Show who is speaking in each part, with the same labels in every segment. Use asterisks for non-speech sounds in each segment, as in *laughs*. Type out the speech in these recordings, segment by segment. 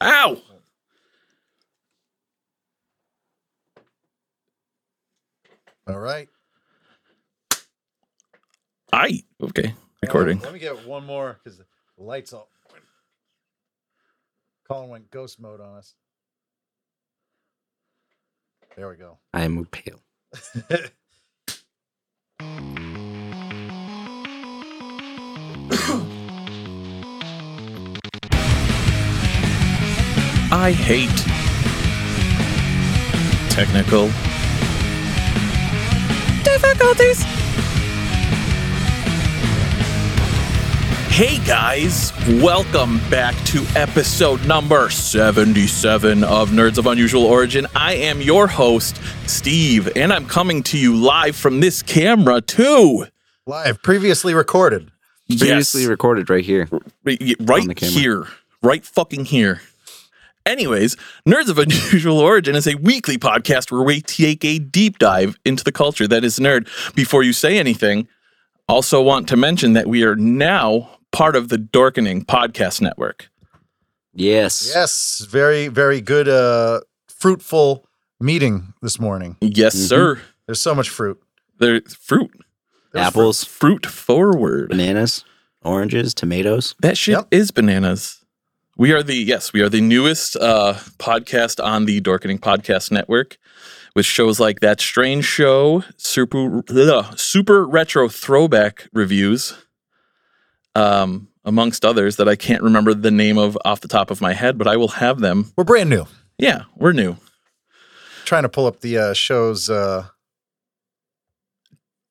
Speaker 1: Ow!
Speaker 2: All right.
Speaker 1: I okay.
Speaker 2: Hang on,
Speaker 1: Recording.
Speaker 2: Let me get one more because the lights all. Colin went ghost mode on us. There we go.
Speaker 3: I am pale.
Speaker 1: I hate technical difficulties. Hey guys, welcome back to episode number 77 of Nerds of Unusual Origin. I am your host, Steve, and I'm coming to you live from this camera too.
Speaker 2: Live, previously recorded.
Speaker 3: Previously
Speaker 1: Yes.
Speaker 3: recorded right here.
Speaker 1: Right- y-
Speaker 3: On the
Speaker 1: right
Speaker 3: camera.
Speaker 1: here. Right fucking here. Anyways, Nerds of *laughs* Unusual Origin is a weekly podcast where we take a deep dive into the culture that is nerd. Before you say anything, also want to mention that we are now part of the Dorkening Podcast Network.
Speaker 3: Yes.
Speaker 2: Yes, very, very good, uh, fruitful meeting this morning.
Speaker 1: Yes,
Speaker 3: Mhm.
Speaker 1: sir.
Speaker 2: There's so much fruit.
Speaker 1: There's fruit.
Speaker 2: There's
Speaker 3: Apples,
Speaker 1: Fruit forward.
Speaker 3: bananas, oranges, tomatoes.
Speaker 1: That shit
Speaker 2: Yep.
Speaker 1: is bananas. We are the yes, we are the newest uh, podcast on the Dorkening Podcast Network, with shows like that strange show, super ugh, super retro throwback reviews, um, amongst others that I can't remember the name of off the top of my head, but I will have them.
Speaker 2: We're brand new.
Speaker 1: Yeah, we're new.
Speaker 2: Trying to pull up the uh, show's uh,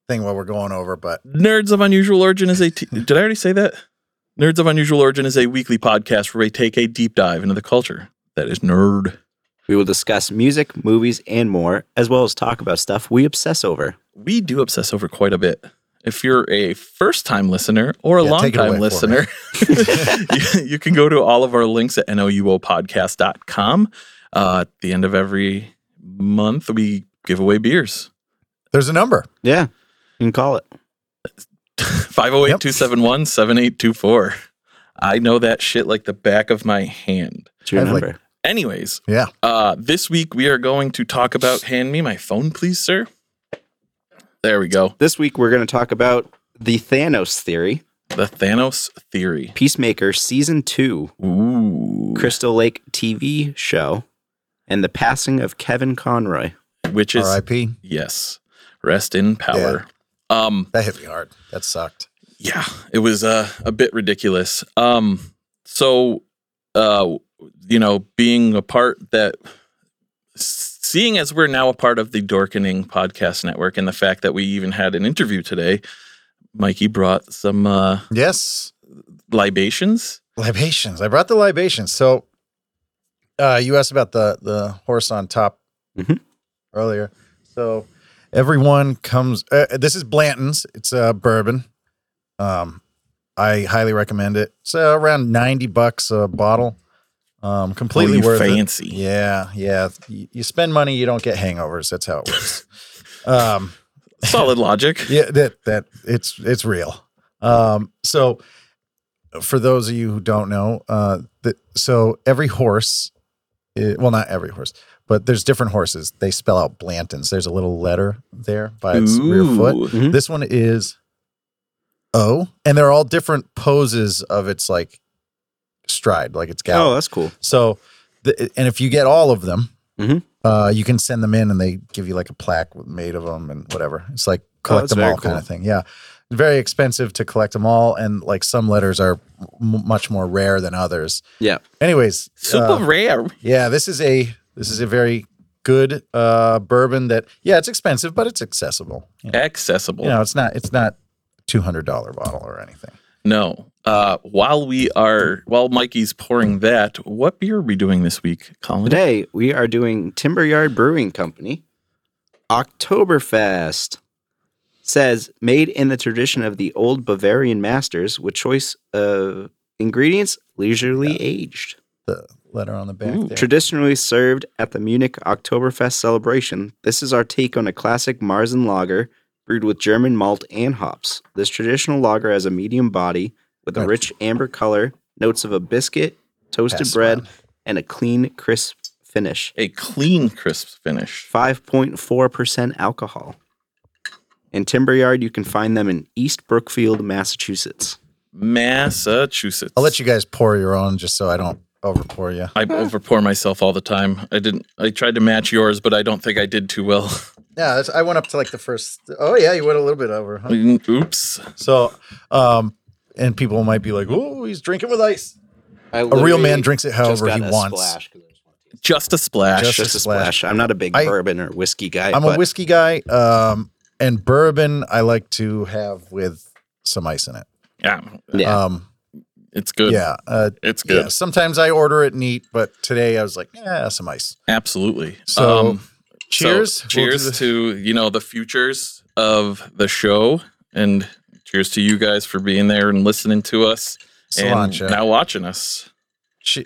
Speaker 2: thing while we're going over, but
Speaker 1: Nerds of Unusual Origin is a. T- Did I already say that? Nerds of Unusual Origin is a weekly podcast where we take a deep dive into the culture that is nerd.
Speaker 3: We will discuss music, movies, and more, as well as talk about stuff we obsess over.
Speaker 1: we do obsess over quite a bit. If you're a first time listener or a
Speaker 2: Yeah,
Speaker 1: long
Speaker 2: take it away for
Speaker 1: time
Speaker 2: me.
Speaker 1: listener, *laughs*
Speaker 2: *laughs*
Speaker 1: you, you can go to all of our links at nouopodcast.com. Uh, at the end of every month, we give away beers *laughs*
Speaker 2: there's a number.
Speaker 3: Yeah. You can call it.
Speaker 1: 508 271 7824. I know that shit like the back of my hand.
Speaker 3: It's your
Speaker 2: I'd like-
Speaker 3: number.
Speaker 1: Anyways,
Speaker 2: Yeah.
Speaker 1: uh, this week we are going to talk about. Hand me my phone, please, sir. There we go.
Speaker 3: this week we're going to talk about the Thanos theory,
Speaker 1: The Thanos theory.
Speaker 3: Peacemaker season 2,
Speaker 1: Ooh.
Speaker 3: Crystal Lake TV show, and the passing of Kevin Conroy.
Speaker 1: which is
Speaker 2: R.I.P.
Speaker 1: yes rest in power um
Speaker 2: That hit me hard. That sucked.
Speaker 1: yeah it was uh, a bit ridiculous um so uh you know being a part that seeing as we're now a part of the dorkening podcast network and the fact that we even had an interview today mikey brought some uh
Speaker 2: Yes.
Speaker 1: libations
Speaker 2: libations. I brought the libations. So uh you asked about the the horse on top
Speaker 1: Mm-hmm.
Speaker 3: Mhm.
Speaker 2: earlier. So everyone comes uh, this is Blanton's. It's a uh, bourbon. Um I highly recommend it. It's uh, around 90 bucks a bottle. Um completely
Speaker 1: Oh, you
Speaker 2: worth it.
Speaker 1: fancy
Speaker 2: Yeah, yeah. You, you spend money, you don't get hangovers. That's how it works. *laughs* um
Speaker 1: solid
Speaker 2: *laughs*
Speaker 1: logic
Speaker 2: yeah that that it's it's real um so for those of you who don't know uh the, so every horse i- well not every horse but there's different horses they spell out blantons there's a little letter there by its rear foot
Speaker 1: Ooh.
Speaker 3: Mhm.
Speaker 2: this one is o and they're all different poses of its like stride like its gallop
Speaker 3: Oh, that's cool.
Speaker 2: so, the, and if you get all of them,
Speaker 3: Mhm.
Speaker 2: uh, you can send them in, and they give you like a plaque with- made of them and whatever. It's like collect
Speaker 3: that's
Speaker 2: them
Speaker 3: very
Speaker 2: all kind
Speaker 3: cool.
Speaker 2: of thing. Yeah, very expensive to collect them all, and like some letters are m- much more rare than others.
Speaker 3: Yeah.
Speaker 2: Anyways,
Speaker 1: super
Speaker 2: uh,
Speaker 1: rare
Speaker 2: yeah, this is a this is a very good uh, bourbon that yeah, it's expensive, but it's accessible. You know,
Speaker 1: accessible
Speaker 2: you know it's not it's not two hundred dollar bottle or anything.
Speaker 1: No. Uh, while we are, while Mikey's pouring that, what beer are we doing this week, Colin?
Speaker 3: Today we are doing Timber Yard Brewing Company Oktoberfest. Says made in the tradition of the old Bavarian masters with choice of ingredients leisurely aged. Mm.
Speaker 2: The letter on the back
Speaker 1: Ooh,
Speaker 2: there.
Speaker 3: Traditionally served at the Munich Oktoberfest celebration, this is our take on a classic Marzen lager brewed with German malt and hops. This traditional lager has a medium body with a
Speaker 2: Right.
Speaker 3: rich amber color, notes of a biscuit, toasted
Speaker 2: Pass
Speaker 3: bread,
Speaker 2: around.
Speaker 3: and a clean, crisp finish.
Speaker 1: A clean, crisp finish.
Speaker 3: 5.4% alcohol. In Timber Yard, you can find them in East Brookfield, Massachusetts.
Speaker 1: Massachusetts.
Speaker 2: I'll let you Hmm. guys pour your own just so I don't overpour you.
Speaker 1: I overpour myself all the time. I didn't. I tried to match yours, but I don't think I did too well. *laughs*
Speaker 2: Yeah, that's, I went up to like the first. Oh yeah, you went a little bit over. Huh?
Speaker 1: Oops.
Speaker 2: So, um, and people might be like, "Oh, he's drinking with ice." A real man drinks it however he wants.
Speaker 1: Just a splash.
Speaker 3: Just, a splash. I'm not a big
Speaker 2: I-
Speaker 3: bourbon or whiskey guy.
Speaker 2: I'm a
Speaker 3: but
Speaker 2: whiskey guy, um, and bourbon I like to have with some ice in it.
Speaker 1: yeah,
Speaker 3: Yeah.
Speaker 2: Um,
Speaker 1: it's good.
Speaker 2: yeah, uh,
Speaker 1: It's good.
Speaker 2: yeah. Sometimes I order it neat, but today I was like, "Yeah, some ice."
Speaker 1: Absolutely.
Speaker 2: So,
Speaker 1: Um, So,
Speaker 2: Cheers. We'll do
Speaker 1: cheers
Speaker 2: the-
Speaker 1: to you know the futures of the show, and cheers to you guys for being there and listening to us
Speaker 2: Cilantro.
Speaker 1: and now watching us.
Speaker 2: Che-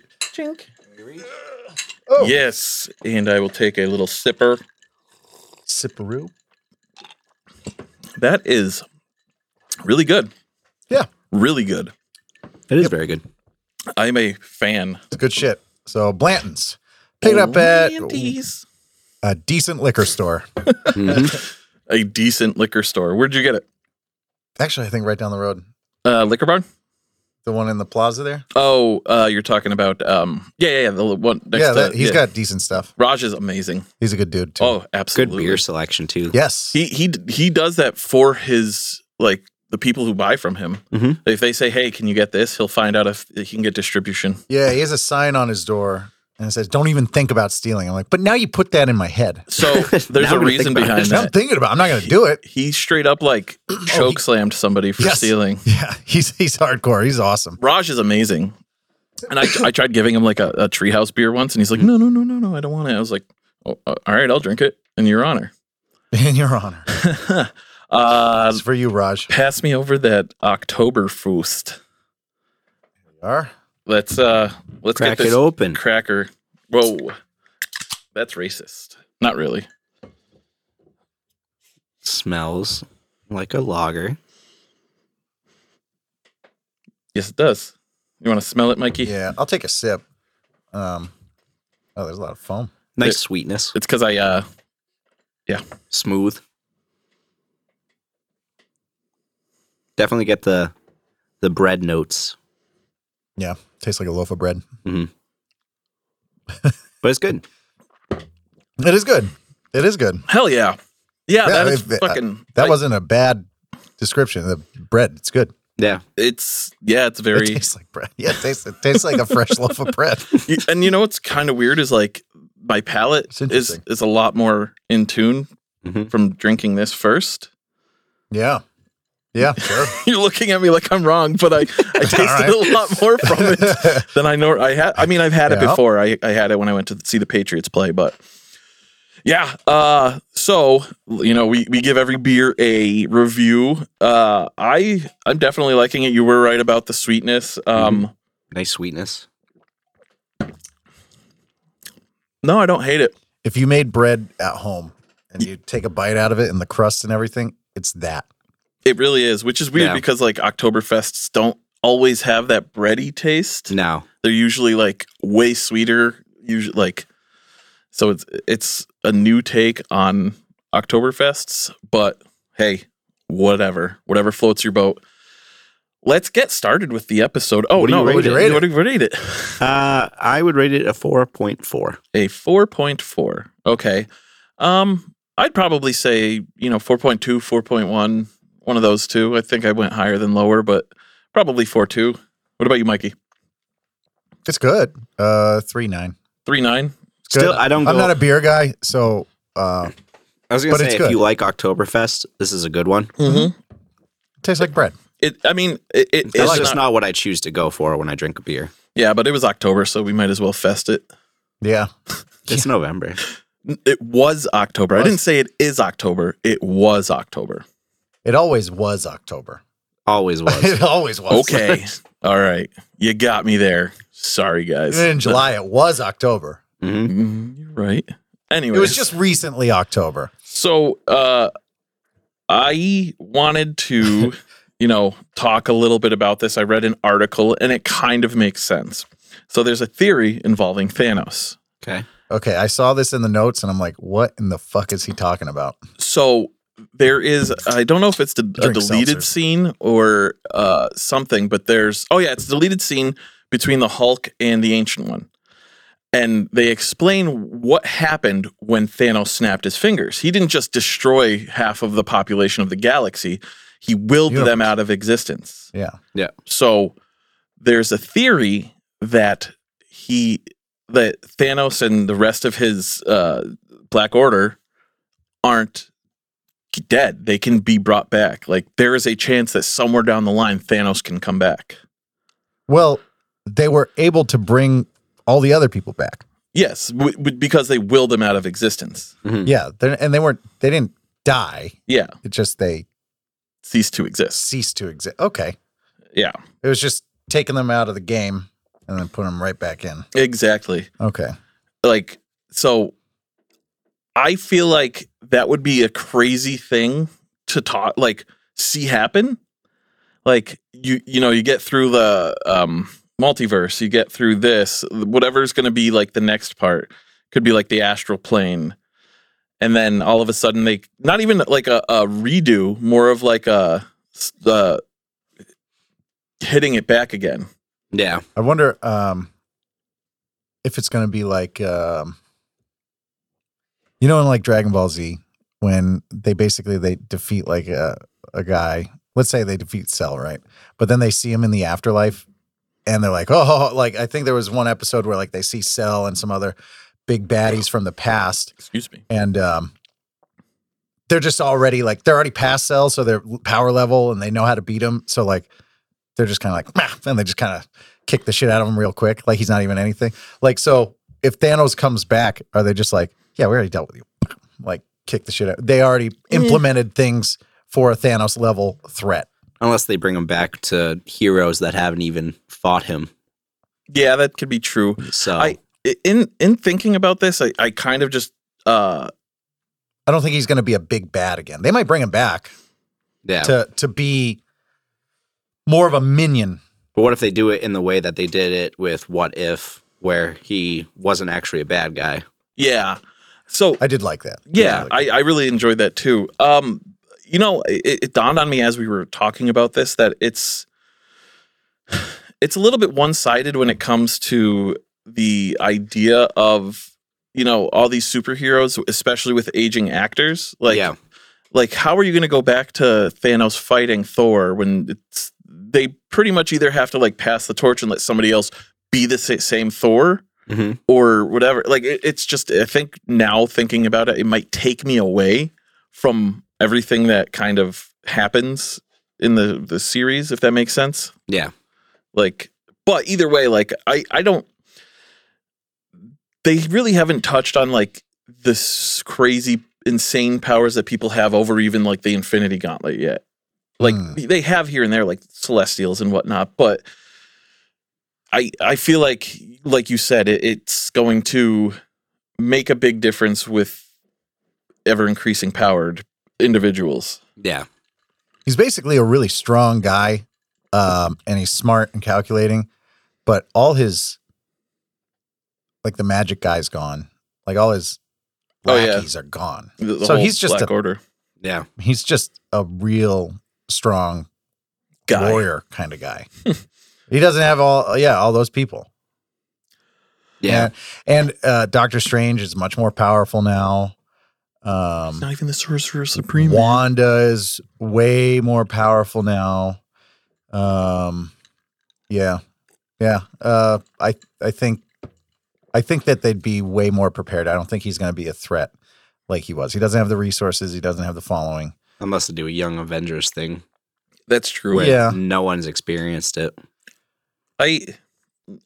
Speaker 3: Oh.
Speaker 1: Yes, and I will take a little sipper.
Speaker 2: Sipperoo.
Speaker 1: That is really good.
Speaker 2: Yeah.
Speaker 1: really good.
Speaker 3: it is
Speaker 2: *laughs*
Speaker 3: very good.
Speaker 1: I'm a fan.
Speaker 2: It's good shit. So Blanton's. Pick it up at
Speaker 1: Blanty's.
Speaker 2: a decent liquor store.
Speaker 3: Mhm.
Speaker 1: a decent liquor store. Where'd you get it?
Speaker 2: Actually, I think right down the road.
Speaker 1: Uh, liquor barn?
Speaker 2: The one in the plaza there.
Speaker 1: Oh, uh, you're talking about um, yeah, yeah, yeah, the one next
Speaker 2: yeah,
Speaker 1: to
Speaker 2: that, he's
Speaker 1: yeah.
Speaker 2: got decent stuff.
Speaker 1: Raj is amazing.
Speaker 2: He's a good dude too.
Speaker 1: Oh,
Speaker 3: Good
Speaker 1: absolutely.
Speaker 3: beer selection too.
Speaker 2: yes.
Speaker 1: He he he does that for his like the people who buy from him.
Speaker 3: Mhm.
Speaker 1: If they say, "Hey, can you get this?" He'll find out if he can get distribution.
Speaker 2: yeah, he has a sign on his door and it says, "Don't even think about stealing." I'm like, but now you put that in my head.
Speaker 3: *laughs* Now
Speaker 1: So
Speaker 3: I'm
Speaker 1: there's a
Speaker 3: gonna
Speaker 1: reason
Speaker 3: think about
Speaker 1: behind
Speaker 3: it.
Speaker 2: I'm
Speaker 1: that.
Speaker 2: thinking about. It. I'm not going to do it.
Speaker 1: He straight up like choke slammed somebody for
Speaker 2: Yes.
Speaker 1: stealing.
Speaker 2: Yeah, *laughs* he's he's hardcore. He's awesome. *laughs*
Speaker 1: Raj is amazing. And I, I tried giving him like a, a treehouse beer once, and he's like, no, no, no, no, no, I don't want it. I was like, oh, uh, all right, I'll drink it in your honor.
Speaker 2: In your honor,
Speaker 1: uh,
Speaker 2: it's for you, Raj.
Speaker 1: pass me over that Oktoberfest.
Speaker 2: You are
Speaker 1: Let's uh, let's
Speaker 3: Crack
Speaker 1: get this
Speaker 3: it open.
Speaker 1: cracker. Whoa, that's racist. Not really.
Speaker 3: Smells like a lager.
Speaker 1: Yes, it does. You want to smell it, Mikey?
Speaker 2: yeah. I'll take a sip. Um, oh, there's a lot of foam.
Speaker 3: Nice
Speaker 1: It-
Speaker 3: sweetness.
Speaker 1: It's because I uh,
Speaker 3: Smooth. Definitely get the the bread notes,
Speaker 2: Yeah, tastes like a loaf of bread.
Speaker 3: but it's good.
Speaker 2: It is good. It is good.
Speaker 1: hell yeah, yeah,
Speaker 2: Yeah,
Speaker 1: that is
Speaker 2: if it-
Speaker 1: fucking
Speaker 2: That
Speaker 1: like,
Speaker 2: wasn't a bad description. The bread, it's good.
Speaker 3: Yeah.
Speaker 1: it's yeah, it's
Speaker 2: It
Speaker 1: very
Speaker 2: tastes like bread. Yeah, it tastes, it tastes like a fresh loaf of bread.
Speaker 1: You- and you know what's kind of weird is like my palate
Speaker 2: It's
Speaker 1: is
Speaker 2: interesting.
Speaker 1: is a lot more in tune
Speaker 3: Mhm.
Speaker 1: from drinking this first. *laughs*
Speaker 2: Yeah, yeah, sure. *laughs*
Speaker 1: You're looking at me like I'm wrong, but I I tasted a
Speaker 2: right.
Speaker 1: lot more from
Speaker 2: *laughs*
Speaker 1: it than I know I had. I mean, I've had it
Speaker 2: Yeah.
Speaker 1: before. I I had it when I went to see the Patriots play, but yeah. Uh, so you know, we we give every beer a review. Uh, I I'm definitely liking it. You were right about the sweetness. Um,
Speaker 3: Nice sweetness.
Speaker 2: Mm-hmm.
Speaker 1: no, I don't hate it.
Speaker 2: if you made bread at home and you take a bite out of it and the crust and everything, it's that.
Speaker 1: It really is, which is weird
Speaker 3: Yeah.
Speaker 1: because like Oktoberfests don't always have that bready taste.
Speaker 3: No.
Speaker 1: They're usually like way sweeter. Usually like so it's it's a new take on Oktoberfests, but hey, whatever. Whatever floats your boat. Let's get started with the episode. Oh
Speaker 3: What do
Speaker 1: no,
Speaker 3: you rate
Speaker 1: what do
Speaker 3: it?
Speaker 1: you- what do you rate it? *laughs*
Speaker 3: Uh, I would rate it a 4.4.
Speaker 1: A four point four. Okay. Um I'd probably say, you know, 4.2, 4.1, one of those two. I think I went higher than lower, but probably 4.2. What about you, Mikey?
Speaker 2: It's good. Uh, three nine.
Speaker 1: 3.9?
Speaker 2: It's good.
Speaker 3: Still, I don't
Speaker 2: I'm
Speaker 3: go.
Speaker 2: not a beer guy, so uh,
Speaker 3: I was going
Speaker 2: but
Speaker 3: to
Speaker 2: it's
Speaker 3: say, if
Speaker 2: good.
Speaker 3: you like Oktoberfest, this is a good one.
Speaker 1: Mm-hmm.
Speaker 2: tastes like bread.
Speaker 1: It, I mean, it, it,
Speaker 3: It's
Speaker 1: it's
Speaker 3: just
Speaker 1: not,
Speaker 3: not what I choose to go for when I drink a beer.
Speaker 1: Yeah, but it was October, so we might as well fest it.
Speaker 2: Yeah,
Speaker 3: It's
Speaker 2: *laughs*
Speaker 3: November.
Speaker 1: N- It was October. I
Speaker 2: Was.
Speaker 1: didn't say it is October. It was October.
Speaker 2: it always was October. *laughs*
Speaker 3: Always was.
Speaker 2: it always was. *laughs*
Speaker 1: Okay. All right. You got me there. Sorry, guys.
Speaker 2: Even in July, it was October.
Speaker 3: hmm
Speaker 1: Mm, You're right. Anyway,
Speaker 2: It was just recently October.
Speaker 1: So uh I wanted to, you know, talk a little bit about this. I read an article and it kind of makes sense. So there's a theory involving Thanos.
Speaker 3: Okay.
Speaker 2: Okay, I saw this in the notes and I'm like, what in the fuck is he talking about?
Speaker 1: So there is I don't know if it's the, a
Speaker 2: Drink
Speaker 1: deleted
Speaker 2: seltzer.
Speaker 1: scene or uh, something, but there's oh yeah, it's a deleted scene between the Hulk and the Ancient One. And they explain what happened when Thanos snapped his fingers. He didn't just destroy half of the population of the galaxy, he willed them
Speaker 2: Universe.
Speaker 1: out of existence.
Speaker 2: Yeah.
Speaker 1: So there's a theory that he that Thanos and the rest of his uh, Black Order aren't dead. They can be brought back. Like there is a chance that somewhere down the line Thanos can come back.
Speaker 2: Well, they were able to bring all the other people back.
Speaker 1: Yes, w- w- because they willed him out of existence.
Speaker 3: Mhm.
Speaker 2: Yeah, they're- and they weren't they didn't die.
Speaker 1: Yeah,
Speaker 2: It just they
Speaker 1: cease to exist.
Speaker 2: ceased to exist. Okay.
Speaker 1: Yeah,
Speaker 2: It was just taking them out of the game and then putting them right back in.
Speaker 1: exactly.
Speaker 2: Okay.
Speaker 1: like so i feel like that would be a crazy thing to talk like see happen like you you know you get through the um multiverse you get through this whatever's going to be like the next part could be like the astral plane and then all of a sudden they not even like a, a redo more of like a s- uh, hitting it back again
Speaker 3: Yeah.
Speaker 2: I wonder um if it's gonna be like um you know in like Dragon Ball Z when they basically they defeat like a, a guy, let's say they defeat Cell, right? But then they see him in the afterlife and they're like, oh like I think there was one episode where like they see Cell and some other big baddies from the past
Speaker 1: excuse me
Speaker 2: and um, they're just already like they're already past cell, so they're power level and they know how to beat him. So like they're just kind of like "Mah," and they just kind of kick the shit out of him real quick, like he's not even anything. Like so, if Thanos comes back, are they just like yeah, we already dealt with you, like kick the shit out? They already
Speaker 1: Mm.
Speaker 2: implemented things for a Thanos level threat.
Speaker 3: Unless they bring him back to heroes that haven't even fought him.
Speaker 1: yeah that could be true
Speaker 3: So
Speaker 1: I- in in thinking about this, I, I kind of just uh
Speaker 2: I don't think he's going to be a big bad again. They might bring him back
Speaker 3: yeah.
Speaker 2: to to be more of a minion.
Speaker 3: but what if they do it in the way that they did it with What If, where he wasn't actually a bad guy?
Speaker 1: yeah. So
Speaker 2: I did like that.
Speaker 1: yeah, I, I really enjoyed that too. Um you know, it, it dawned on me as we were talking about this that it's it's a little bit one-sided when it comes to the idea of you know all these superheroes especially with aging actors like
Speaker 3: yeah.
Speaker 1: like how are you going to go back to Thanos fighting Thor when it's they pretty much either have to like pass the torch and let somebody else be the sa- same Thor
Speaker 3: hmm
Speaker 1: or whatever. Like it, it's just I think now thinking about it, it might take me away from everything that kind of happens in the the series, if that makes sense.
Speaker 3: Yeah.
Speaker 1: Like, but either way, like I I don't. They really haven't touched on like this crazy insane powers that people have over even like the Infinity Gauntlet yet. Like
Speaker 2: Hmm.
Speaker 1: they have here and there like Celestials and whatnot, but I I feel like like you said it, it's going to make a big difference with ever increasing powered individuals.
Speaker 3: Yeah.
Speaker 2: he's basically a really strong guy um and he's smart and calculating but all his like the magic guy's gone like all his
Speaker 1: Oh, yeah.
Speaker 2: lackeys are gone
Speaker 1: The- the
Speaker 2: so
Speaker 1: whole
Speaker 2: he's just
Speaker 1: Black
Speaker 2: a,
Speaker 1: Order
Speaker 3: Yeah.
Speaker 2: he's just a real strong
Speaker 1: guy.
Speaker 2: warrior kind of guy he doesn't have all yeah all those people
Speaker 3: Yeah.
Speaker 2: and, and uh doctor strange is much more powerful now um
Speaker 1: He's Not even the Sorcerer Supreme. man.
Speaker 2: Wanda is way more powerful now. Um, yeah, yeah. Uh, I I think I think that they'd be way more prepared. I don't think he's going to be a threat like he was. He doesn't have the resources. He doesn't have the following.
Speaker 3: Unless they do a Young Avengers thing
Speaker 1: That's true.
Speaker 3: where
Speaker 2: Yeah.
Speaker 3: no one's experienced it.
Speaker 1: I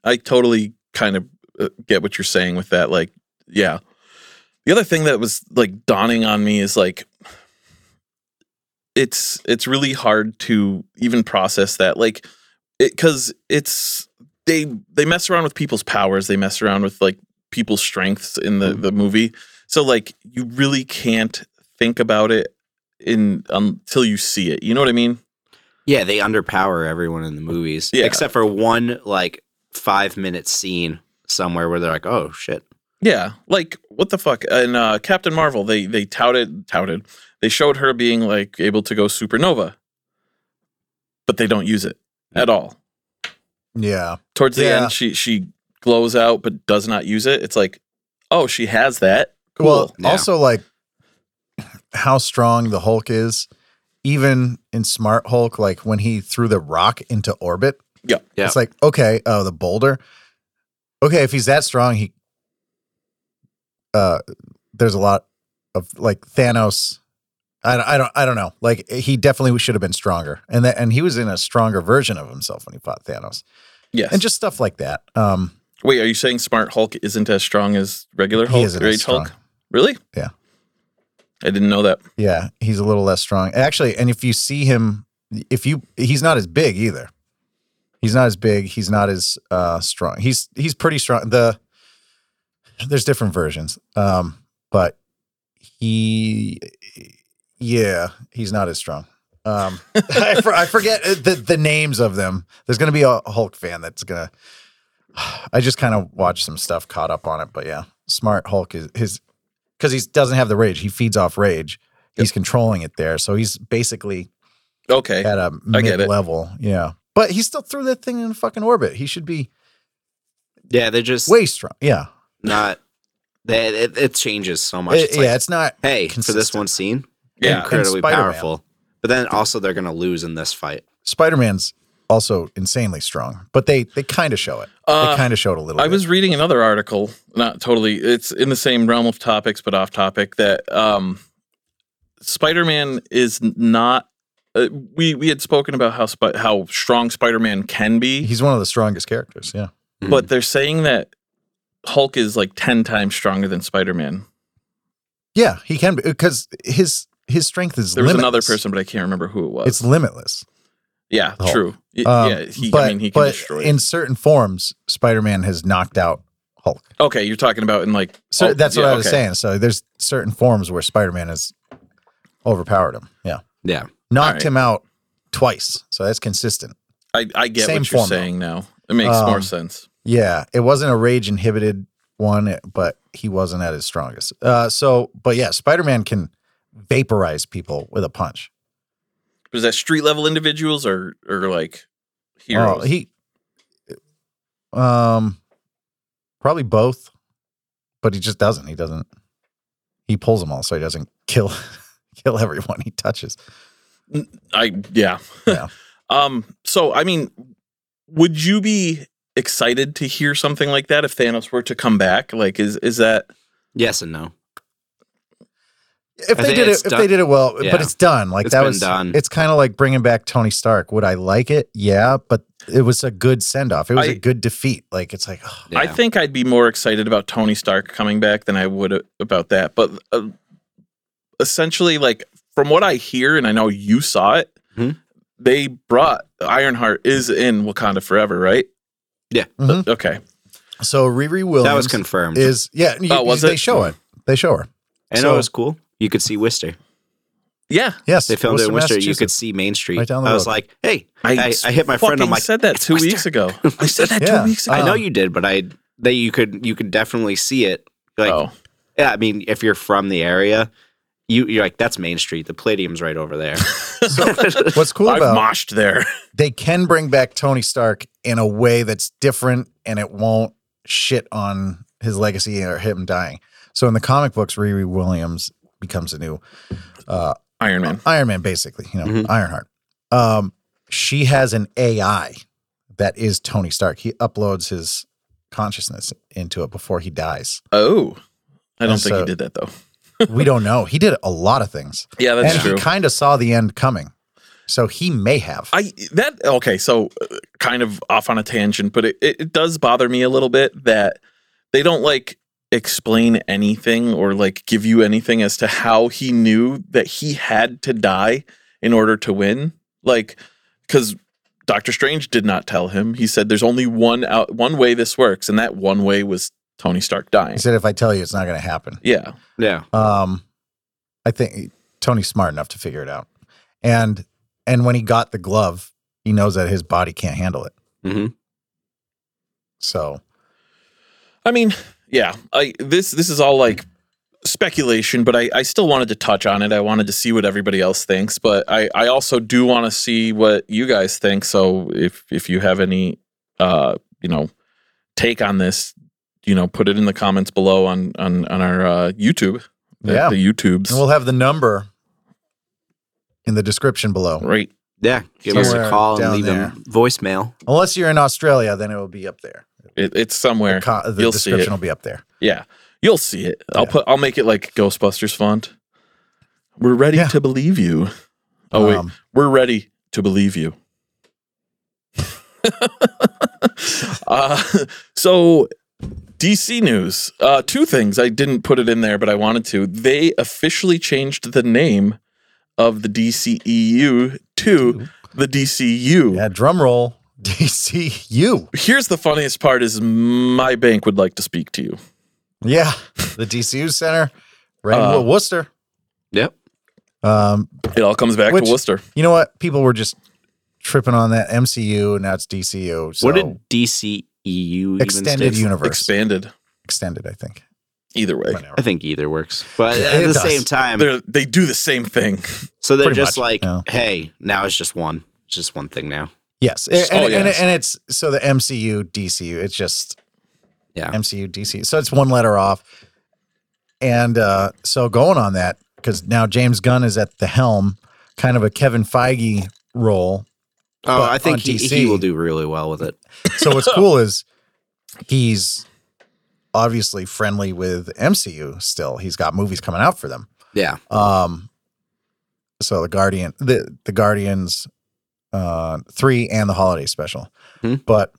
Speaker 1: I totally kind of uh, get what you're saying with that. Like, yeah. The other thing that was like dawning on me is like, it's it's really hard to even process that. Like, it because it's they they mess around with people's powers. They mess around with like people's strengths in the the movie. So like, you really can't think about it in until you see it. You know what I mean?
Speaker 3: Yeah, they underpower everyone in the movies,
Speaker 1: Yeah.
Speaker 3: except for one like five minute scene somewhere where they're like, oh shit.
Speaker 1: Yeah, like what the fuck? And uh, Captain Marvel, they they touted touted. They showed her being like able to go supernova, but they don't use it at all.
Speaker 2: Yeah.
Speaker 1: Towards the
Speaker 2: Yeah.
Speaker 1: end, she she glows out but does not use it. It's like, oh, she has that. Cool.
Speaker 2: Well,
Speaker 3: Yeah.
Speaker 2: also like how strong the Hulk is, even in Smart Hulk, like when he threw the rock into orbit.
Speaker 1: Yeah.
Speaker 3: Yeah.
Speaker 2: It's like, okay, oh, the boulder. Okay, if he's that strong, he uh there's a lot of like Thanos. I don't, I don't I don't know. Like he definitely should have been stronger. And that and he was in a stronger version of himself when he fought Thanos.
Speaker 1: yes.
Speaker 2: And just stuff like that. Um
Speaker 1: Wait, are you saying Smart Hulk isn't as strong as regular
Speaker 2: he
Speaker 1: Hulk,
Speaker 2: isn't as
Speaker 1: Rage
Speaker 2: strong.
Speaker 1: Hulk? Really?
Speaker 2: Yeah.
Speaker 1: I didn't know that.
Speaker 2: Yeah, he's a little less strong. Actually, and if you see him, if you he's not as big either. He's not as big, he's not as uh strong. He's he's pretty strong. The there's different versions. Um but he yeah, he's not as strong. Um I, for, I forget uh, the the names of them. There's going to be a Hulk fan that's going to I just kind of watched some stuff caught up on it, but yeah. Smart Hulk is his cuz he doesn't have the rage. He feeds off rage he's controlling it there. So he's basically
Speaker 1: Okay.
Speaker 2: at a
Speaker 1: I get
Speaker 2: mid
Speaker 1: it.
Speaker 2: level. Yeah. But he still threw that thing in fucking orbit. He should be
Speaker 3: Yeah, they're just
Speaker 2: way strong. Yeah.
Speaker 3: not. They, it, it changes so much.
Speaker 2: It-
Speaker 3: It's like,
Speaker 2: yeah. It's not.
Speaker 3: hey, for this
Speaker 2: consistent.
Speaker 3: one scene,
Speaker 1: Yeah.
Speaker 3: incredibly
Speaker 2: And Spider-Man.
Speaker 3: powerful. But then also they're gonna lose in this fight.
Speaker 2: Spider Man's also insanely strong, but they they kind of show it.
Speaker 1: Uh,
Speaker 2: they kind of showed a little
Speaker 1: I
Speaker 2: bit.
Speaker 1: was reading another article, not totally. It's in the same realm of topics, but off topic. That um, Spider-Man is not. Uh, we we had spoken about how Spi- how strong Spider-Man can be,
Speaker 2: He's one of the strongest characters. Yeah.
Speaker 1: but they're saying that Hulk is like ten times stronger than Spider-Man.
Speaker 2: Yeah. He can be because his his strength is
Speaker 1: There was
Speaker 2: limitless.
Speaker 1: another person, but I can't remember who it was.
Speaker 2: It's limitless.
Speaker 1: yeah,
Speaker 2: Hulk.
Speaker 1: true. Y-
Speaker 2: Um,
Speaker 1: yeah, he,
Speaker 2: but
Speaker 1: I mean, he can
Speaker 2: but
Speaker 1: destroy.
Speaker 2: in certain forms, Spider Man has knocked out Hulk.
Speaker 1: okay, you're talking about in like.
Speaker 2: So
Speaker 1: Hulk-
Speaker 2: that's what
Speaker 1: Oh, yeah,
Speaker 2: I was
Speaker 1: okay.
Speaker 2: saying. So there's certain forms where Spider-Man has overpowered him. Yeah.
Speaker 3: Yeah.
Speaker 2: Knocked
Speaker 1: Alright.
Speaker 2: him out twice. So that's consistent.
Speaker 1: I, I get
Speaker 2: Same
Speaker 1: what you're
Speaker 2: form, though.
Speaker 1: saying now. It makes
Speaker 2: Um,
Speaker 1: more sense.
Speaker 2: Yeah. It wasn't a rage inhibited one, eh, but he wasn't at his strongest. Uh so but yeah, Spider-Man can vaporize people with a punch.
Speaker 1: Is that street level individuals or or like heroes?
Speaker 2: Oh, he um probably both, but he just doesn't. He doesn't he pulls them all so he doesn't kill *laughs* kill everyone he touches.
Speaker 1: I yeah.
Speaker 2: Yeah.
Speaker 1: *laughs* um. So I mean, would you be excited to hear something like that if Thanos were to come back? Like, is is that
Speaker 3: Yes and no.
Speaker 2: if
Speaker 3: I
Speaker 2: they
Speaker 3: think
Speaker 2: did
Speaker 3: it's
Speaker 2: it, if
Speaker 3: done-
Speaker 2: they did it well,
Speaker 3: Yeah.
Speaker 2: but it's done. Like
Speaker 3: It's
Speaker 2: that
Speaker 3: been
Speaker 2: was
Speaker 3: done.
Speaker 2: It's kind of like bringing back Tony Stark. Would I like it? Yeah, but it was a good send off. It was
Speaker 1: I-
Speaker 2: a good defeat. Like it's like oh,
Speaker 1: I
Speaker 3: Yeah.
Speaker 1: think I'd be more excited about Tony Stark coming back than I would a- about that. But uh, essentially, like from what I hear, and I know you saw it,
Speaker 3: Mhm.
Speaker 1: they brought Ironheart is in Wakanda forever, right? Uh,
Speaker 2: mhm.
Speaker 1: Okay.
Speaker 2: so Riri Williams
Speaker 3: that was confirmed.
Speaker 2: is yeah. you-
Speaker 1: Oh, was
Speaker 2: they
Speaker 1: it?
Speaker 2: show it. They show her.
Speaker 3: and
Speaker 2: so-
Speaker 3: it was cool. You could see Worcester.
Speaker 1: Yeah.
Speaker 2: Yes,
Speaker 3: They filmed it in Worcester. You could
Speaker 2: Massachusetts.
Speaker 3: see Main Street.
Speaker 2: Right down the
Speaker 3: I was
Speaker 2: road.
Speaker 3: like, hey, I, I hit my friend. I'm
Speaker 1: fucking
Speaker 3: like,
Speaker 1: said that two
Speaker 3: "It's
Speaker 1: weeks ago. *laughs* I said that
Speaker 2: Yeah.
Speaker 1: two weeks ago.
Speaker 3: I know
Speaker 2: Um,
Speaker 3: you did, but I that you could you could definitely see it. Like,
Speaker 1: oh,
Speaker 3: yeah, I mean, if you're from the area, you you're like, that's Main Street. The Palladium's right over
Speaker 1: *laughs*
Speaker 3: there.
Speaker 2: What's cool
Speaker 1: I've
Speaker 2: about
Speaker 1: moshed there. *laughs*
Speaker 2: they can bring back Tony Stark in a way that's different and it won't shit on his legacy or him dying. So in the comic books, Riri Williams becomes a new uh,
Speaker 1: Iron Man. Mm-hmm.
Speaker 2: Iron Man, basically, you know,
Speaker 3: Mhm.
Speaker 2: Ironheart. Um, she has an AI that is Tony Stark. He uploads his consciousness into it before he
Speaker 1: *laughs*
Speaker 2: dies.
Speaker 1: Oh, I don't
Speaker 2: And
Speaker 1: think he
Speaker 2: so-
Speaker 1: did that though.
Speaker 2: we don't know. He did a lot of things,
Speaker 1: Yeah, that's
Speaker 2: and
Speaker 1: true.
Speaker 2: he kind of saw the end coming, so he may have.
Speaker 1: I that okay, so uh, kind of off on a tangent, but it, it, it does bother me a little bit that they don't like explain anything or like give you anything as to how he knew that he had to die in order to win. Like cuz Doctor Strange did not tell him. He said there's only one out one way this works and that one way was Tony Stark dying.
Speaker 2: he said, "If I tell you, it's not going to happen."
Speaker 1: Yeah.
Speaker 3: *laughs* yeah,
Speaker 2: Um, I think Tony's smart enough to figure it out, and
Speaker 1: Mm-hmm.
Speaker 2: and when he got the glove, he knows that his body can't handle it.
Speaker 3: Mhm.
Speaker 2: So
Speaker 1: I mean, yeah, I this this is all like speculation, but I, I still wanted to touch on it. I wanted to see what everybody else thinks, but I, I also do want to see what you guys think. So if if you have any uh you know take on this, you know, put it in the comments below on on on our uh, YouTube. The,
Speaker 2: Yeah.
Speaker 1: the YouTubes.
Speaker 2: and we'll have the number in the description below.
Speaker 1: right.
Speaker 3: Yeah, give us
Speaker 2: Somewhere
Speaker 3: a call and
Speaker 2: down
Speaker 3: leave a voicemail.
Speaker 2: Unless you're in Australia, then it will be up there.
Speaker 1: It, it's somewhere.
Speaker 2: The, co- the
Speaker 1: You'll see
Speaker 2: description
Speaker 1: it.
Speaker 2: will be up there.
Speaker 1: Yeah. You'll see it. I'll
Speaker 2: Oh, Yeah.
Speaker 1: put I'll make it like Ghostbusters font. We're ready
Speaker 2: Yeah.
Speaker 1: to believe you. Oh wait.
Speaker 2: Um,
Speaker 1: We're ready to believe
Speaker 2: *laughs*
Speaker 1: you. uh, so, DC news. Uh, two things. I didn't put it in there, but I wanted to. They officially changed the name of the DCEU to the DCU.
Speaker 2: yeah, drum roll. *laughs* DCU.
Speaker 1: Here's the funniest part is my bank would like to speak to you.
Speaker 2: Yeah, the DCU Center,
Speaker 1: Uh,
Speaker 2: Redwood, Worcester.
Speaker 3: Yep.
Speaker 2: Um,
Speaker 1: It all comes back
Speaker 2: Which-
Speaker 1: to Worcester.
Speaker 2: you know what? People were just tripping on that MCU, and now it's DCU. So
Speaker 3: what did DCEU even
Speaker 2: extended
Speaker 3: stand for?
Speaker 2: universe?
Speaker 1: Expanded.
Speaker 2: extended, I think.
Speaker 1: Either way.
Speaker 2: Whatever.
Speaker 3: I think either works, but
Speaker 2: Yeah,
Speaker 3: at
Speaker 2: it
Speaker 3: the
Speaker 2: does.
Speaker 3: same time,
Speaker 1: They're, they do the same thing. *laughs*
Speaker 3: so they're
Speaker 2: pretty
Speaker 3: just
Speaker 2: much,
Speaker 3: like,
Speaker 2: yeah.
Speaker 3: hey, now it's just one, it's just one thing now.
Speaker 2: Yes, and,
Speaker 1: Oh,
Speaker 2: and- and-
Speaker 1: yes.
Speaker 2: and it's so the MCU, DCU. It's just
Speaker 3: Yeah.
Speaker 2: MCU, DCU. So it's one letter off. And uh, so going on that, because now James Gunn is at the helm, kind of a Kevin Feige role.
Speaker 3: Oh,
Speaker 2: But
Speaker 3: I
Speaker 2: on
Speaker 3: think he,
Speaker 2: DC
Speaker 3: he will do really well with it.
Speaker 2: So what's cool is he's obviously friendly with MCU still. He's got movies coming out for them.
Speaker 3: Yeah,
Speaker 2: Um, so the Guardian, the the Guardians, uh, three and the holiday special,
Speaker 3: Hmm.
Speaker 2: but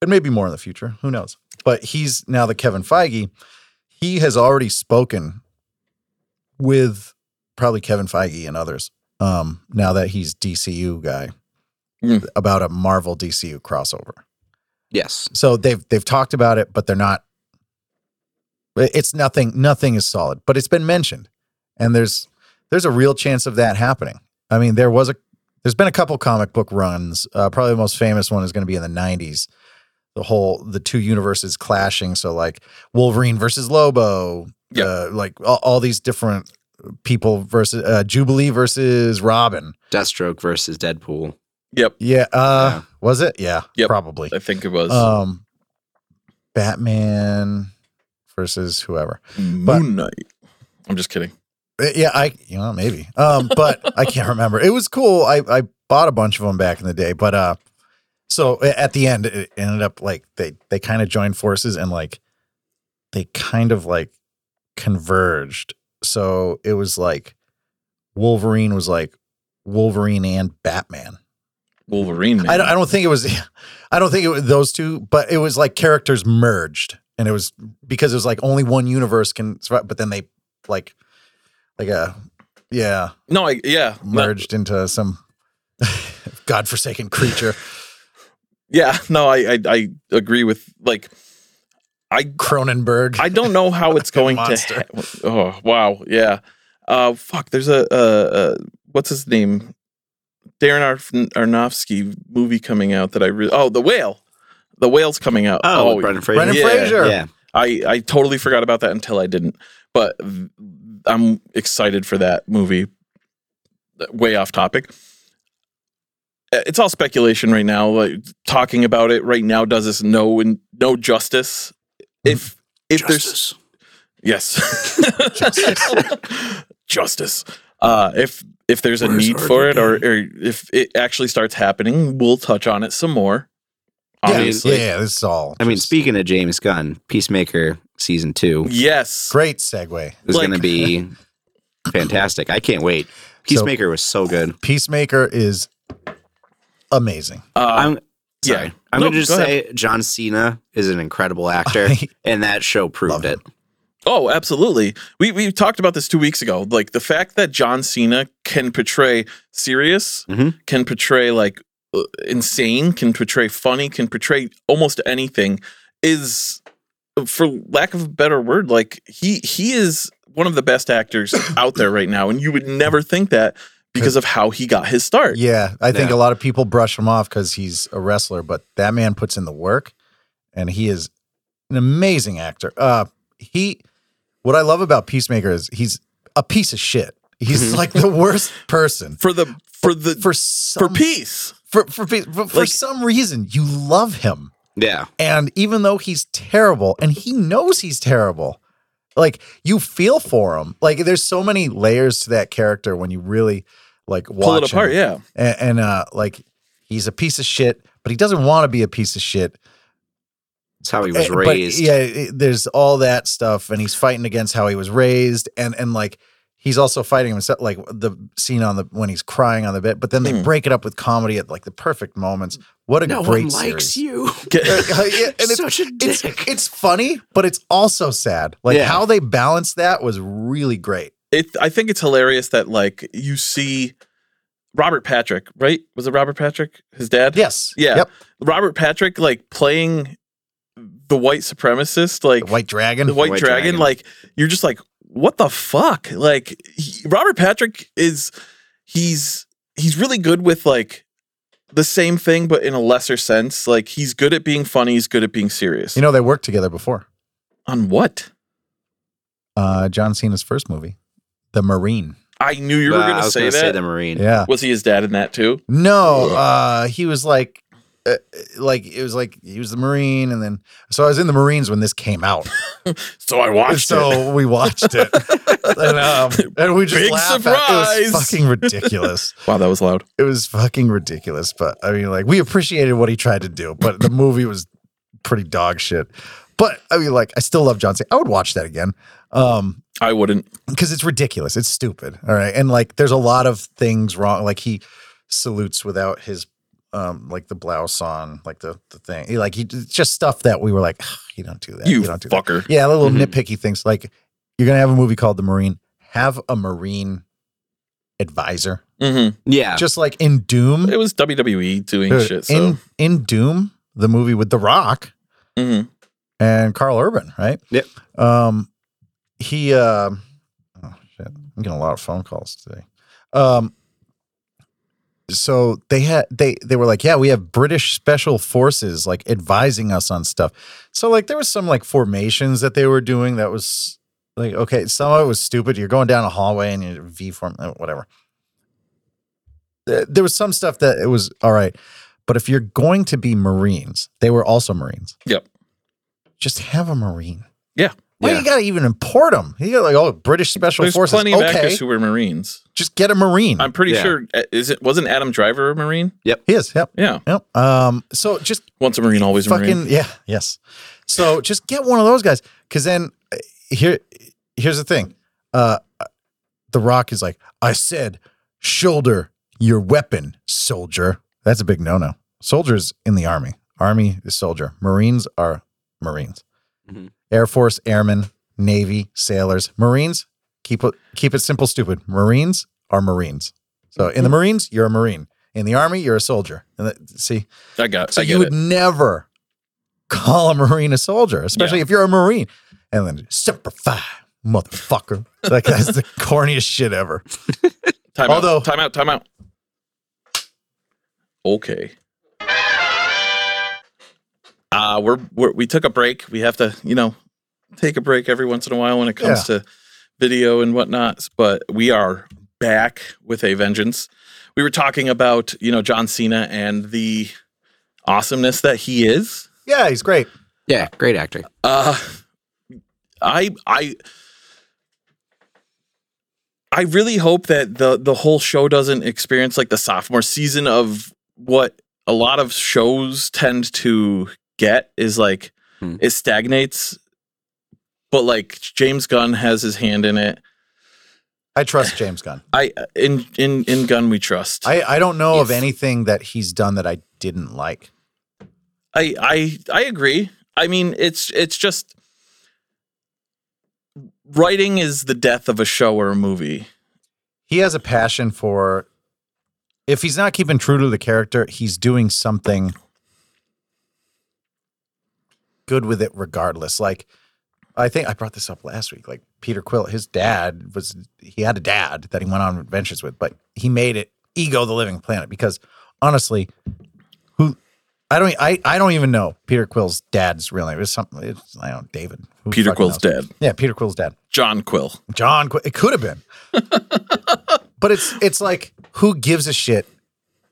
Speaker 2: it may be more in the future. Who knows? But he's now the Kevin Feige. He has already spoken with probably Kevin Feige and others. Um, now that he's DCU guy,
Speaker 1: Hmm.
Speaker 2: about a Marvel DCU crossover.
Speaker 3: yes,
Speaker 2: So they've they've talked about it, but they're not. It's nothing. Nothing is solid, but it's been mentioned, and there's there's a real chance of that happening. I mean, there was a there's been a couple comic book runs. Uh, probably the most famous one is going to be in the '90s. The whole the two universes clashing. So like Wolverine versus Lobo.
Speaker 1: Yeah.
Speaker 2: Uh, like all, all these different people versus uh, Jubilee versus Robin.
Speaker 3: Deathstroke versus Deadpool.
Speaker 1: Yep.
Speaker 2: Yeah. Uh,
Speaker 3: Yeah.
Speaker 2: Was it? Yeah.
Speaker 1: Yep.
Speaker 2: Probably.
Speaker 1: I think it was
Speaker 2: Um, Batman versus whoever. but-
Speaker 1: Moon Knight. I'm just kidding.
Speaker 2: Uh, Yeah, I you know maybe. Um, but I can't remember. It was cool. I I bought a bunch of them back in the day, but uh, so a- at the end it ended up like they they kind of joined forces and like they kind of like converged. So it was like Wolverine was like Wolverine and Batman.
Speaker 1: Wolverine. Man.
Speaker 2: I don't, I don't think it was, *laughs* I don't think it was those two, but it was like characters merged, and it was because it was like only one universe can survive. But then they like, like a, yeah,
Speaker 1: No, I yeah. no-
Speaker 2: merged into some *laughs* godforsaken *laughs* creature,
Speaker 1: yeah, no, I, I I agree with like I
Speaker 2: Cronenberg.
Speaker 1: I don't know how it's going to
Speaker 2: Monster.
Speaker 1: ha- Oh, wow. Yeah. Uh fuck, there's a uh, uh what's his name? Darren Arf- Aronofsky movie coming out that I really Oh, The Whale. The Whale's coming out.
Speaker 3: Oh, with Brendan Fraser.
Speaker 2: Brendan
Speaker 1: Yeah,
Speaker 2: Fraser.
Speaker 3: Yeah,
Speaker 1: I I totally forgot about that until I didn't. But th- I'm excited for that movie. Way off topic. Uh, It's all speculation right now. Like talking about it right now does us no and no justice. If if there's
Speaker 3: Justice.
Speaker 1: yes *laughs* justice. Uh, if if there's a
Speaker 3: Where's
Speaker 1: need for it or, or if it actually starts happening, we'll touch on it some more.
Speaker 2: Yeah,
Speaker 1: Obviously,
Speaker 2: yeah, yeah, this is all.
Speaker 3: I mean,
Speaker 2: just
Speaker 3: speaking of James Gunn, Peacemaker season two
Speaker 1: yes,
Speaker 2: great segue.
Speaker 3: is
Speaker 1: Like-
Speaker 3: going to
Speaker 2: *laughs*
Speaker 3: be fantastic. I can't wait. Peacemaker was so good.
Speaker 2: Peacemaker is amazing.
Speaker 1: Uh,
Speaker 3: I'm sorry.
Speaker 1: yeah.
Speaker 3: I'm
Speaker 1: No,
Speaker 3: going to just
Speaker 1: go
Speaker 3: say John Cena is an
Speaker 2: *laughs*
Speaker 3: incredible actor, and that show
Speaker 2: Love
Speaker 3: proved
Speaker 2: him.
Speaker 3: it.
Speaker 1: Oh, absolutely. We we talked about this two weeks ago. Like the fact that John Cena can portray serious,
Speaker 3: Mhm.
Speaker 2: Mm-hmm.
Speaker 1: can portray like uh, insane, can portray funny, can portray almost anything is, for lack of a better word, like he he is one of the
Speaker 2: *coughs*
Speaker 1: best actors out there right now, and you would never think that because of how he got his start.
Speaker 2: Yeah, I think
Speaker 3: Yeah.
Speaker 2: a lot of people brush him off because he's a wrestler, but that man puts in the work and he is an amazing actor. Uh, he, what I love about Peacemaker is he's a piece of shit. He's like the worst person
Speaker 1: for the for the Mm-hmm. for,
Speaker 2: for some,
Speaker 1: peace.
Speaker 2: for for, pe- for, for
Speaker 1: Like-
Speaker 2: some reason you love him,
Speaker 3: Yeah.
Speaker 2: and even though he's terrible, and he knows he's terrible, like you feel for him. Like there's so many layers to that character when you really like watch
Speaker 1: Pull it
Speaker 2: him *laughs*
Speaker 1: apart. Yeah.
Speaker 2: and, and uh, like he's a piece of shit, but he doesn't want to be a piece of shit.
Speaker 3: That's how he was
Speaker 2: Eh, but,
Speaker 3: raised.
Speaker 2: yeah, it- there's all that stuff, and he's fighting against how he was raised, and and like he's also fighting himself, like the scene on the when he's crying on the bed. But then they
Speaker 3: Hmm.
Speaker 1: Mhm.
Speaker 2: break it up with comedy at like the perfect moments. What a
Speaker 3: No
Speaker 2: great
Speaker 3: one likes
Speaker 2: series.
Speaker 3: you.
Speaker 2: Uh, *laughs*
Speaker 3: *laughs*
Speaker 2: yeah, and it's,
Speaker 3: Such a
Speaker 2: it's
Speaker 3: dick.
Speaker 2: it's funny, but it's also sad. Like
Speaker 3: Yeah.
Speaker 2: how they balanced that was really great.
Speaker 1: It I think it's hilarious that like you see Robert Patrick, right? Was it Robert Patrick? His dad?
Speaker 2: Yes.
Speaker 1: Yeah.
Speaker 2: Yep.
Speaker 1: Robert Patrick like playing the white supremacist, like
Speaker 2: The White Dragon.
Speaker 1: the White,
Speaker 3: White
Speaker 1: Dragon,
Speaker 3: Dragon.
Speaker 1: like you're just like, what the fuck? Like he- Robert Patrick is he's he's really good with like the same thing, but in a lesser sense. Like he's good at being funny, he's good at being serious.
Speaker 2: you know they worked together before.
Speaker 1: on what?
Speaker 2: Uh, John Cena's first movie, The Marine.
Speaker 1: I knew you were
Speaker 3: Uh, I
Speaker 1: gonna,
Speaker 3: was
Speaker 1: say,
Speaker 3: gonna
Speaker 1: that.
Speaker 3: say the Marine.
Speaker 2: Yeah.
Speaker 1: Was he his dad in that too?
Speaker 2: No,
Speaker 1: Ugh.
Speaker 2: uh, he was like, uh, like it was like he was the Marine, and then so I was in the Marines when this came out.
Speaker 1: So *laughs* I watched
Speaker 2: so
Speaker 1: it.
Speaker 2: we watched
Speaker 1: *laughs*
Speaker 2: it, and, um, and we just
Speaker 1: Big
Speaker 2: laughed. At it. it was
Speaker 1: surprise.
Speaker 2: fucking ridiculous.
Speaker 1: Wow, that was loud.
Speaker 2: it was fucking ridiculous. But I mean, like we appreciated what he tried to do, but the movie was pretty dog shit. But I mean, like I still love John Cena. I would watch that again. Um,
Speaker 1: I wouldn't.
Speaker 2: because it's ridiculous. It's stupid. All right. And like there's a lot of things wrong. Like he salutes without his um like the blouse on, like the the thing. He- Like he it's just stuff that we were like, "Ugh, you don't do that.
Speaker 1: you Mm-hmm.
Speaker 2: don't do
Speaker 1: fucker.
Speaker 2: that. Yeah, little
Speaker 3: Mhm.
Speaker 2: nitpicky things. Like you're gonna have a movie called The Marine. Have a Marine advisor.
Speaker 1: Mm-hmm.
Speaker 3: Yeah.
Speaker 2: Just like in Doom.
Speaker 1: It was WWE doing
Speaker 2: uh,
Speaker 1: shit. So
Speaker 2: in in Doom, the movie with The Rock
Speaker 1: Mhm.
Speaker 2: and Carl Urban, right?
Speaker 3: Yep.
Speaker 2: Um, he, uh, oh shit, I'm getting a lot of phone calls today. Um, so they had they they were like, yeah, we have British special forces like advising us on stuff. So like there was some like formations that they were doing that was like okay, some of it was stupid. You're going down a hallway and you're V form, uh, whatever. There there was some stuff that it was all right, but if you're going to be Marines, they were also Marines just have a Marine.
Speaker 1: Yeah.
Speaker 2: Why
Speaker 3: Yeah.
Speaker 2: you gotta even import them? You got like oh British Special
Speaker 1: There's
Speaker 2: Forces.
Speaker 1: plenty of
Speaker 2: okay,
Speaker 1: actors who were Marines.
Speaker 2: just get a Marine.
Speaker 1: I'm pretty
Speaker 3: Yeah.
Speaker 1: sure uh, is it wasn't Adam Driver a Marine?
Speaker 2: he is. Yep.
Speaker 1: Yeah,
Speaker 2: Yep. Um. So just
Speaker 1: once a Marine, always a
Speaker 2: fucking
Speaker 1: Marine.
Speaker 2: yeah. Yes. So just get one of those guys because then uh, here here's the thing. Uh, The Rock is like I said, shoulder your weapon, soldier. That's a big no no. Soldiers in the army. Army is soldier. Marines are Marines.
Speaker 3: Mhm.
Speaker 2: Air Force, airmen, Navy, sailors, Marines. Keep it keep it simple, stupid. Marines are Marines. So in the Marines, you're a Marine. In the Army, you're a soldier. And that, see,
Speaker 1: I got.
Speaker 2: so
Speaker 1: I
Speaker 2: you
Speaker 1: get
Speaker 2: would
Speaker 1: it.
Speaker 2: never call a Marine a soldier, especially if you're a Marine. And then semper fi, motherfucker. like that's the *laughs* corniest shit ever.
Speaker 1: Time
Speaker 2: although-
Speaker 1: out. Time out. Time out. Okay. Uh, we're, we're we took a break. We have to, you know, take a break every once in a while when it comes to video and whatnot. But we are back with a vengeance. We were talking about, you know, John Cena and the awesomeness that he is.
Speaker 2: Yeah, he's great.
Speaker 3: Yeah. Great actor.
Speaker 1: Uh, I I I really hope that the the whole show doesn't experience like the sophomore season of what a lot of shows tend to get is like
Speaker 3: Hmm.
Speaker 1: it stagnates, but like James Gunn has his hand in it.
Speaker 2: I trust James Gunn.
Speaker 1: I in in in Gunn we trust.
Speaker 2: I, I don't know of
Speaker 3: Yes.
Speaker 2: anything that he's done that I didn't like.
Speaker 1: I I I agree. I mean, it's it's just writing is the death of a show or a movie.
Speaker 2: he has a passion for if he's not keeping true to the character, he's doing something good with it regardless. Like I think I brought this up last week. Like Peter Quill, his dad was he had a dad that he went on adventures with, but he made it Ego the Living Planet because honestly, who I don't. I, I don't even know Peter Quill's dad's real name. It's something. It's, I don't. know, David. Who
Speaker 1: Peter
Speaker 2: fucking
Speaker 1: Quill's
Speaker 2: knows?
Speaker 1: dad,
Speaker 2: Yeah, Peter Quill's dad.
Speaker 1: John Quill.
Speaker 2: John. Quill. It could have
Speaker 1: *laughs*
Speaker 2: been. but it's it's like who gives a shit?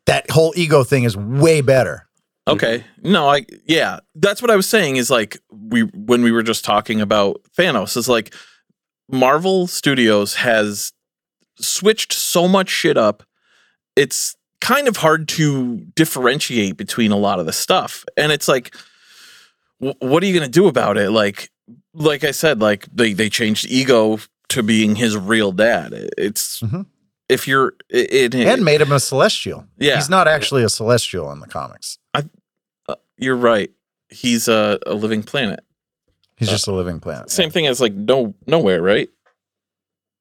Speaker 2: That whole ego thing is way better.
Speaker 1: Okay. No, I yeah, that's what I was saying is like we when we were just talking about Thanos is like Marvel Studios has switched so much shit up. It's kind of hard to differentiate between a lot of the stuff. And it's like wh- what are you going to do about it? Like like I said, like they they changed ego to being his real dad. It's
Speaker 2: Mhm.
Speaker 1: if you're it, it
Speaker 2: and made him a celestial.
Speaker 1: yeah.
Speaker 2: He's not actually a celestial in the comics.
Speaker 1: You're right. He's a, a living planet.
Speaker 2: He's just a living planet.
Speaker 1: Same thing as like no nowhere, right?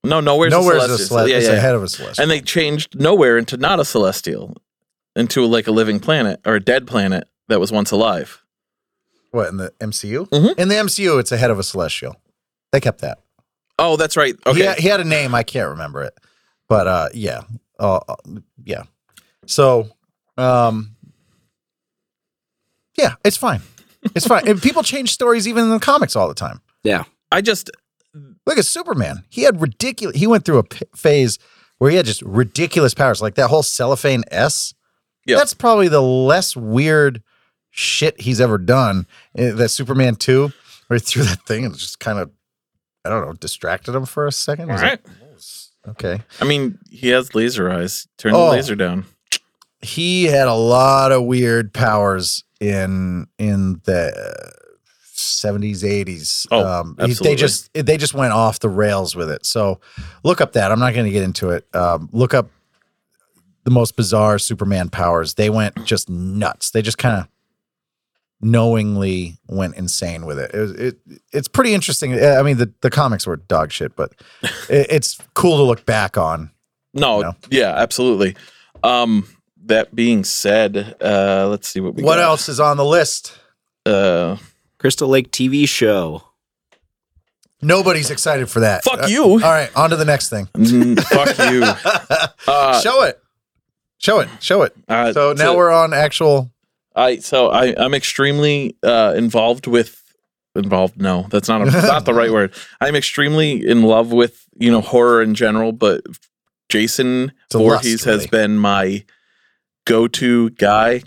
Speaker 1: No, nowhere's,
Speaker 2: Nowhere's
Speaker 1: a
Speaker 2: a
Speaker 1: celestial.
Speaker 2: celestial.
Speaker 1: yeah,
Speaker 2: It's
Speaker 1: yeah.
Speaker 2: ahead of a celestial.
Speaker 1: And they changed nowhere into not a celestial, into like a living planet or a dead planet that was once alive.
Speaker 2: what in the MCU?
Speaker 1: Mhm.
Speaker 2: In the MCU, it's ahead of a celestial. They kept that.
Speaker 1: Oh, that's right.
Speaker 2: Okay.
Speaker 1: Okay,
Speaker 2: He, he had a name. I can't remember it, but uh, yeah, uh, uh, yeah. So, um, yeah, it's fine. It's fine. and people change stories even in the comics all the time.
Speaker 1: I just
Speaker 2: Look at Superman. He had ridiculous. He went through a p- phase where he had just ridiculous powers, like that whole cellophane S.
Speaker 1: Yeah.
Speaker 2: that's probably the less weird shit he's ever done. Eh, That Superman two, where he threw that thing and just kind of, I don't know, distracted him for a second. He's like, okay.
Speaker 1: I mean, he has laser eyes. Turn
Speaker 2: Oh.
Speaker 1: the laser down.
Speaker 2: he had a lot of weird powers in in the seventies, eighties. Um,
Speaker 1: Oh,
Speaker 2: they
Speaker 1: absolutely.
Speaker 2: just they just went off the rails with it. So look up that. I'm not going to get into it. Um, look up the most bizarre Superman powers. They went just nuts. They just kind of knowingly went insane with it. It, was, it. It's pretty interesting. Uh, I mean, the the comics were dog shit,
Speaker 1: *laughs*
Speaker 2: but it, it's cool to look back on.
Speaker 1: No,
Speaker 2: No.
Speaker 1: yeah, absolutely. Um, that being said, uh, let's see what we
Speaker 2: What
Speaker 1: got.
Speaker 2: else is on the list?
Speaker 1: Uh,
Speaker 3: Crystal Lake TV show.
Speaker 2: Nobody's excited for that.
Speaker 1: fuck
Speaker 2: Uh, *laughs*
Speaker 1: you.
Speaker 2: All right, on to the next thing.
Speaker 1: Mm, *laughs* fuck
Speaker 2: *laughs*
Speaker 1: you. Uh,
Speaker 2: show it. Show it. Show it.
Speaker 1: uh,
Speaker 2: So now
Speaker 1: to-
Speaker 2: we're on actual.
Speaker 1: I so I I'm extremely uh, involved with involved. No, that's
Speaker 2: *laughs*
Speaker 1: not a, not the right word. I'm extremely in love with you know horror in general, but Jason
Speaker 2: a lust,
Speaker 1: Voorhees has
Speaker 2: really.
Speaker 1: been my go-to guy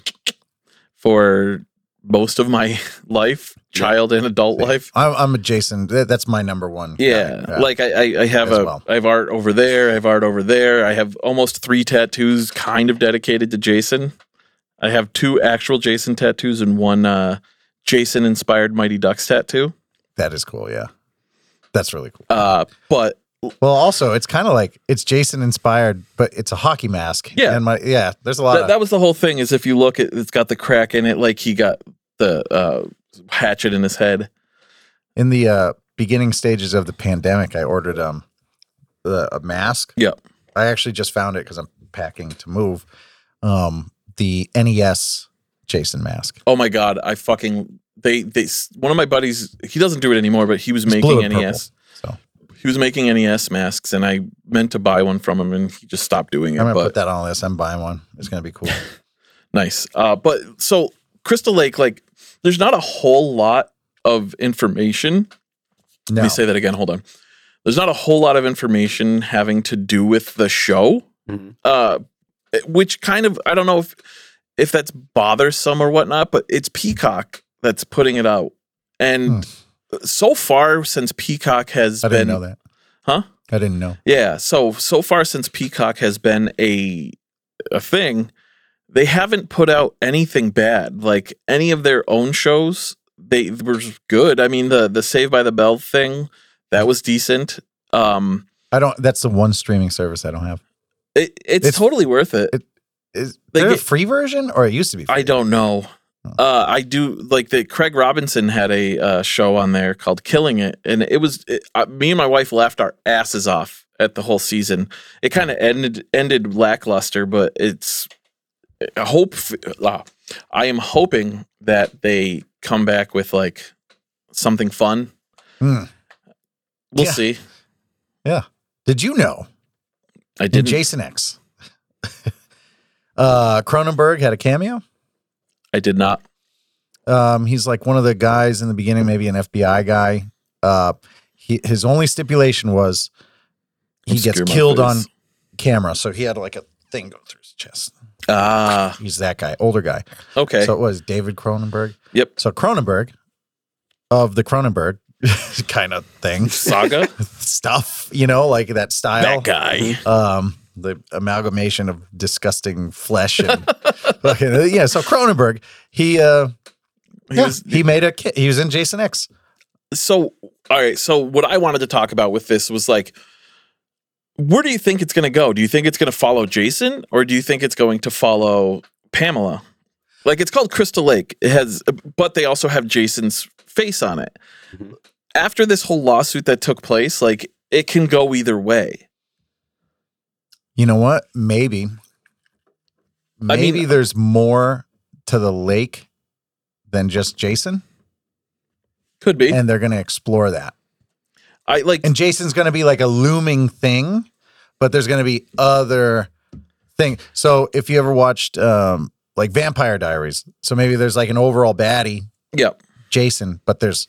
Speaker 1: for most of my *laughs* life, child and adult life.
Speaker 2: I'm, I'm a Jason. That- That's my number one.
Speaker 1: Yeah,
Speaker 2: guy.
Speaker 1: like I, I, I have
Speaker 2: As
Speaker 1: a,
Speaker 2: well.
Speaker 1: I have art over there. I have art over there. I have almost three tattoos, kind of dedicated to Jason. I have two actual Jason tattoos and one uh, Jason-inspired Mighty Ducks tattoo.
Speaker 2: that is cool. Yeah, that's really cool.
Speaker 1: Uh, but
Speaker 2: Well, also it's kind of like it's Jason inspired, but it's a hockey mask.
Speaker 1: Yeah.
Speaker 2: and my yeah. There's a lot.
Speaker 1: that,
Speaker 2: of,
Speaker 1: that was the whole thing. Is if you look at, it's got the crack in it, like he got the uh, hatchet in his head.
Speaker 2: in the uh, beginning stages of the pandemic, I ordered um the a mask.
Speaker 1: Yeah.
Speaker 2: I actually just found it because I'm packing to move. Um, the NES Jason mask.
Speaker 1: Oh my god, I fucking they they s- one of my buddies. He doesn't do it anymore, but he was
Speaker 2: It's blue
Speaker 1: making
Speaker 2: and purple,
Speaker 1: NES.
Speaker 2: so.
Speaker 1: He was making NES masks, and I meant to buy one from him, and he just stopped doing it.
Speaker 2: I'm gonna
Speaker 1: but
Speaker 2: put that on this. I'm buying one. It's gonna be
Speaker 1: *laughs*
Speaker 2: cool.
Speaker 1: Nice. Uh, but so Crystal Lake, like, there's not a whole lot of information.
Speaker 2: No,
Speaker 1: Let me say that again. Hold on. There's not a whole lot of information having to do with the show,
Speaker 2: Mm-hmm.
Speaker 3: Mhm.
Speaker 1: uh, which kind of I don't know if if that's bothersome or whatnot, but it's Peacock that's putting it out, and so far since Peacock has
Speaker 2: Hmm. I
Speaker 1: been
Speaker 2: didn't know that.
Speaker 1: Huh?
Speaker 2: I didn't know.
Speaker 1: yeah. So so far since Peacock has been a a thing, they haven't put out anything bad. Like any of their own shows, they were good. I mean the the Save by the Bell thing, that was decent. Um
Speaker 2: I don't. That's the one streaming service I don't have.
Speaker 1: it, it's,
Speaker 2: It's-
Speaker 1: totally worth it.
Speaker 2: it- Is
Speaker 1: They
Speaker 2: there a
Speaker 1: get-
Speaker 2: free version, or it used to be? Free?
Speaker 1: I don't know.
Speaker 2: Oh.
Speaker 1: Uh, I do like that. Craig Robinson had a uh, show on there called "Killing It," and it was it, uh, me and my wife laughed our asses off at the whole season. It kind of ended ended lackluster, but it's I hope. Uh, I am hoping that they come back with like something fun.
Speaker 2: Hmm.
Speaker 1: We'll
Speaker 2: Yeah.
Speaker 1: see.
Speaker 2: Did you know?
Speaker 1: I
Speaker 2: Did *laughs*
Speaker 1: didn't.
Speaker 2: Jason X? uh Cronenberg had a cameo.
Speaker 1: I did not.
Speaker 2: Um, he's like one of the guys in the beginning, maybe an FBI guy. Uh, he, his only stipulation was he gets
Speaker 1: Obscure
Speaker 2: killed on
Speaker 1: mouthpiece.
Speaker 2: camera, so he had like a thing go through his chest.
Speaker 1: Ah,
Speaker 2: He's that guy, older guy.
Speaker 1: okay.
Speaker 2: So it was David Cronenberg.
Speaker 1: Yep.
Speaker 2: So Cronenberg of the Cronenberg *laughs* kind of thing *laughs*
Speaker 1: Saga,
Speaker 2: stuff, you know, like that style.
Speaker 1: that guy.
Speaker 2: Um, the amalgamation of disgusting flesh and *laughs* fucking, yeah. So Cronenberg, he uh,
Speaker 1: He
Speaker 2: yeah,
Speaker 1: was-
Speaker 2: he made a kid. He was in Jason X.
Speaker 1: so all right so what i wanted to talk about with this was like where do you think it's going to go do you think it's going to follow jason or do you think it's going to follow pamela like it's called crystal lake it has but they also have jason's face on it
Speaker 2: Mm-hmm.
Speaker 3: Mhm.
Speaker 1: after this whole lawsuit that took place like it can go either way
Speaker 2: You know what? Maybe.
Speaker 1: I mean-
Speaker 2: Maybe there's more to the lake than just Jason,
Speaker 1: could be
Speaker 2: and they're going to explore that.
Speaker 1: i like
Speaker 2: And Jason's going to be like a looming thing, but there's going to be other thing. So if you ever watched um, like Vampire Diaries, so maybe there's like an overall baddie,
Speaker 1: yeah
Speaker 2: Jason, but there's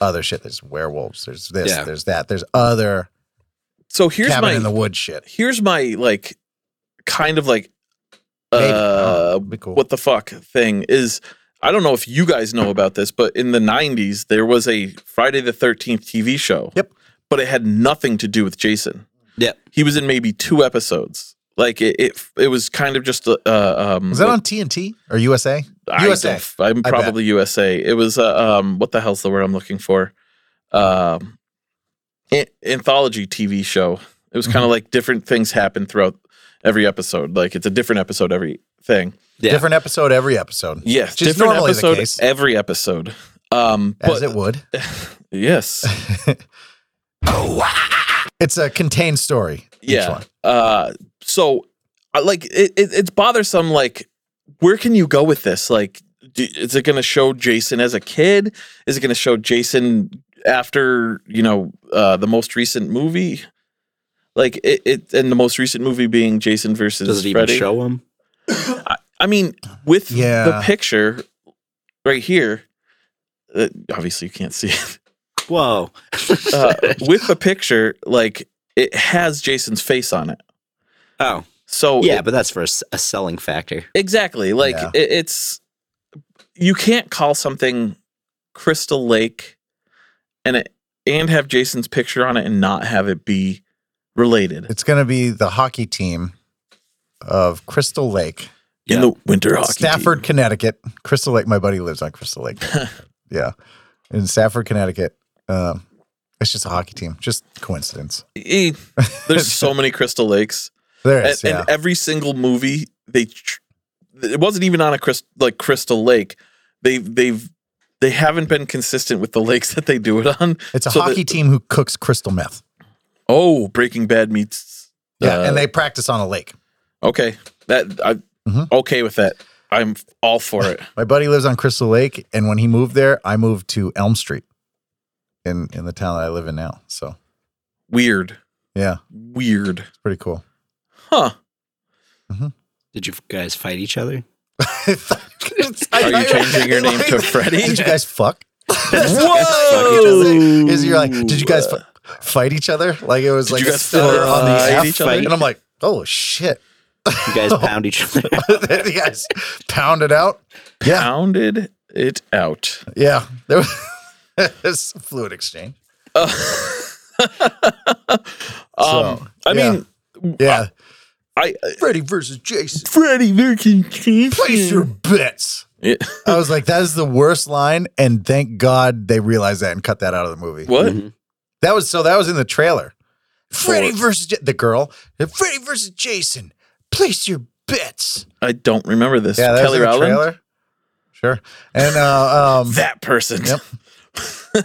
Speaker 2: other shit. There's werewolves. There's this.
Speaker 3: Yeah.
Speaker 2: There's that. There's other
Speaker 1: so here's
Speaker 2: cabin
Speaker 1: my
Speaker 2: in the wood shit.
Speaker 1: here's my like kind of like
Speaker 2: Maybe.
Speaker 1: uh
Speaker 2: That'd be cool.
Speaker 1: what the fuck thing is I don't know if you guys know about this, but in the 90s, there was a Friday the 13th TV show.
Speaker 2: Yep.
Speaker 1: But it had nothing to do with Jason.
Speaker 3: Yep.
Speaker 1: He was in maybe two episodes. Like it, it, it was kind of just a. Uh, um,
Speaker 2: Is that on TNT or USA?
Speaker 1: I
Speaker 2: USA?
Speaker 1: don't- I'm
Speaker 2: I bet.
Speaker 1: probably USA. It was uh, um, what the hell's the word I'm looking for? Um, an- anthology TV show. It was kind
Speaker 2: Mm-hmm.
Speaker 1: of like different things happen throughout every episode. Like it's a different episode every thing.
Speaker 3: Yeah.
Speaker 2: Different episode every episode.
Speaker 1: Yeah,
Speaker 2: Which is normally the
Speaker 1: episode
Speaker 2: case.
Speaker 1: every episode. Um,
Speaker 2: As
Speaker 1: but
Speaker 2: it would.
Speaker 1: yes,
Speaker 2: It's a contained story. *laughs* each
Speaker 1: Oh. yeah.
Speaker 2: one.
Speaker 1: Uh, so, I like, it, it, it's bothersome. Like, where can you go with this? Like, do, is it going to show Jason as a kid? Is it going to show Jason after you know uh, the most recent movie? Like it, it, and the most recent movie being Jason versus
Speaker 3: Does it even
Speaker 1: Freddy.
Speaker 3: show him?
Speaker 1: I, I mean, with the
Speaker 2: Yeah.
Speaker 1: picture right here, uh, obviously you can't see it.
Speaker 3: Whoa.
Speaker 2: *laughs*
Speaker 1: uh, with the picture, like it has Jason's face on it.
Speaker 3: oh,
Speaker 1: So
Speaker 3: yeah,
Speaker 1: it-
Speaker 3: but that's for a, s- a selling factor.
Speaker 1: exactly. Like
Speaker 2: Yeah.
Speaker 1: it, it's you can't call something Crystal Lake and it and have Jason's picture on it and not have it be related.
Speaker 2: It's going to be the hockey team of Crystal Lake,
Speaker 1: In
Speaker 3: Yeah.
Speaker 1: the winter hockey team.
Speaker 2: Stafford, Connecticut. Crystal Lake. My buddy lives on Crystal
Speaker 1: *laughs*
Speaker 2: Lake. yeah. In Stafford, Connecticut. Um, it's just a hockey team. Just coincidence.
Speaker 1: Eh, There's
Speaker 2: *laughs*
Speaker 1: so many Crystal Lakes,
Speaker 2: There
Speaker 1: and,
Speaker 2: is. yeah.
Speaker 1: and every single movie they tr- it wasn't even on a crystal like Crystal Lake. They they've they haven't been consistent with the *laughs* lakes that they do it on.
Speaker 2: it's a
Speaker 1: so the-
Speaker 2: hockey team who cooks crystal meth.
Speaker 1: Oh, Breaking Bad meets.
Speaker 2: Yeah.
Speaker 1: uh,
Speaker 2: and they practice on a lake.
Speaker 1: okay. That I'm
Speaker 2: Mhm.
Speaker 1: okay with that. I'm all for it.
Speaker 2: My buddy lives on Crystal Lake, and when he moved there, I moved to Elm Street in in the town that I live in now. So
Speaker 1: Weird,
Speaker 2: yeah,
Speaker 1: weird,
Speaker 2: it's pretty
Speaker 1: *laughs*
Speaker 2: cool.
Speaker 1: huh?
Speaker 3: Did you guys fight each other?
Speaker 1: Are you changing your name to Freddy?
Speaker 2: *laughs* Did you
Speaker 1: *laughs*
Speaker 2: guys fuck?
Speaker 1: Whoa!
Speaker 2: Is you're like, did you guys fu- fight each other? Like it was
Speaker 1: Did
Speaker 2: like
Speaker 1: you guys
Speaker 2: slur on the
Speaker 1: fight
Speaker 2: F,
Speaker 1: each other?
Speaker 2: and I'm like, oh shit! *laughs*
Speaker 3: You guys pound each other.
Speaker 2: you guys pounded out. Yeah,
Speaker 1: Pounded it
Speaker 2: *laughs*
Speaker 1: out.
Speaker 2: yeah. There was there's fluid exchange.
Speaker 1: Uh, *laughs* um,
Speaker 2: So, yeah.
Speaker 1: I mean,
Speaker 2: Yeah,
Speaker 1: I
Speaker 2: Freddy versus Jason.
Speaker 1: Freddy Virgin
Speaker 2: Place your bets.
Speaker 1: Hmm. Yeah.
Speaker 2: I was like, that is the worst line, and thank God they realized that and cut that out of the movie.
Speaker 1: What?
Speaker 3: Mhm.
Speaker 2: That was so that was in the trailer. Freddy
Speaker 1: Or-
Speaker 2: versus Ja- the girl. Freddy versus Jason. Place your bets.
Speaker 1: I don't remember this.
Speaker 2: Yeah, that
Speaker 1: Kelly
Speaker 2: was in the
Speaker 1: Rowland.
Speaker 2: trailer. Sure. And uh,
Speaker 1: *laughs*
Speaker 2: um,
Speaker 1: That person.
Speaker 2: Yep.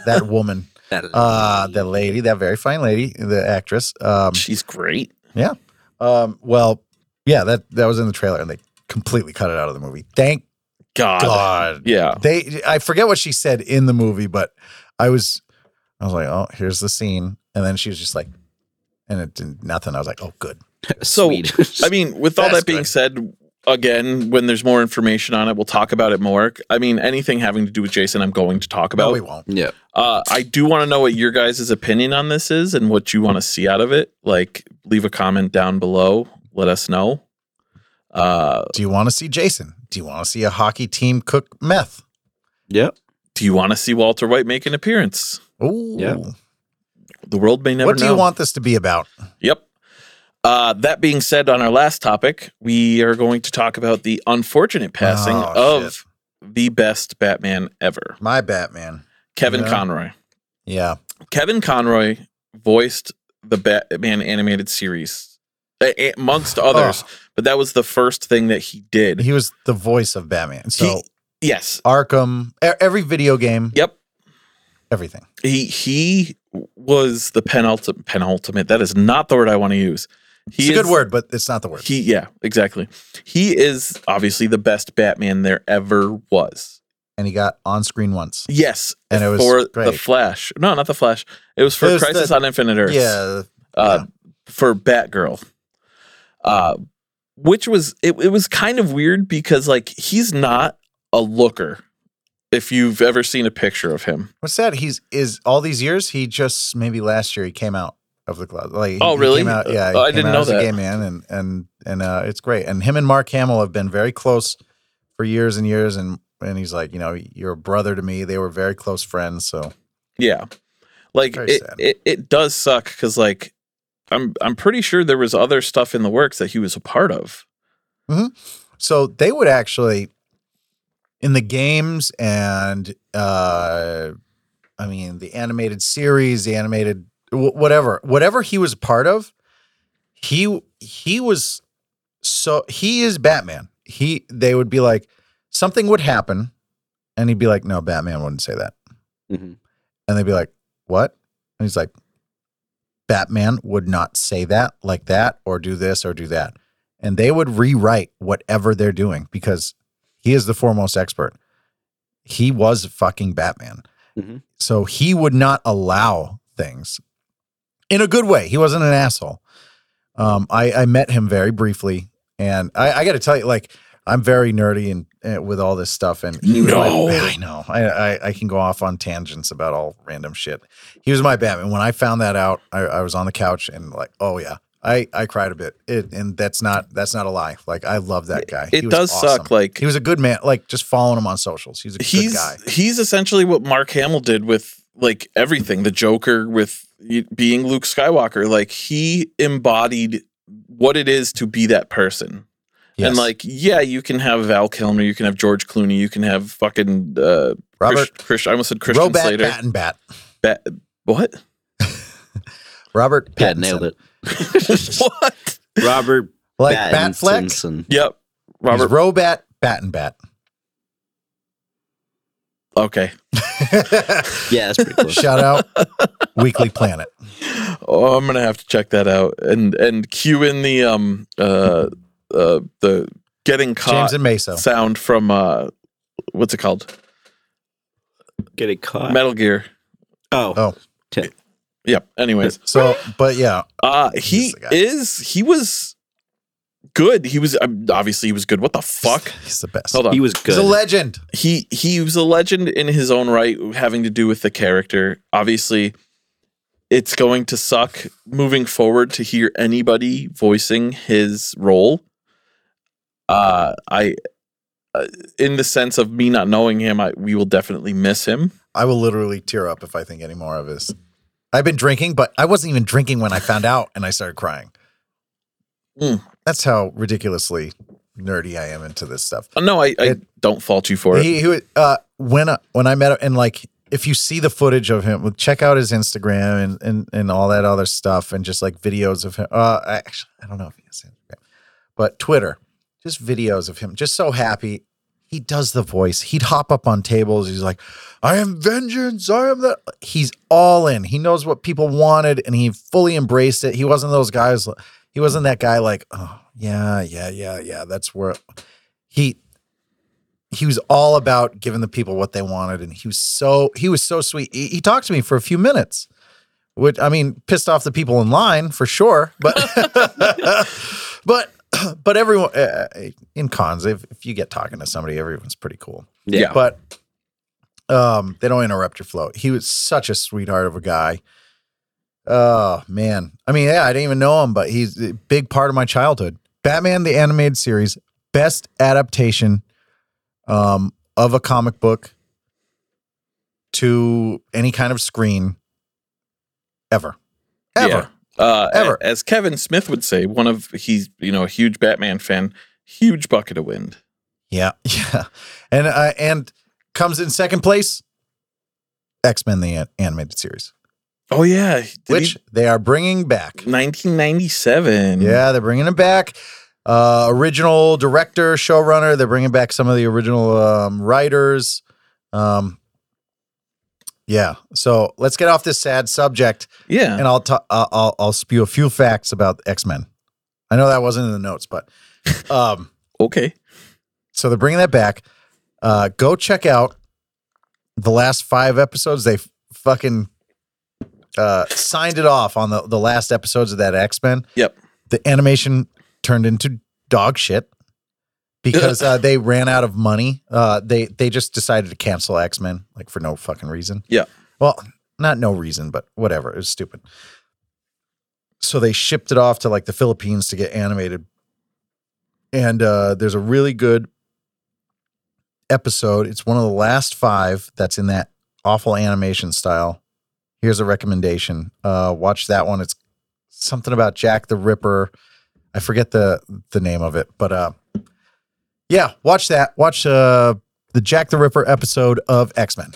Speaker 2: that woman,
Speaker 3: That is-
Speaker 2: uh,
Speaker 3: *laughs*
Speaker 2: the lady, that very fine lady, the actress. Um,
Speaker 1: She's great.
Speaker 2: um, well, yeah, that that was in the trailer, and they completely cut it out of the movie. Thank God.
Speaker 1: Yeah.
Speaker 2: they i forget what she said in the movie but i was i was like oh here's the scene and then she was just like and it did nothing i was like oh good
Speaker 1: So,
Speaker 3: Sweet.
Speaker 1: I mean, with all
Speaker 2: That's
Speaker 1: that being
Speaker 2: good.
Speaker 1: said, again, when there's more information on it, we'll talk about it more. I mean, anything having to do with Jason, I'm going to talk
Speaker 2: No,
Speaker 1: about.
Speaker 2: we won't.
Speaker 3: Yeah.
Speaker 1: Uh, I do want to know what your guys' opinion on this is and what you want to see out of it. Like, leave a comment down below. Let us know. Uh,
Speaker 2: Do you want to see Jason? Do you want to see a hockey team cook meth?
Speaker 3: Yep.
Speaker 1: do you want to see Walter White make an appearance?
Speaker 2: Ooh.
Speaker 3: Yeah.
Speaker 1: The world may never
Speaker 2: What do
Speaker 1: know.
Speaker 2: you want this to be about?
Speaker 1: Yep. Uh, that being said, on our last topic, we are going to talk about the unfortunate passing
Speaker 2: Oh,
Speaker 1: of the best Batman ever,
Speaker 2: My Batman.
Speaker 1: Kevin
Speaker 2: Yeah.
Speaker 1: Conroy.
Speaker 2: Yeah.
Speaker 1: Kevin Conroy voiced the Batman animated series, a- a- amongst others, but that was the first thing that he did.
Speaker 2: He was the voice of Batman. So
Speaker 1: yes.
Speaker 2: Arkham, e- every video game,
Speaker 1: Yep.
Speaker 2: everything.
Speaker 1: He he was the penultimate penultimate. That is not the word I want to use. He
Speaker 2: It's a
Speaker 1: is-
Speaker 2: good word, but it's not the word.
Speaker 1: He yeah, exactly. He is obviously the best Batman there ever was.
Speaker 2: and he got on screen once.
Speaker 1: Yes,
Speaker 2: And it was
Speaker 1: for the
Speaker 2: great.
Speaker 1: Flash. No, not the Flash. It was for
Speaker 2: It was
Speaker 1: Crisis
Speaker 2: the-
Speaker 1: on Infinite Earths.
Speaker 2: Yeah.
Speaker 1: uh, for Batgirl. Uh, which was it, it was kind of weird because like he's not a looker. If you've ever seen a picture of him.
Speaker 2: What's sad? He's is all these years. He just maybe last year he came out of the closet. Like he-
Speaker 1: Oh,
Speaker 2: he
Speaker 1: really?
Speaker 2: Came out, yeah, he
Speaker 1: Oh, I
Speaker 2: came
Speaker 1: didn't
Speaker 2: out
Speaker 1: know
Speaker 2: as
Speaker 1: that.
Speaker 2: A gay man, and and and uh, it's great. And him and Mark Hamill have been very close for years and years. And and he's like, you know, you're a brother to me. They were very close friends. So
Speaker 1: Yeah. Like
Speaker 2: Very
Speaker 1: it,
Speaker 2: sad.
Speaker 1: it, it does suck because like I'm I'm pretty sure there was other stuff in the works that he was a part of.
Speaker 2: so they would actually in the games and uh, I mean the animated series, the animated wh- whatever, whatever he was part of. He he was so he is Batman. He they would be like something would happen, and he'd be like, "No, Batman wouldn't say that."
Speaker 3: hmm
Speaker 2: And they'd be like, "What?" And he's like, "Batman would not say that like that, or do this, or do that." And they would rewrite whatever they're doing because he is the foremost expert. He was fucking Batman,
Speaker 3: Mhm.
Speaker 2: so he would not allow things in a good way. He wasn't an asshole. Um, I, I met him very briefly, and I, I got to tell you, like, I'm very nerdy and, and with all this stuff. And he was
Speaker 1: No.
Speaker 2: my, I know I, I I can go off on tangents about all random shit. He was my Batman. When I found that out, I, I was on the couch and like, oh yeah, I I cried a bit. It and that's not that's not a lie. Like I love that guy. He
Speaker 1: it
Speaker 2: was
Speaker 1: does
Speaker 2: awesome.
Speaker 1: suck. Like
Speaker 2: he was a good man. Like just following him on socials. He's a good
Speaker 1: he's
Speaker 2: guy.
Speaker 1: he's essentially what Mark Hamill did with like everything. The Joker with y- being Luke Skywalker. Like he embodied what it is to be that person.
Speaker 2: Yes.
Speaker 1: And like, yeah, you can have Val Kilmer, you can have George Clooney, you can have fucking uh,
Speaker 2: Robert
Speaker 1: Chris, Chris- I almost said Christian
Speaker 2: Robat
Speaker 1: Slater.
Speaker 2: Battenbat.
Speaker 1: Ba- what?
Speaker 2: *laughs*
Speaker 1: *laughs*
Speaker 2: Robert
Speaker 3: Yeah,
Speaker 2: Pattinson.
Speaker 3: nailed it.
Speaker 1: what?
Speaker 3: Robert
Speaker 2: *laughs* Like Batfleck.
Speaker 3: Pattinson.
Speaker 1: Yep.
Speaker 2: Robert
Speaker 1: Robert.
Speaker 2: Robat Battenbat.
Speaker 1: Okay.
Speaker 3: Yeah, that's pretty
Speaker 2: *laughs*
Speaker 3: close.
Speaker 2: *laughs* Shout out Weekly Planet.
Speaker 1: Oh, I'm gonna have to check that out and and cue in the um uh uh the getting
Speaker 2: James
Speaker 1: *laughs* caught
Speaker 2: and Meso.
Speaker 1: sound from uh what's it called
Speaker 3: Get it caught.
Speaker 1: Metal Gear.
Speaker 3: oh.
Speaker 2: Oh.
Speaker 1: Yep.
Speaker 2: *laughs*
Speaker 1: Anyways,
Speaker 2: So, but yeah,
Speaker 1: uh
Speaker 2: He's
Speaker 1: he
Speaker 2: the guy.
Speaker 1: is he was good. He was um, obviously he was good. What the fuck?
Speaker 2: he's the best.
Speaker 1: Hold on.
Speaker 3: He was good.
Speaker 2: He's a legend.
Speaker 1: he he was a legend in his own right having to do with the character obviously it's going to suck moving forward to hear anybody voicing his role uh i uh, in the sense of me not knowing him i we will definitely miss him
Speaker 2: I will literally tear up if I think any more of this. I've been drinking, but I wasn't even drinking when I found out and I started crying.
Speaker 1: Mm.
Speaker 2: That's how ridiculously nerdy I am into this stuff.
Speaker 1: Uh, no i, I don't fault you for it
Speaker 2: He, he was- uh, when I, when I met him, and like if you see the footage of him, check out his Instagram and and, and all that other stuff, and just like videos of him. Uh, I actually, I don't know if he has Instagram, but Twitter, just videos of him, just so happy. He does the voice. He'd hop up on tables. He's like, "I am vengeance. I am the." He's all in. He knows what people wanted, and he fully embraced it. He wasn't those guys. He wasn't that guy like, "Oh yeah, yeah, yeah, yeah." That's where he he was all about giving the people what they wanted and he was so he was so sweet he, he talked to me for a few minutes which i mean pissed off the people in line for sure *laughs* but *clears throat* but but everyone uh, in cons, if, if you get talking to somebody, everyone's pretty cool.
Speaker 1: Yeah.
Speaker 2: But um, they don't interrupt your flow. He was such a sweetheart of a guy. Oh man, I mean, yeah, I didn't even know him, but he's a big part of my childhood. Batman the animated series, best adaptation um, of a comic book to any kind of screen ever, ever.
Speaker 1: Yeah. Uh,
Speaker 2: Ever.
Speaker 1: a- As Kevin Smith would say, one of he's you know a huge Batman fan, huge bucket of wind.
Speaker 2: Yeah, *laughs* yeah, and uh, and comes in second place. X Men the an- animated series,
Speaker 1: Oh yeah, Did he-
Speaker 2: which they are bringing back.
Speaker 1: 1997.
Speaker 2: Yeah, they're bringing it back. Uh, original director, showrunner. They're bringing back some of the original um, writers. Um, yeah. So let's get off this sad subject,
Speaker 1: yeah.
Speaker 2: and I'll ta- I'll I'll- I'll spew a few facts about X Men. I know that wasn't in the notes, but um, *laughs*
Speaker 1: Okay.
Speaker 2: so they're bringing that back. Uh, go check out the last five episodes. They f- fucking uh, signed it off on the, the last episodes of that X Men.
Speaker 1: Yep.
Speaker 2: The animation turned into dog shit because
Speaker 1: *laughs*
Speaker 2: uh, they ran out of money. Uh, they they just decided to cancel X Men like for no fucking reason.
Speaker 1: Yeah.
Speaker 2: Well, not no reason, but whatever. It was stupid. So they shipped it off to like the Philippines to get animated. And uh, there's a really good episode. It's one of the last five that's in that awful animation style. Here's a recommendation. Uh, watch that one. It's something about Jack the Ripper. I forget the the name of it, but uh, yeah, watch that. Watch uh, the Jack the Ripper episode of X Men.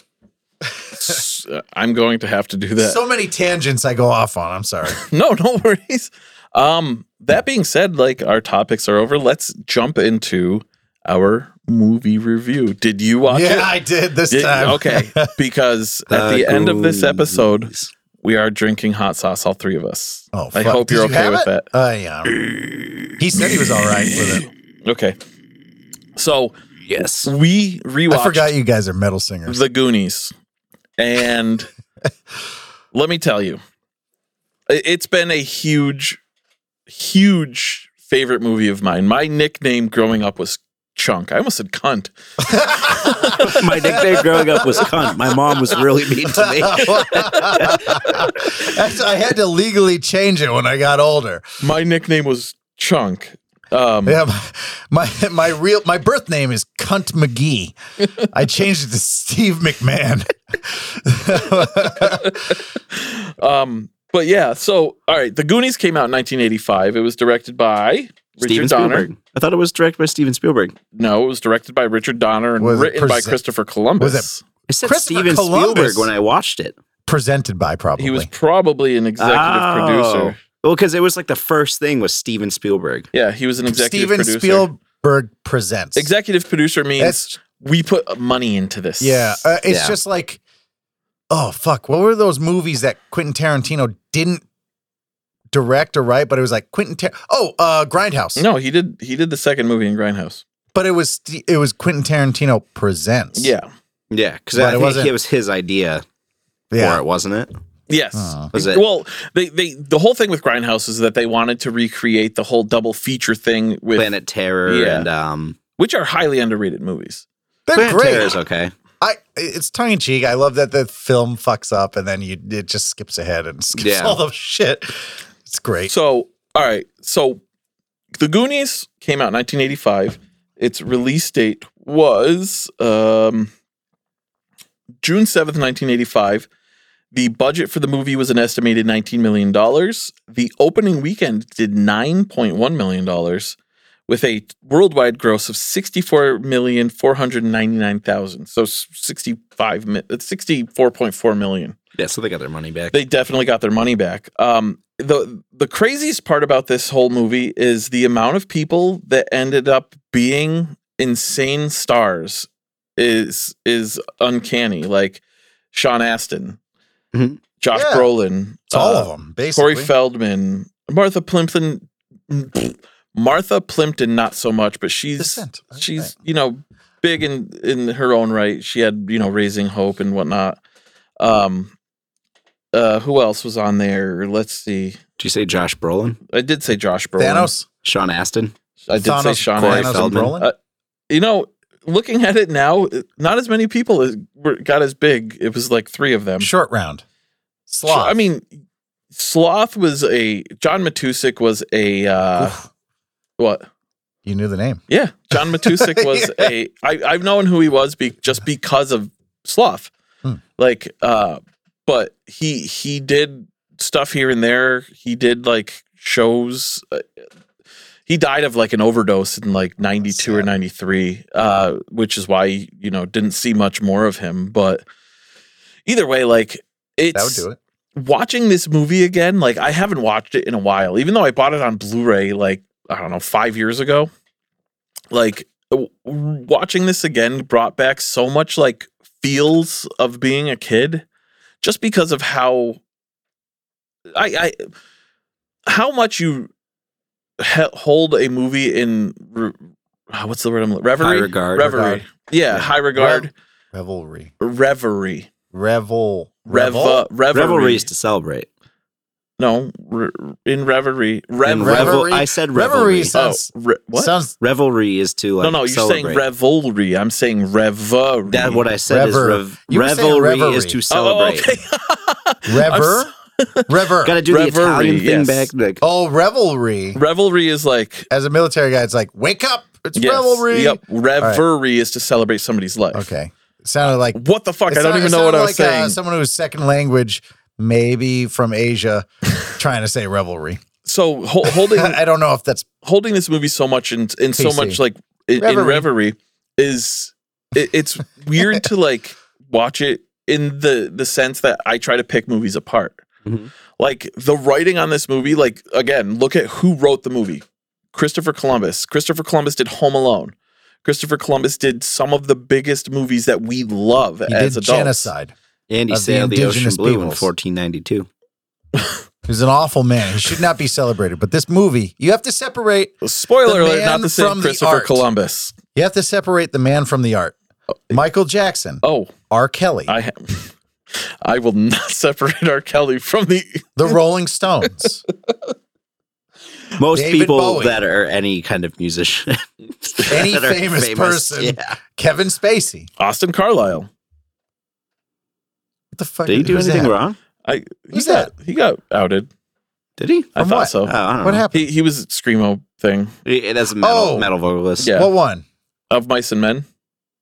Speaker 1: S- uh, I'm going to have to do that.
Speaker 2: So many tangents I go off on. I'm sorry.
Speaker 1: *laughs* no, no worries. Um, that being said, like our topics are over. Let's jump into our movie review. Did you watch
Speaker 2: yeah,
Speaker 1: it?
Speaker 2: I did this
Speaker 1: Did-
Speaker 2: time.
Speaker 1: okay, because at the end of this episode,
Speaker 3: Goonies.
Speaker 1: we are drinking hot sauce, all three of us.
Speaker 2: *laughs* Oh,
Speaker 1: I
Speaker 2: fuck.
Speaker 1: hope
Speaker 2: Did
Speaker 1: you're
Speaker 2: you
Speaker 1: okay
Speaker 2: have
Speaker 1: with
Speaker 2: it?
Speaker 1: that.
Speaker 2: Uh, yeah. He said he was all right
Speaker 1: *laughs*
Speaker 2: with it.
Speaker 1: Okay. So
Speaker 2: *laughs*
Speaker 3: Yes. *laughs*
Speaker 1: we rewatched
Speaker 2: I forgot you guys are metal singers.
Speaker 1: the Goonies,
Speaker 2: *laughs*
Speaker 1: and let me tell you, i- it's been a huge, huge favorite movie of mine. My nickname growing up was Chunk. I almost said cunt.
Speaker 3: My nickname growing up was cunt. My mom was really mean to *laughs*
Speaker 1: *laughs*
Speaker 3: me.
Speaker 2: That's- I had to legally change it when I got older.
Speaker 1: My nickname was Chunk. Um,
Speaker 2: Yeah, my my, my real my birth name is Cunt McGee. I changed it to Steve McMahon. *laughs*
Speaker 1: um, but yeah, so all right, The Goonies came out in 1985. It was directed by
Speaker 3: Steven
Speaker 1: Richard Donner.
Speaker 3: Spielberg. I thought it was directed by Steven Spielberg.
Speaker 1: No, it was directed by Richard Donner and
Speaker 2: Was it
Speaker 1: written by
Speaker 2: present-
Speaker 1: Christopher Columbus.
Speaker 2: was
Speaker 3: I said
Speaker 2: Christopher
Speaker 3: Steven
Speaker 2: Columbus.
Speaker 3: Spielberg when I watched it.
Speaker 2: Presented by probably.
Speaker 1: He was probably an executive
Speaker 3: Oh.
Speaker 1: producer.
Speaker 3: Well, because it was like the first thing was Steven Spielberg.
Speaker 1: Yeah, he was an executive
Speaker 2: Steven
Speaker 1: producer.
Speaker 2: Spielberg presents.
Speaker 1: Executive producer means
Speaker 2: That's-
Speaker 1: we put money into this.
Speaker 2: yeah, uh, it's
Speaker 3: Yeah.
Speaker 2: just like oh fuck, what were those movies that Quentin Tarantino didn't direct or write, but it was like Quentin Tar- Oh, uh Grindhouse.
Speaker 1: No, he did. He did the second movie in Grindhouse.
Speaker 2: But it was Ste- it was Quentin Tarantino presents.
Speaker 1: Yeah.
Speaker 3: Yeah, because
Speaker 2: But it
Speaker 3: I think
Speaker 2: wasn't-
Speaker 3: it was his idea
Speaker 2: Yeah.
Speaker 3: for it, wasn't it?
Speaker 1: Yes.
Speaker 2: Oh.
Speaker 3: Was it?
Speaker 1: Well, they, they the whole thing with Grindhouse is that they wanted to recreate the whole double feature thing with
Speaker 3: Planet Terror
Speaker 1: Yeah.
Speaker 3: and um,
Speaker 1: which are highly underrated movies.
Speaker 2: They're
Speaker 3: Planet
Speaker 2: great.
Speaker 3: Terror is okay.
Speaker 2: I it's tongue in cheek. I love that the film fucks up and then you it just skips ahead and skips
Speaker 3: Yeah.
Speaker 2: all the shit. It's great.
Speaker 1: So, all right. So, The Goonies came out in 1985. Its release date was um, June 7th, 1985. The budget for the movie was an estimated $19 million. The opening weekend did $9.1 million with a worldwide gross of $64,499,000. So 65, mi- 64.4 million
Speaker 3: Yeah, so they got their money back.
Speaker 1: they definitely got their money back. Um, the the craziest part about this whole movie is the amount of people that ended up being insane stars is is uncanny. Like Sean Astin,
Speaker 3: Mhm.
Speaker 1: Josh
Speaker 2: Yeah.
Speaker 1: Brolin,
Speaker 2: it's all
Speaker 1: uh,
Speaker 2: of them basically.
Speaker 1: Corey Feldman, Martha Plimpton. Martha Plimpton, not so much, but she's
Speaker 2: Descent.
Speaker 1: she's you know big in in her own right she had you know raising hope and whatnot um uh who else was on there let's see
Speaker 3: Did you say Josh Brolin?
Speaker 1: i did say josh brolin
Speaker 2: Thanos.
Speaker 3: Sean Astin?
Speaker 1: I did say
Speaker 2: Thanos-
Speaker 1: Sean
Speaker 3: Corey
Speaker 2: Thanos and
Speaker 3: Feldman.
Speaker 2: Brolin?
Speaker 1: Uh, you know, looking at it now, not as many people as, were, got as big. It was like three of them.
Speaker 2: Short round.
Speaker 1: Sh-
Speaker 2: Sloth.
Speaker 1: I mean, Sloth was a John Matusik was a uh,
Speaker 2: Oof,
Speaker 1: what?
Speaker 2: you knew the name.
Speaker 1: Yeah, John Matusik was a. I, I've known who he was be, just because of Sloth.
Speaker 2: Hmm.
Speaker 1: Like, uh, but he he did stuff here and there. He did like shows. Uh, He died of like an overdose in like ninety two or
Speaker 2: Sad.
Speaker 1: ninety three, uh, which is why you know didn't see much more of him. But either way, like it's
Speaker 2: That would do it.
Speaker 1: watching this movie again, like I haven't watched it in a while, even though I bought it on Blu-ray like I don't know five years ago. Like w- w- watching this again brought back so much like feels of being a kid, just because of how I, I how much you he- hold a movie in re- ah, what's the word I'm reverie
Speaker 3: High regard.
Speaker 1: reverie
Speaker 2: Regard.
Speaker 1: yeah
Speaker 2: Yeah.
Speaker 1: high regard
Speaker 2: Revelry.
Speaker 1: reverie
Speaker 2: Revel.
Speaker 1: Reva, reverie
Speaker 3: Revelry is to celebrate.
Speaker 1: No, re- in reverie. Rev-
Speaker 3: And
Speaker 1: rev-
Speaker 2: revel-
Speaker 3: revel- I said revelry.
Speaker 2: Revelry
Speaker 1: oh,
Speaker 2: sounds.
Speaker 1: re- what? *laughs*
Speaker 2: Sounds
Speaker 3: Revelry is to like
Speaker 1: no, no, you're
Speaker 3: celebrate.
Speaker 1: saying revelry. I'm saying reverie.
Speaker 3: That what I said
Speaker 2: Rever-
Speaker 3: is rev-
Speaker 2: You were saying
Speaker 3: revelry is
Speaker 2: reverie.
Speaker 3: to
Speaker 1: Oh,
Speaker 3: celebrate.
Speaker 1: okay. *laughs*
Speaker 2: rever. rever.
Speaker 3: Got to do the
Speaker 1: Reverie,
Speaker 3: Italian thing
Speaker 1: yes.
Speaker 3: back. Like,
Speaker 2: oh, revelry.
Speaker 1: revelry is like
Speaker 2: As a military guy, it's like, wake up. It's
Speaker 1: yes,
Speaker 2: revelry.
Speaker 1: Yep, reverie is to celebrate somebody's life.
Speaker 2: Okay. It sounded like
Speaker 1: What the fuck?
Speaker 2: It
Speaker 1: I don't
Speaker 2: sounded-
Speaker 1: even
Speaker 2: it
Speaker 1: know what
Speaker 2: sounded
Speaker 1: I was
Speaker 2: like,
Speaker 1: saying.
Speaker 2: Uh, someone whose second language, maybe from
Speaker 1: *laughs*
Speaker 2: Asia, trying to say revelry.
Speaker 1: so ho- holding
Speaker 2: *laughs* I don't know if that's
Speaker 1: holding this movie so much and in so
Speaker 2: PC.
Speaker 1: much like in, in
Speaker 2: Reverie.
Speaker 1: reverie is it, it's weird to like watch it in the the sense that I try to pick movies apart.
Speaker 2: Mm-hmm.
Speaker 3: Mhm.
Speaker 1: Like the writing on this movie, like again, look at who wrote the movie. Christopher Columbus. Christopher Columbus did Home Alone. Christopher Columbus did some of the biggest movies that we love
Speaker 2: he
Speaker 1: as
Speaker 2: did
Speaker 1: adults.
Speaker 2: genocide.
Speaker 3: and he
Speaker 2: Of the
Speaker 3: sailed the, ocean
Speaker 2: indigenous
Speaker 3: blue in
Speaker 2: peoples.
Speaker 3: 1492.
Speaker 2: He's an awful man. He should not be celebrated. But this movie, you have to separate.
Speaker 1: Spoiler
Speaker 2: The
Speaker 1: alert, not
Speaker 2: man
Speaker 1: the same
Speaker 2: from the
Speaker 1: Christopher
Speaker 2: art.
Speaker 1: Columbus.
Speaker 2: You have to separate the man from the art. Michael Jackson,
Speaker 1: Oh,
Speaker 2: R. Kelly,
Speaker 1: I *laughs* I will not *laughs* separate R. Kelly from the *laughs*
Speaker 2: the Rolling Stones.
Speaker 3: Most
Speaker 2: David
Speaker 3: people
Speaker 2: Bowie.
Speaker 3: that are any kind of musician, *laughs*
Speaker 2: Any
Speaker 3: that are
Speaker 2: famous person.
Speaker 3: Yeah.
Speaker 2: Kevin Spacey.
Speaker 1: Austin Carlisle.
Speaker 2: What the fuck?
Speaker 3: Did he do
Speaker 2: who's
Speaker 3: anything
Speaker 2: that?
Speaker 3: wrong?
Speaker 1: I he
Speaker 2: Who's
Speaker 1: got he got outed.
Speaker 3: Did he?
Speaker 1: I
Speaker 2: From
Speaker 1: thought
Speaker 2: what? Uh,
Speaker 1: so.
Speaker 3: Oh, I don't
Speaker 2: What
Speaker 3: know.
Speaker 2: happened?
Speaker 1: he he was screamo thing
Speaker 3: It has a metal,
Speaker 2: Oh.
Speaker 3: metal vocalist.
Speaker 1: Yeah.
Speaker 2: What one?
Speaker 1: of mice and men.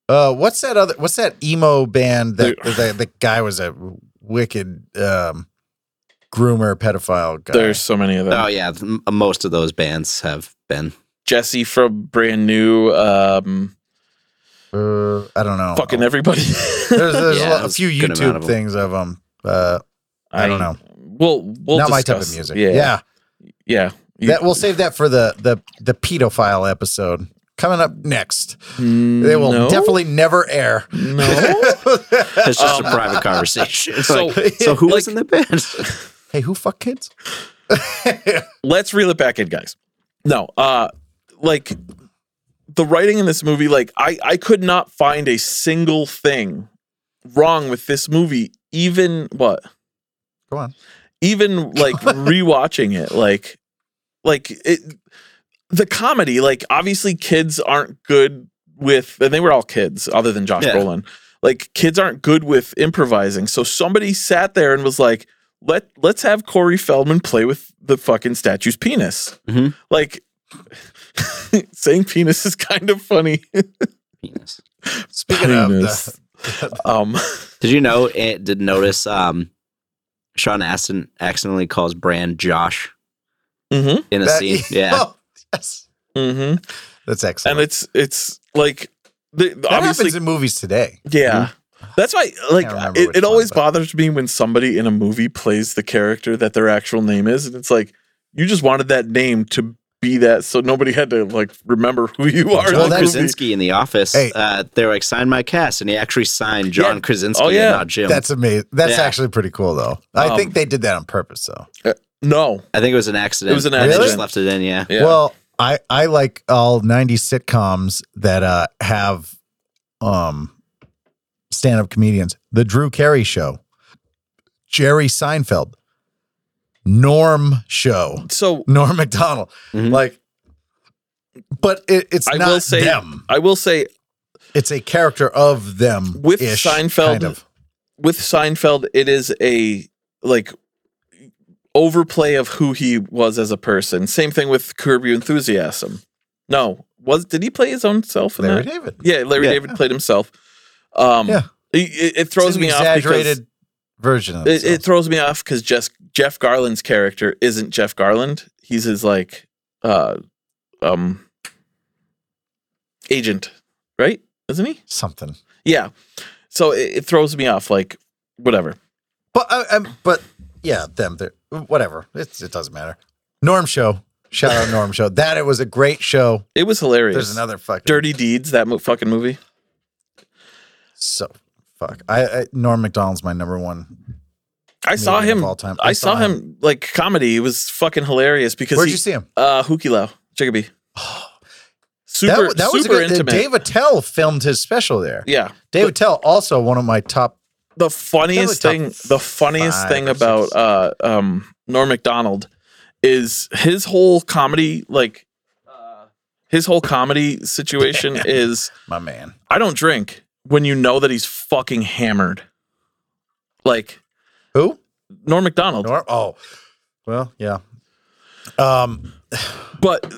Speaker 2: Uh, what's that other? What's that emo band that the, the, guy was a wicked um, groomer pedophile guy?
Speaker 1: There's so many of them.
Speaker 3: Oh yeah, th- m- most of those bands have been.
Speaker 1: Jesse from brand new. Um,
Speaker 2: Uh, I don't know.
Speaker 1: fucking everybody. *laughs*
Speaker 2: There's, there's
Speaker 3: Yeah,
Speaker 2: a, lot- a
Speaker 3: there's
Speaker 2: few
Speaker 3: a good amount
Speaker 2: YouTube
Speaker 3: of 'em.
Speaker 2: things of them. Uh, I don't know.
Speaker 1: We'll we'll
Speaker 2: not
Speaker 1: discuss.
Speaker 2: my type of music.
Speaker 1: Yeah,
Speaker 2: Yeah,
Speaker 1: yeah. You-
Speaker 2: that we'll save that for the the the pedophile episode coming up next.
Speaker 1: Mm,
Speaker 2: They will
Speaker 1: no?
Speaker 2: definitely never air. *laughs*
Speaker 1: no.
Speaker 3: It's just
Speaker 1: Um,
Speaker 3: a *laughs* private conversation. It's
Speaker 1: so-
Speaker 3: like, *laughs* So, who was in
Speaker 1: like-
Speaker 3: the band? *laughs*
Speaker 2: hey, who fuck kids? *laughs*
Speaker 1: let's reel it back in, guys. No, uh, like the writing in this movie, like I, I could not find a single thing wrong with this movie, even what?
Speaker 2: Go on. *laughs*
Speaker 1: Even like rewatching it, like, like it, the comedy, like obviously kids aren't good with, and they were all kids other than Josh
Speaker 3: Yeah.
Speaker 1: Brolin. Like kids aren't good with improvising, so somebody sat there and was like, "Let let's have Corey Feldman play with the fucking statue's penis."
Speaker 2: Mm-hmm.
Speaker 3: Mhm.
Speaker 1: Like *laughs* saying penis is kind
Speaker 2: *laughs*
Speaker 1: of funny.
Speaker 3: Penis.
Speaker 2: Speaking of the,
Speaker 1: Penis.
Speaker 2: *laughs*
Speaker 1: Um, *laughs*
Speaker 3: Did you know? It did notice. Um, Sean Aston accidentally calls Brand Josh
Speaker 1: mhm,
Speaker 3: in a
Speaker 2: that- *laughs*
Speaker 3: scene. Yeah,
Speaker 2: Oh, yes,
Speaker 1: mhm.
Speaker 2: that's excellent.
Speaker 1: and it's it's like the,
Speaker 2: that
Speaker 1: obviously
Speaker 2: happens in movies today.
Speaker 1: Yeah. That's why, like,
Speaker 2: Hmm? Can't remember
Speaker 1: it,
Speaker 2: which
Speaker 1: it
Speaker 2: one,
Speaker 1: always
Speaker 2: but-
Speaker 1: bothers me when somebody in a movie plays the character that their actual name is. And it's like, you just wanted that name to be that. So nobody had to, like, remember who you are. in
Speaker 2: Well,
Speaker 1: the
Speaker 2: that's-
Speaker 1: movie.
Speaker 3: Krasinski in the office.
Speaker 2: Hey.
Speaker 3: Uh, they were like, "Sign my cast," and he actually signed John
Speaker 1: Yeah.
Speaker 3: Krasinski
Speaker 1: Oh, yeah.
Speaker 3: and not Jim.
Speaker 2: That's amazing. That's
Speaker 3: Yeah.
Speaker 2: actually pretty cool, though. I
Speaker 1: Um,
Speaker 2: think they did that on purpose, though.
Speaker 1: no.
Speaker 3: I think it was an accident.
Speaker 1: It was an
Speaker 3: and they
Speaker 2: accident.
Speaker 3: just left it in. Yeah.
Speaker 1: Yeah.
Speaker 2: Well, I I like all '90s sitcoms that uh, have um stand-up comedians. The Drew Carey Show, Jerry Seinfeld, Norm Show, *laughs*
Speaker 1: so
Speaker 2: Norm Macdonald.
Speaker 3: Mhm.
Speaker 2: Like but it, it's
Speaker 1: Mm-hmm. I
Speaker 2: not
Speaker 1: will say-
Speaker 2: them.
Speaker 1: I will say
Speaker 2: It's a character of them
Speaker 1: With Seinfeld-
Speaker 2: Kind of.
Speaker 1: with Seinfeld, it is a like overplay of who he was as a person. Same thing with Curb Your Enthusiasm. No, was did he play his own self in
Speaker 2: Larry
Speaker 1: that?
Speaker 2: David.
Speaker 1: Yeah, Larry
Speaker 3: Yeah.
Speaker 1: David played himself. Um,
Speaker 2: Yeah.
Speaker 1: it- it, it throws
Speaker 2: It's an
Speaker 1: me off because
Speaker 2: exaggerated version of
Speaker 1: it, it
Speaker 2: it.
Speaker 1: throws me off because just Jeff Garland's character isn't Jeff Garland. He's his like uh um agent, right? Isn't he?
Speaker 2: Something.
Speaker 1: Yeah. So it, it throws me off. Like whatever.
Speaker 2: But uh, um, but yeah, them. They're, whatever. It's, it doesn't matter. Norm Show. Shout out Norm Show. That it was a great show.
Speaker 1: It was hilarious.
Speaker 2: There's another fucking
Speaker 1: Dirty Deeds, that mo- fucking movie.
Speaker 2: So fuck. I, I Norm Macdonald's my number one.
Speaker 1: I saw
Speaker 2: comedian
Speaker 1: him.
Speaker 2: of all time.
Speaker 1: I saw him, like comedy. It was fucking hilarious because
Speaker 2: Where'd
Speaker 1: he,
Speaker 2: you see him?
Speaker 1: uh, Hukilau, Chickaby. *sighs* Super,
Speaker 2: that, that was
Speaker 1: super
Speaker 2: a good, uh,
Speaker 1: intimate.
Speaker 2: Dave Attell filmed his special there.
Speaker 1: yeah,
Speaker 2: Dave Attell also one of my top.
Speaker 1: the funniest
Speaker 2: That was
Speaker 1: thing
Speaker 2: top
Speaker 1: the funniest
Speaker 2: five
Speaker 1: thing
Speaker 2: or
Speaker 1: about
Speaker 2: six.
Speaker 1: uh um norm mcdonald is his whole comedy like uh, his whole comedy situation
Speaker 2: *laughs*
Speaker 1: is
Speaker 2: My man.
Speaker 1: i don't drink when you know that he's fucking hammered like
Speaker 2: Who?
Speaker 1: norm mcdonald
Speaker 2: Norm. Oh, well, yeah. Um,
Speaker 1: but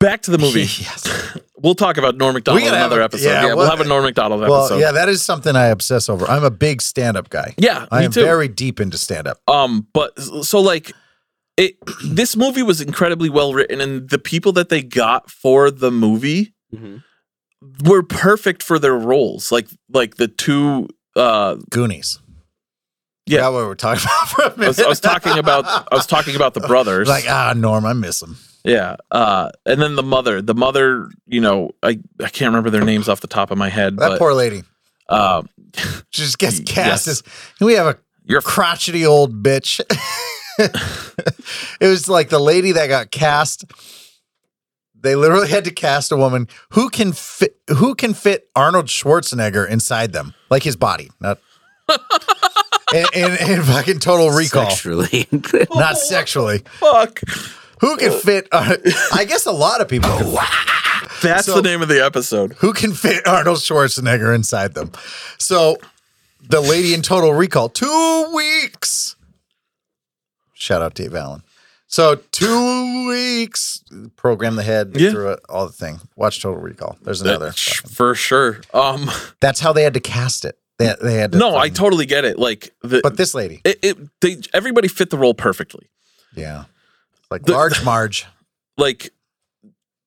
Speaker 1: back to the
Speaker 2: *laughs*
Speaker 1: movie
Speaker 2: yes.
Speaker 1: we'll talk about norm mcdonald in
Speaker 2: gotta have
Speaker 1: another
Speaker 2: a-
Speaker 1: episode yeah,
Speaker 2: yeah,
Speaker 1: we'll,
Speaker 2: well-
Speaker 1: have a norm mcdonald
Speaker 2: Well,
Speaker 1: episode
Speaker 2: yeah, that is something I obsess over. I'm a big stand-up guy.
Speaker 1: yeah,
Speaker 2: I
Speaker 1: me
Speaker 2: am
Speaker 1: too
Speaker 2: very deep into stand-up.
Speaker 1: um but so like it *clears throat* this movie was incredibly well written and the people that they got for the movie
Speaker 2: Mm-hmm.
Speaker 3: Mhm.
Speaker 1: were perfect for their roles like like the two uh
Speaker 2: Goonies.
Speaker 1: Yeah.
Speaker 2: Forgot what we were talking *laughs* about for a
Speaker 1: I was, I was talking about I was talking about the brothers
Speaker 2: like ah Norm, I miss him.
Speaker 1: yeah uh and then the mother the mother you know I I can't remember their names off the top of my head
Speaker 2: That
Speaker 1: but
Speaker 2: poor lady
Speaker 1: uh,
Speaker 2: She just gets
Speaker 1: Y-
Speaker 2: cast as
Speaker 1: yes.
Speaker 2: we have a
Speaker 1: you're *laughs*
Speaker 2: crotchety old bitch. *laughs* it was like the lady that got cast. They literally had to cast a woman who can fit who can fit Arnold Schwarzenegger inside them, like his body,
Speaker 1: *laughs*
Speaker 2: not in, in, in fucking Total Recall,
Speaker 3: Sexually.
Speaker 2: not sexually.
Speaker 1: fuck
Speaker 2: Who can fit? Ar- I guess a lot of people. can
Speaker 1: that's
Speaker 2: So-
Speaker 1: the name of the episode
Speaker 2: who can fit Arnold Schwarzenegger inside them? So the lady in Total Recall, two weeks. Shout out Dave Allen. So two weeks. Program the head
Speaker 1: Yeah.
Speaker 2: through it, all the thing. Watch Total Recall. There's
Speaker 1: That-
Speaker 2: another.
Speaker 1: for sure um
Speaker 2: That's how they had to cast it. They, they had to
Speaker 1: no I
Speaker 2: fucking-
Speaker 1: totally get it like the
Speaker 2: but this lady,
Speaker 1: it, it they everybody fit the role perfectly
Speaker 2: yeah, like
Speaker 1: The-
Speaker 2: large Marge.
Speaker 1: like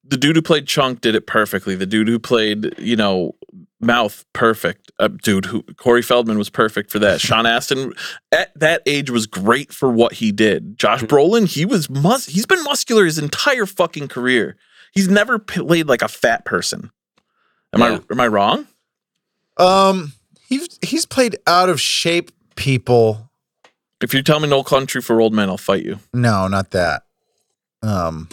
Speaker 1: the dude who played Chunk did it perfectly. The dude who played, you know, Mouth perfect. Uh, dude who Corey Feldman was perfect
Speaker 2: *laughs*
Speaker 1: for that. Sean Astin at that age was great for what he did. Josh
Speaker 2: Mm-hmm.
Speaker 1: Brolin, he was mus- he's been muscular his entire fucking career. He's never played like a fat person. Am
Speaker 3: Yeah.
Speaker 1: I am I wrong?
Speaker 2: Um, he's he's played out of shape people.
Speaker 1: If you tell me no country for old men, I'll fight you.
Speaker 2: No, not that. Um,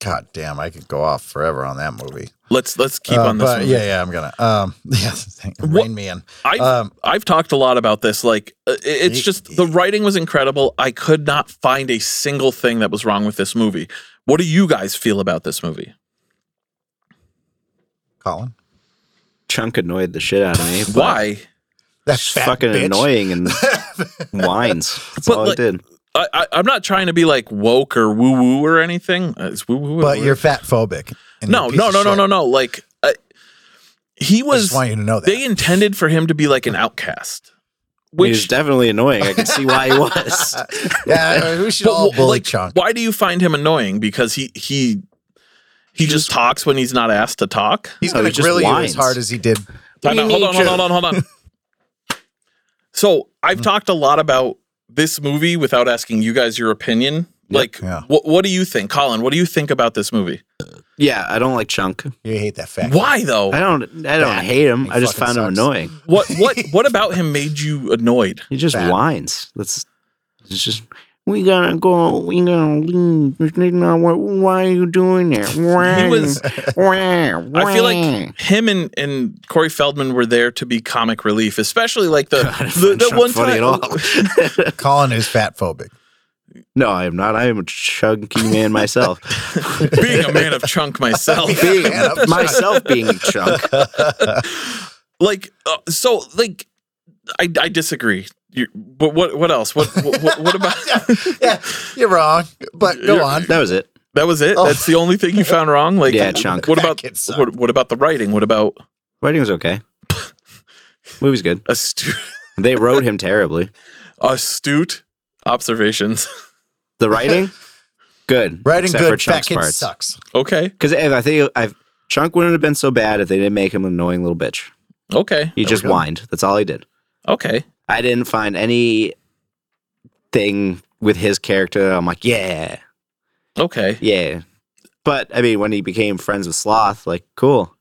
Speaker 2: God damn, I could go off forever on that movie.
Speaker 1: Let's let's keep
Speaker 2: Uh,
Speaker 1: on this.
Speaker 2: but
Speaker 1: movie.
Speaker 2: Yeah, yeah, I'm gonna. Um, *laughs* yeah, thank-
Speaker 1: What-
Speaker 2: rein me in.
Speaker 1: I
Speaker 2: Um,
Speaker 1: I've talked a lot about this. Like, uh, it- it's
Speaker 2: Ye-
Speaker 1: just the writing was incredible. I could not find a single thing that was wrong with this movie. What do you guys feel about this movie?
Speaker 2: Colin,
Speaker 3: *laughs* Chunk annoyed the shit out of *laughs* me. but
Speaker 1: Why?
Speaker 2: that's
Speaker 3: It's fucking annoying
Speaker 2: *laughs*
Speaker 3: and whines. That's
Speaker 1: But,
Speaker 3: all
Speaker 1: like-
Speaker 3: I did.
Speaker 1: I, I, I'm not trying to be like woke or woo woo or anything. Uh, It's woo woo.
Speaker 2: But you're fat phobic. and
Speaker 1: no,
Speaker 2: you're a piece
Speaker 1: no, no,
Speaker 2: of
Speaker 1: no,
Speaker 2: shit.
Speaker 1: no, no. Like, uh, he
Speaker 2: I just
Speaker 1: was.
Speaker 2: want you to know that.
Speaker 1: They
Speaker 2: *laughs*
Speaker 1: intended for him to be like an outcast,
Speaker 3: He was
Speaker 1: which
Speaker 3: definitely annoying. I can see why *laughs* he was.
Speaker 2: yeah, I mean, we should
Speaker 1: But
Speaker 2: all
Speaker 1: wh-
Speaker 2: bully
Speaker 1: like,
Speaker 2: chunk.
Speaker 1: why do you find him annoying? Because he he he just talks when he's not asked to talk.
Speaker 2: He's
Speaker 3: No,
Speaker 2: gonna
Speaker 3: he just
Speaker 2: grill you as
Speaker 3: whines.
Speaker 2: hard as he did.
Speaker 3: We
Speaker 1: Time out. Hold
Speaker 3: need
Speaker 1: on, hold
Speaker 3: you.
Speaker 1: on, hold on, hold on. *laughs* so I've talked a lot about this movie without asking you guys your opinion. Like,
Speaker 2: Yeah.
Speaker 1: what what do you think, Colin? What do you think about this movie?
Speaker 3: Yeah, I don't like Chunk.
Speaker 2: You hate that fact.
Speaker 1: Why though?
Speaker 3: I don't. I don't
Speaker 2: Bad.
Speaker 3: hate him.
Speaker 2: He
Speaker 3: I just
Speaker 2: fucking
Speaker 3: found him
Speaker 2: sucks.
Speaker 3: annoying.
Speaker 1: What
Speaker 3: *laughs*
Speaker 1: what what about him made you annoyed?
Speaker 3: He just
Speaker 2: Bad.
Speaker 3: whines. That's it's just we gotta go. We gotta leave. There's nothing I want. Why are you doing
Speaker 2: *laughs*
Speaker 3: that? Why?
Speaker 1: was-
Speaker 3: why,
Speaker 1: I feel like him and, and Corey Feldman were there to be comic relief, especially like
Speaker 3: *laughs*
Speaker 1: the
Speaker 3: God, I
Speaker 1: the,
Speaker 3: find
Speaker 1: the
Speaker 3: Chunk
Speaker 1: one
Speaker 3: funny
Speaker 1: time.
Speaker 3: at all.
Speaker 1: *laughs*
Speaker 2: Colin is fat phobic.
Speaker 3: *laughs* No, I am not. I am a chunky man
Speaker 2: *laughs*
Speaker 3: myself.
Speaker 1: *laughs* Being a man
Speaker 3: *laughs*
Speaker 1: of chunk myself.
Speaker 3: being
Speaker 2: Man, I'm
Speaker 3: myself being a chunk.
Speaker 1: like uh, so like I, I disagree. You, but what what else? What what,
Speaker 3: *laughs*
Speaker 1: what about
Speaker 2: *laughs* yeah, you're wrong, but go
Speaker 1: You're-
Speaker 2: on.
Speaker 3: That was it.
Speaker 1: That was it.
Speaker 2: Oh.
Speaker 1: That's the only thing you found wrong. Like
Speaker 2: *laughs*
Speaker 3: Yeah, chunk.
Speaker 1: What
Speaker 2: That
Speaker 1: about
Speaker 2: kid sucked.
Speaker 1: what, what about the writing? What about
Speaker 3: Writing was okay. Movie's good.
Speaker 1: astute
Speaker 3: They wrote him terribly.
Speaker 1: *laughs* astute observations? *laughs*
Speaker 3: The writing,
Speaker 2: *laughs*
Speaker 3: good.
Speaker 2: Writing
Speaker 3: except
Speaker 2: good, fat
Speaker 3: Chunk's
Speaker 2: kid
Speaker 3: parts.
Speaker 2: sucks.
Speaker 1: Okay,
Speaker 3: Because I think I've, Chunk wouldn't have been so bad if they didn't make him an annoying little bitch.
Speaker 1: okay,
Speaker 3: He
Speaker 2: There we
Speaker 3: just
Speaker 2: go.
Speaker 3: whined. That's all he did.
Speaker 1: okay.
Speaker 3: I didn't find any thing with his character. I'm like, yeah,
Speaker 1: Okay.
Speaker 3: yeah. But I mean, when he became friends with Sloth, like,
Speaker 2: *laughs*
Speaker 3: cool.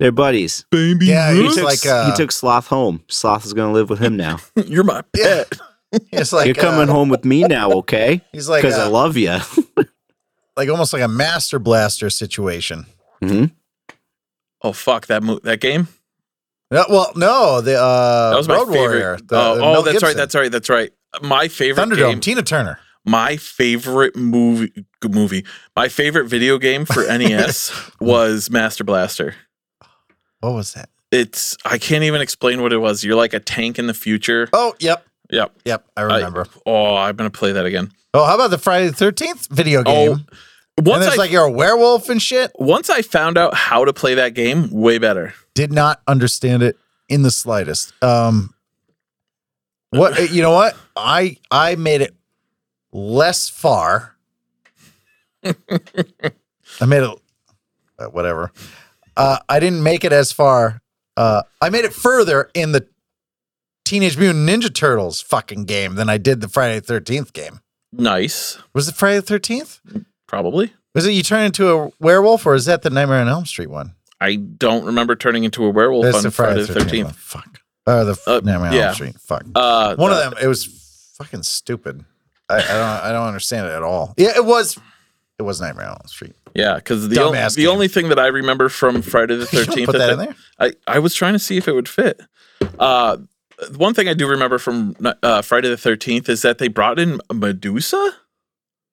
Speaker 3: They're buddies.
Speaker 1: Baby,
Speaker 2: Yeah,
Speaker 3: He
Speaker 2: It's
Speaker 3: took,
Speaker 2: like, uh,
Speaker 3: he took Sloth home. Sloth is going to live with him now.
Speaker 1: *laughs* you're my
Speaker 2: Yeah,
Speaker 1: pet.
Speaker 2: *laughs* it's *laughs* like
Speaker 3: You're coming
Speaker 2: uh,
Speaker 3: home with me now, okay?
Speaker 2: He's *laughs* like uh,
Speaker 3: Because I
Speaker 2: a,
Speaker 3: love *laughs* you.
Speaker 2: like almost like a master blaster situation.
Speaker 3: Mm-hmm.
Speaker 1: Oh fuck that mo- that game.
Speaker 2: No, well, no, the uh,
Speaker 1: That was my
Speaker 2: Road
Speaker 1: favorite.
Speaker 2: Warrior. the-
Speaker 1: oh,
Speaker 2: the
Speaker 1: oh
Speaker 2: Mel
Speaker 1: that's right.
Speaker 2: Gibson.
Speaker 1: That's right. That's right. My favorite
Speaker 2: Thunderdome.
Speaker 1: game.
Speaker 2: Tina Turner.
Speaker 1: my favorite movie movie my favorite video game
Speaker 2: *laughs*
Speaker 1: for nes was master blaster
Speaker 2: What was that?
Speaker 1: it's i can't even explain what it was you're like a tank in the future
Speaker 2: Oh, yep,
Speaker 1: yep
Speaker 2: yep. I remember.
Speaker 1: oh i'm gonna play that again
Speaker 2: oh, how about the Friday the Thirteenth video game? and
Speaker 1: Oh, once
Speaker 2: it's
Speaker 1: I,
Speaker 2: like you're a werewolf and shit.
Speaker 1: once I found out how to play that game way better
Speaker 2: Did not understand it in the slightest. Um, what you know? What I I made it less far. I made it uh, whatever. Uh, I didn't make it as far. Uh, I made it further in the Teenage Mutant Ninja Turtles fucking game than I did the Friday the Thirteenth game.
Speaker 1: nice
Speaker 2: Was it Friday the Thirteenth?
Speaker 1: probably
Speaker 2: Was it you turn into a werewolf, or is that the Nightmare on Elm Street one?
Speaker 1: i don't remember turning into a werewolf
Speaker 2: That's
Speaker 1: on
Speaker 2: the
Speaker 1: friday the 13th,
Speaker 2: one. Fuck. Oh, the f-
Speaker 1: Uh,
Speaker 2: Nightmare on
Speaker 1: yeah.
Speaker 2: Elm Street. Fuck.
Speaker 1: uh
Speaker 2: one of them. It was fucking stupid. I, I don't. I don't understand it at all. Yeah, it was. It was Nightmare on Elm Street. *laughs*
Speaker 1: yeah because the, on-
Speaker 2: Dumbass
Speaker 1: the
Speaker 2: game.
Speaker 1: only thing that i remember from friday the
Speaker 2: *laughs* You don't
Speaker 1: 13th
Speaker 2: put
Speaker 1: at
Speaker 2: that
Speaker 1: the-
Speaker 2: in there.
Speaker 1: I, I was trying to see if it would fit. Uh, one thing I do remember from uh, Friday the 13th is that they brought in Medusa,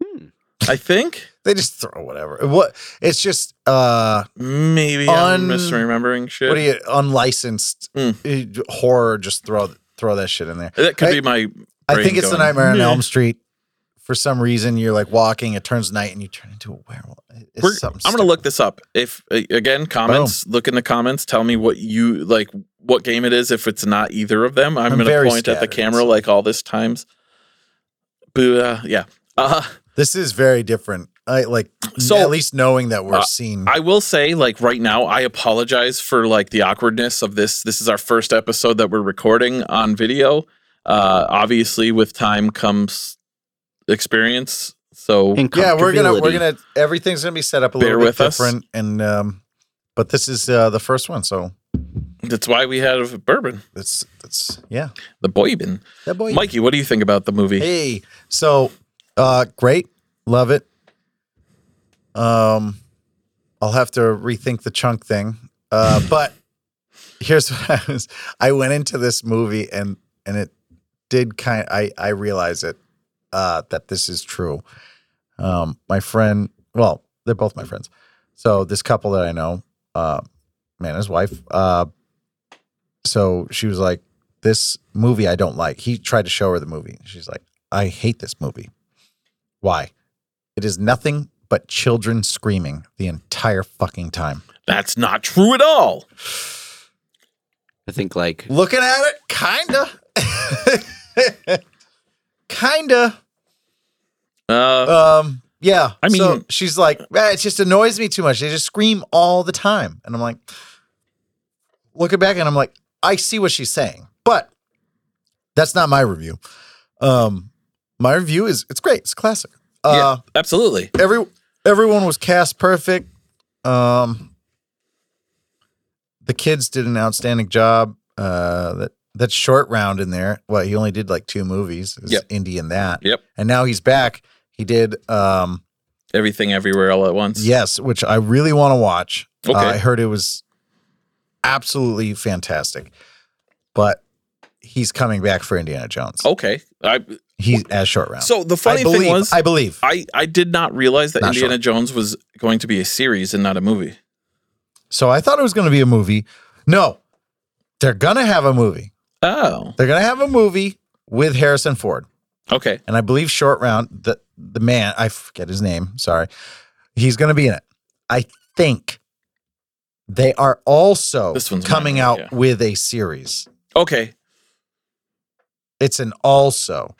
Speaker 3: Hmm.
Speaker 1: I think.
Speaker 2: They just throw whatever. What? It's just. uh
Speaker 1: Maybe
Speaker 2: Un-
Speaker 1: I'm misremembering shit.
Speaker 2: What are you unlicensed
Speaker 1: Hmm.
Speaker 2: uh, horror? Just throw throw that shit in there.
Speaker 1: that could
Speaker 2: I-
Speaker 1: be my.
Speaker 2: I
Speaker 1: brain
Speaker 2: think it's the
Speaker 1: going,
Speaker 2: Nightmare on
Speaker 1: "Meh."
Speaker 2: Elm Street. For some reason, you're like walking. It turns night, and you turn into a werewolf. It's
Speaker 1: We're-
Speaker 2: something
Speaker 1: I'm gonna
Speaker 2: stupid.
Speaker 1: look this up. If a- again, comments. Look in the comments. Tell me what you like. What game it is? If it's not either of them, I'm,
Speaker 2: I'm
Speaker 1: gonna
Speaker 2: very
Speaker 1: point at the
Speaker 2: scattered,
Speaker 1: camera
Speaker 2: so-
Speaker 1: like all this times. Boo! uh, yeah. Uh,
Speaker 2: This is very different. I like
Speaker 1: So-
Speaker 2: so at least knowing that we're
Speaker 1: Uh,
Speaker 2: seen.
Speaker 1: I will say, like right now, I apologize for like the awkwardness of this. This is our first episode that we're recording on video. Uh, obviously, with time comes experience. So
Speaker 2: yeah, we're gonna we're
Speaker 3: Uncomfortability.
Speaker 2: gonna everything's gonna be set up a little
Speaker 1: Bear
Speaker 2: bit
Speaker 1: with us.
Speaker 2: different. And um, but this is uh, the first one, so
Speaker 1: that's why we have bourbon,
Speaker 2: it's it's yeah.
Speaker 1: the boybin.
Speaker 2: That boy.
Speaker 1: Mikey, what do you think about the movie?
Speaker 2: Hey, so uh, great, love it. Um, I'll have to rethink the chunk thing. Uh, but here's *laughs* what I was. I went into this movie and and it did kind. I I realize it uh, that this is true. Um, my friend, well, they're both my friends. So this couple that I know, uh, man, and his wife. Uh, so she was like, "This movie I don't like." He tried to show her the movie. She's like, "I hate this movie. Why? It is nothing but children screaming the entire fucking time."
Speaker 1: That's not true at all.
Speaker 3: I think like *laughs*
Speaker 2: Looking at it, kinda, *laughs* kinda.
Speaker 1: Uh,
Speaker 2: Um, yeah.
Speaker 1: I
Speaker 2: I
Speaker 1: mean-
Speaker 2: mean, so she's like, "Eh, it just annoys me too much. They just scream all the time. And I'm like, looking back and I'm like, I see what she's saying, but that's not my review. Um, my review is it's great. It's classic. Uh,
Speaker 1: yeah, absolutely.
Speaker 2: every everyone was cast perfect. Um, the kids did an outstanding job. Uh, that that short round in there. Well, he only did like two movies. It was
Speaker 1: Yep.
Speaker 2: Indie and that.
Speaker 1: Yep.
Speaker 2: And now he's back. He did um,
Speaker 1: Everything, everywhere, all at once.
Speaker 2: yes, which I really want to watch.
Speaker 1: Okay.
Speaker 2: Uh, I heard it was absolutely fantastic, but he's coming back for Indiana Jones.
Speaker 1: Okay. I
Speaker 2: He as short round.
Speaker 1: Oh, So the
Speaker 2: I
Speaker 1: funny
Speaker 2: believe,
Speaker 1: thing was,
Speaker 2: I believe.
Speaker 1: I, I did not realize that
Speaker 2: Not
Speaker 1: Indiana
Speaker 2: sure.
Speaker 1: Jones was going to be a series and not a movie.
Speaker 2: so I thought it was going to be a movie. No, they're going to have a movie.
Speaker 1: Oh,
Speaker 2: They're going to have a movie with Harrison Ford.
Speaker 1: okay.
Speaker 2: and I believe Short Round, the the man, I forget his name, sorry, he's going to be in it. I think they are also
Speaker 1: This one's
Speaker 2: coming
Speaker 1: mine,
Speaker 2: out
Speaker 1: yeah.
Speaker 2: with a series.
Speaker 1: Okay.
Speaker 2: It's an also.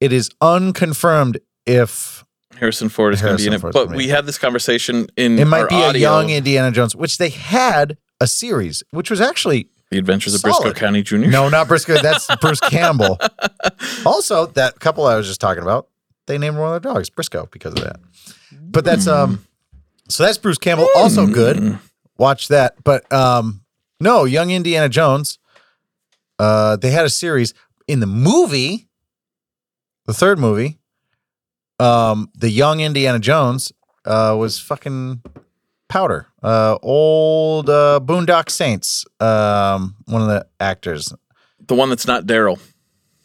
Speaker 2: It is unconfirmed if
Speaker 1: Harrison Ford is going to be in
Speaker 2: Harrison
Speaker 1: it.
Speaker 2: Ford's
Speaker 1: But
Speaker 2: gonna be
Speaker 1: we
Speaker 2: in
Speaker 1: had this conversation in
Speaker 2: it might
Speaker 1: our
Speaker 2: be a
Speaker 1: Mm, audio,
Speaker 2: young Indiana Jones, which they had a series, which was actually
Speaker 1: The Adventures of Briscoe
Speaker 2: Solid.
Speaker 1: County Jr.
Speaker 2: *laughs* no, not Briscoe. That's Bruce Campbell. Also, that couple I was just talking about, they named one of their dogs Briscoe because of that. But that's um, so that's Bruce Campbell, also good.
Speaker 1: Mm.
Speaker 2: watch that. But um, no, Young Indiana Jones. Uh, they had a series in the movie, the third movie. Um, the young Indiana Jones uh, was fucking powder. Uh, old uh, Boondock Saints. Um, one of the actors,
Speaker 1: The one that's not Daryl.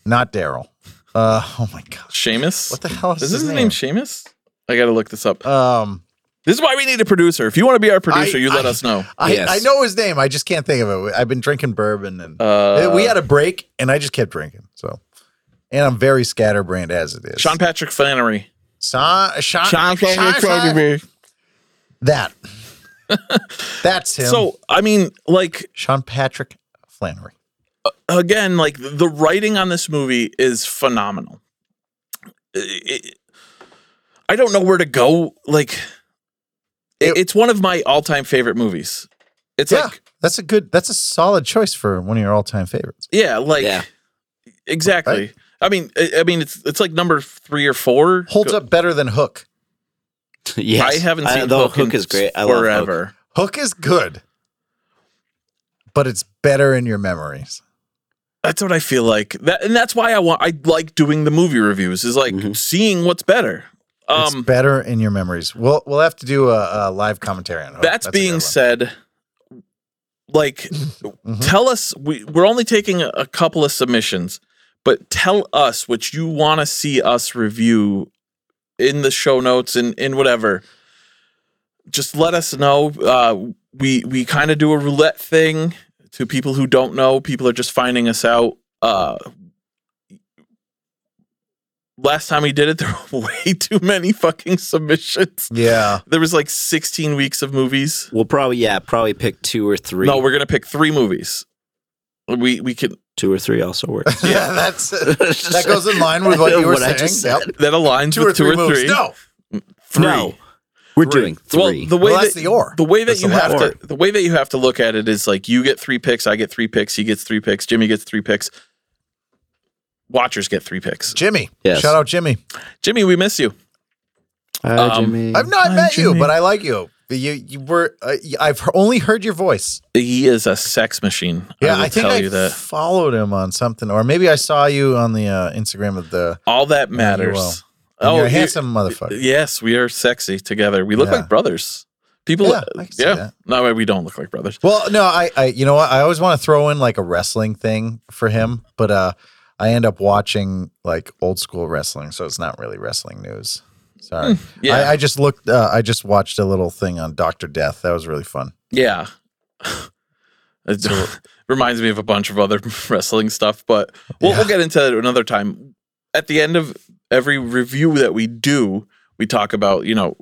Speaker 2: not Daryl. Uh, oh my gosh,
Speaker 1: Seamus?
Speaker 2: what the hell is,
Speaker 1: Is this
Speaker 2: his
Speaker 1: his
Speaker 2: name?
Speaker 1: name Seamus? I got to look this up.
Speaker 2: um,
Speaker 1: This is why we need a producer. If you want to be our producer,
Speaker 2: I-
Speaker 1: you let
Speaker 2: I-
Speaker 1: us know.
Speaker 2: I,
Speaker 3: Yes.
Speaker 2: I know his name. I just can't think of it. I've been drinking bourbon and
Speaker 1: Uh,
Speaker 2: we had a break and I just kept drinking. So, and I'm very scatterbrained as it is.
Speaker 1: Uh, Sean Patrick Flannery.
Speaker 2: Sa- Sean, Sean- *laughs* That. That's him.
Speaker 1: So, I mean, like,
Speaker 2: Sean Patrick Flannery.
Speaker 1: again, like the writing on this movie is phenomenal. It- it- I don't know where to go. Like, it-
Speaker 2: It-
Speaker 1: it's one of my all-time favorite movies. It's
Speaker 2: yeah,
Speaker 1: like,
Speaker 2: that's a good. That's a solid choice for one of your all-time favorites.
Speaker 1: yeah, like,
Speaker 3: Yeah.
Speaker 1: exactly.
Speaker 2: Right.
Speaker 1: I mean, I, I mean, it's it's like number three or four.
Speaker 2: Holds up better than Hook.
Speaker 3: yes.
Speaker 1: I haven't seen
Speaker 3: though
Speaker 1: Hook, in
Speaker 3: is great. I love
Speaker 1: forever.
Speaker 3: Hook.
Speaker 2: Hook is good, but it's better in your memories.
Speaker 1: That's what I feel like. That and that's why I want. I like doing the movie reviews. Is like
Speaker 3: Mhm.
Speaker 1: seeing what's better.
Speaker 2: It's
Speaker 1: Um,
Speaker 2: better in your memories. We'll we'll have to do a, a live commentary on Hook.
Speaker 1: that's,
Speaker 2: Oh, a
Speaker 1: being
Speaker 2: good one.
Speaker 1: said.
Speaker 2: *laughs*
Speaker 1: Like
Speaker 2: Mhm.
Speaker 1: tell us we, we're only taking a, a couple of submissions but tell us what you want to see us review in the show notes and in whatever just let us know uh, we we kind of do a roulette thing to people who don't know people are just finding us out uh, last time we did it *laughs* there were way too many fucking submissions *laughs*
Speaker 2: Yeah.
Speaker 1: there was like 16 weeks of movies
Speaker 3: We'll probably yeah, probably pick two or three.
Speaker 1: no, we're gonna pick three movies. We we can
Speaker 3: two or three also works.
Speaker 2: Yeah, *laughs* that's
Speaker 1: *laughs*
Speaker 2: that goes in line with what you were saying.
Speaker 3: I just
Speaker 2: Yep.
Speaker 3: said.
Speaker 1: that aligns
Speaker 2: two
Speaker 1: with
Speaker 2: or three
Speaker 1: two or
Speaker 2: moves.
Speaker 1: three.
Speaker 2: No,
Speaker 1: three.
Speaker 3: No, we're
Speaker 1: Three.
Speaker 3: doing
Speaker 1: Well,
Speaker 3: three.
Speaker 1: the way
Speaker 2: Well, that's
Speaker 1: that
Speaker 2: the or.
Speaker 1: the way that
Speaker 2: That's
Speaker 1: you
Speaker 2: the
Speaker 1: have
Speaker 2: last
Speaker 1: to the way that you have to look at it is like you get three picks, I get three picks, he gets three picks, Jimmy gets three picks, watchers get three picks.
Speaker 2: Jimmy.
Speaker 3: Yes.
Speaker 2: Shout out Jimmy.
Speaker 1: Jimmy, we miss you.
Speaker 3: Hi,
Speaker 1: um,
Speaker 3: Jimmy.
Speaker 2: I've not
Speaker 1: Hi,
Speaker 2: met
Speaker 1: Jimmy.
Speaker 2: you, but I like you. But You you were uh, I've he- only heard your voice.
Speaker 1: He is a sex machine.
Speaker 2: Yeah, I,
Speaker 1: I will
Speaker 2: think
Speaker 1: tell
Speaker 2: I
Speaker 1: you that.
Speaker 2: followed him on something, or maybe I saw you on the uh, Instagram of the.
Speaker 1: All that
Speaker 2: you will.
Speaker 1: matters.
Speaker 2: Oh, you're a
Speaker 1: you-
Speaker 2: handsome motherfucker.
Speaker 1: Yes, we are sexy together. We look
Speaker 2: Yeah.
Speaker 1: like brothers. People,
Speaker 2: Yeah,
Speaker 1: yeah,
Speaker 2: I can see that.
Speaker 1: no, we don't look like brothers.
Speaker 2: Well, no, I, I, you know what? I always want to throw in like a wrestling thing for him, but uh, I end up watching like old school wrestling, so it's not really wrestling news. Sorry,
Speaker 1: Yeah,
Speaker 2: I, I just looked. Uh, I just watched a little thing on Doctor Death. That was really fun.
Speaker 1: Yeah. it *laughs* reminds me of a bunch of other *laughs* wrestling stuff, but we'll, we'll
Speaker 2: Yeah.
Speaker 1: get into it another time. At the end of every review that we do, we talk about, you know,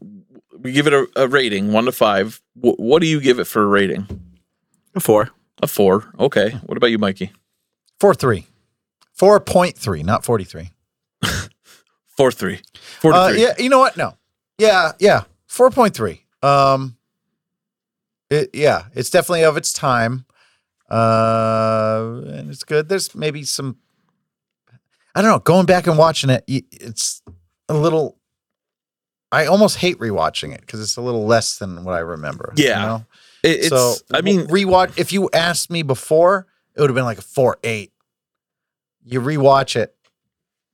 Speaker 1: we give it a, a rating, one to five. Wh- what do you give it for a rating?
Speaker 3: four.
Speaker 1: A four. Okay. What about you, Mikey?
Speaker 2: Four three. Four point three, not forty three.
Speaker 1: Four, three. Four to
Speaker 2: Uh,
Speaker 1: three.
Speaker 2: yeah, you know what? No. Yeah, yeah. Four point three. Um it, yeah, it's definitely of its time. Uh and it's good. There's maybe some I don't know, going back and watching it, y- it's a little I almost hate rewatching it because it's a little less than what I remember.
Speaker 1: Yeah.
Speaker 2: You know?
Speaker 1: It- it's,
Speaker 2: so
Speaker 1: I mean,
Speaker 2: rewatch if you asked me before, it would have been like a four eight. You rewatch it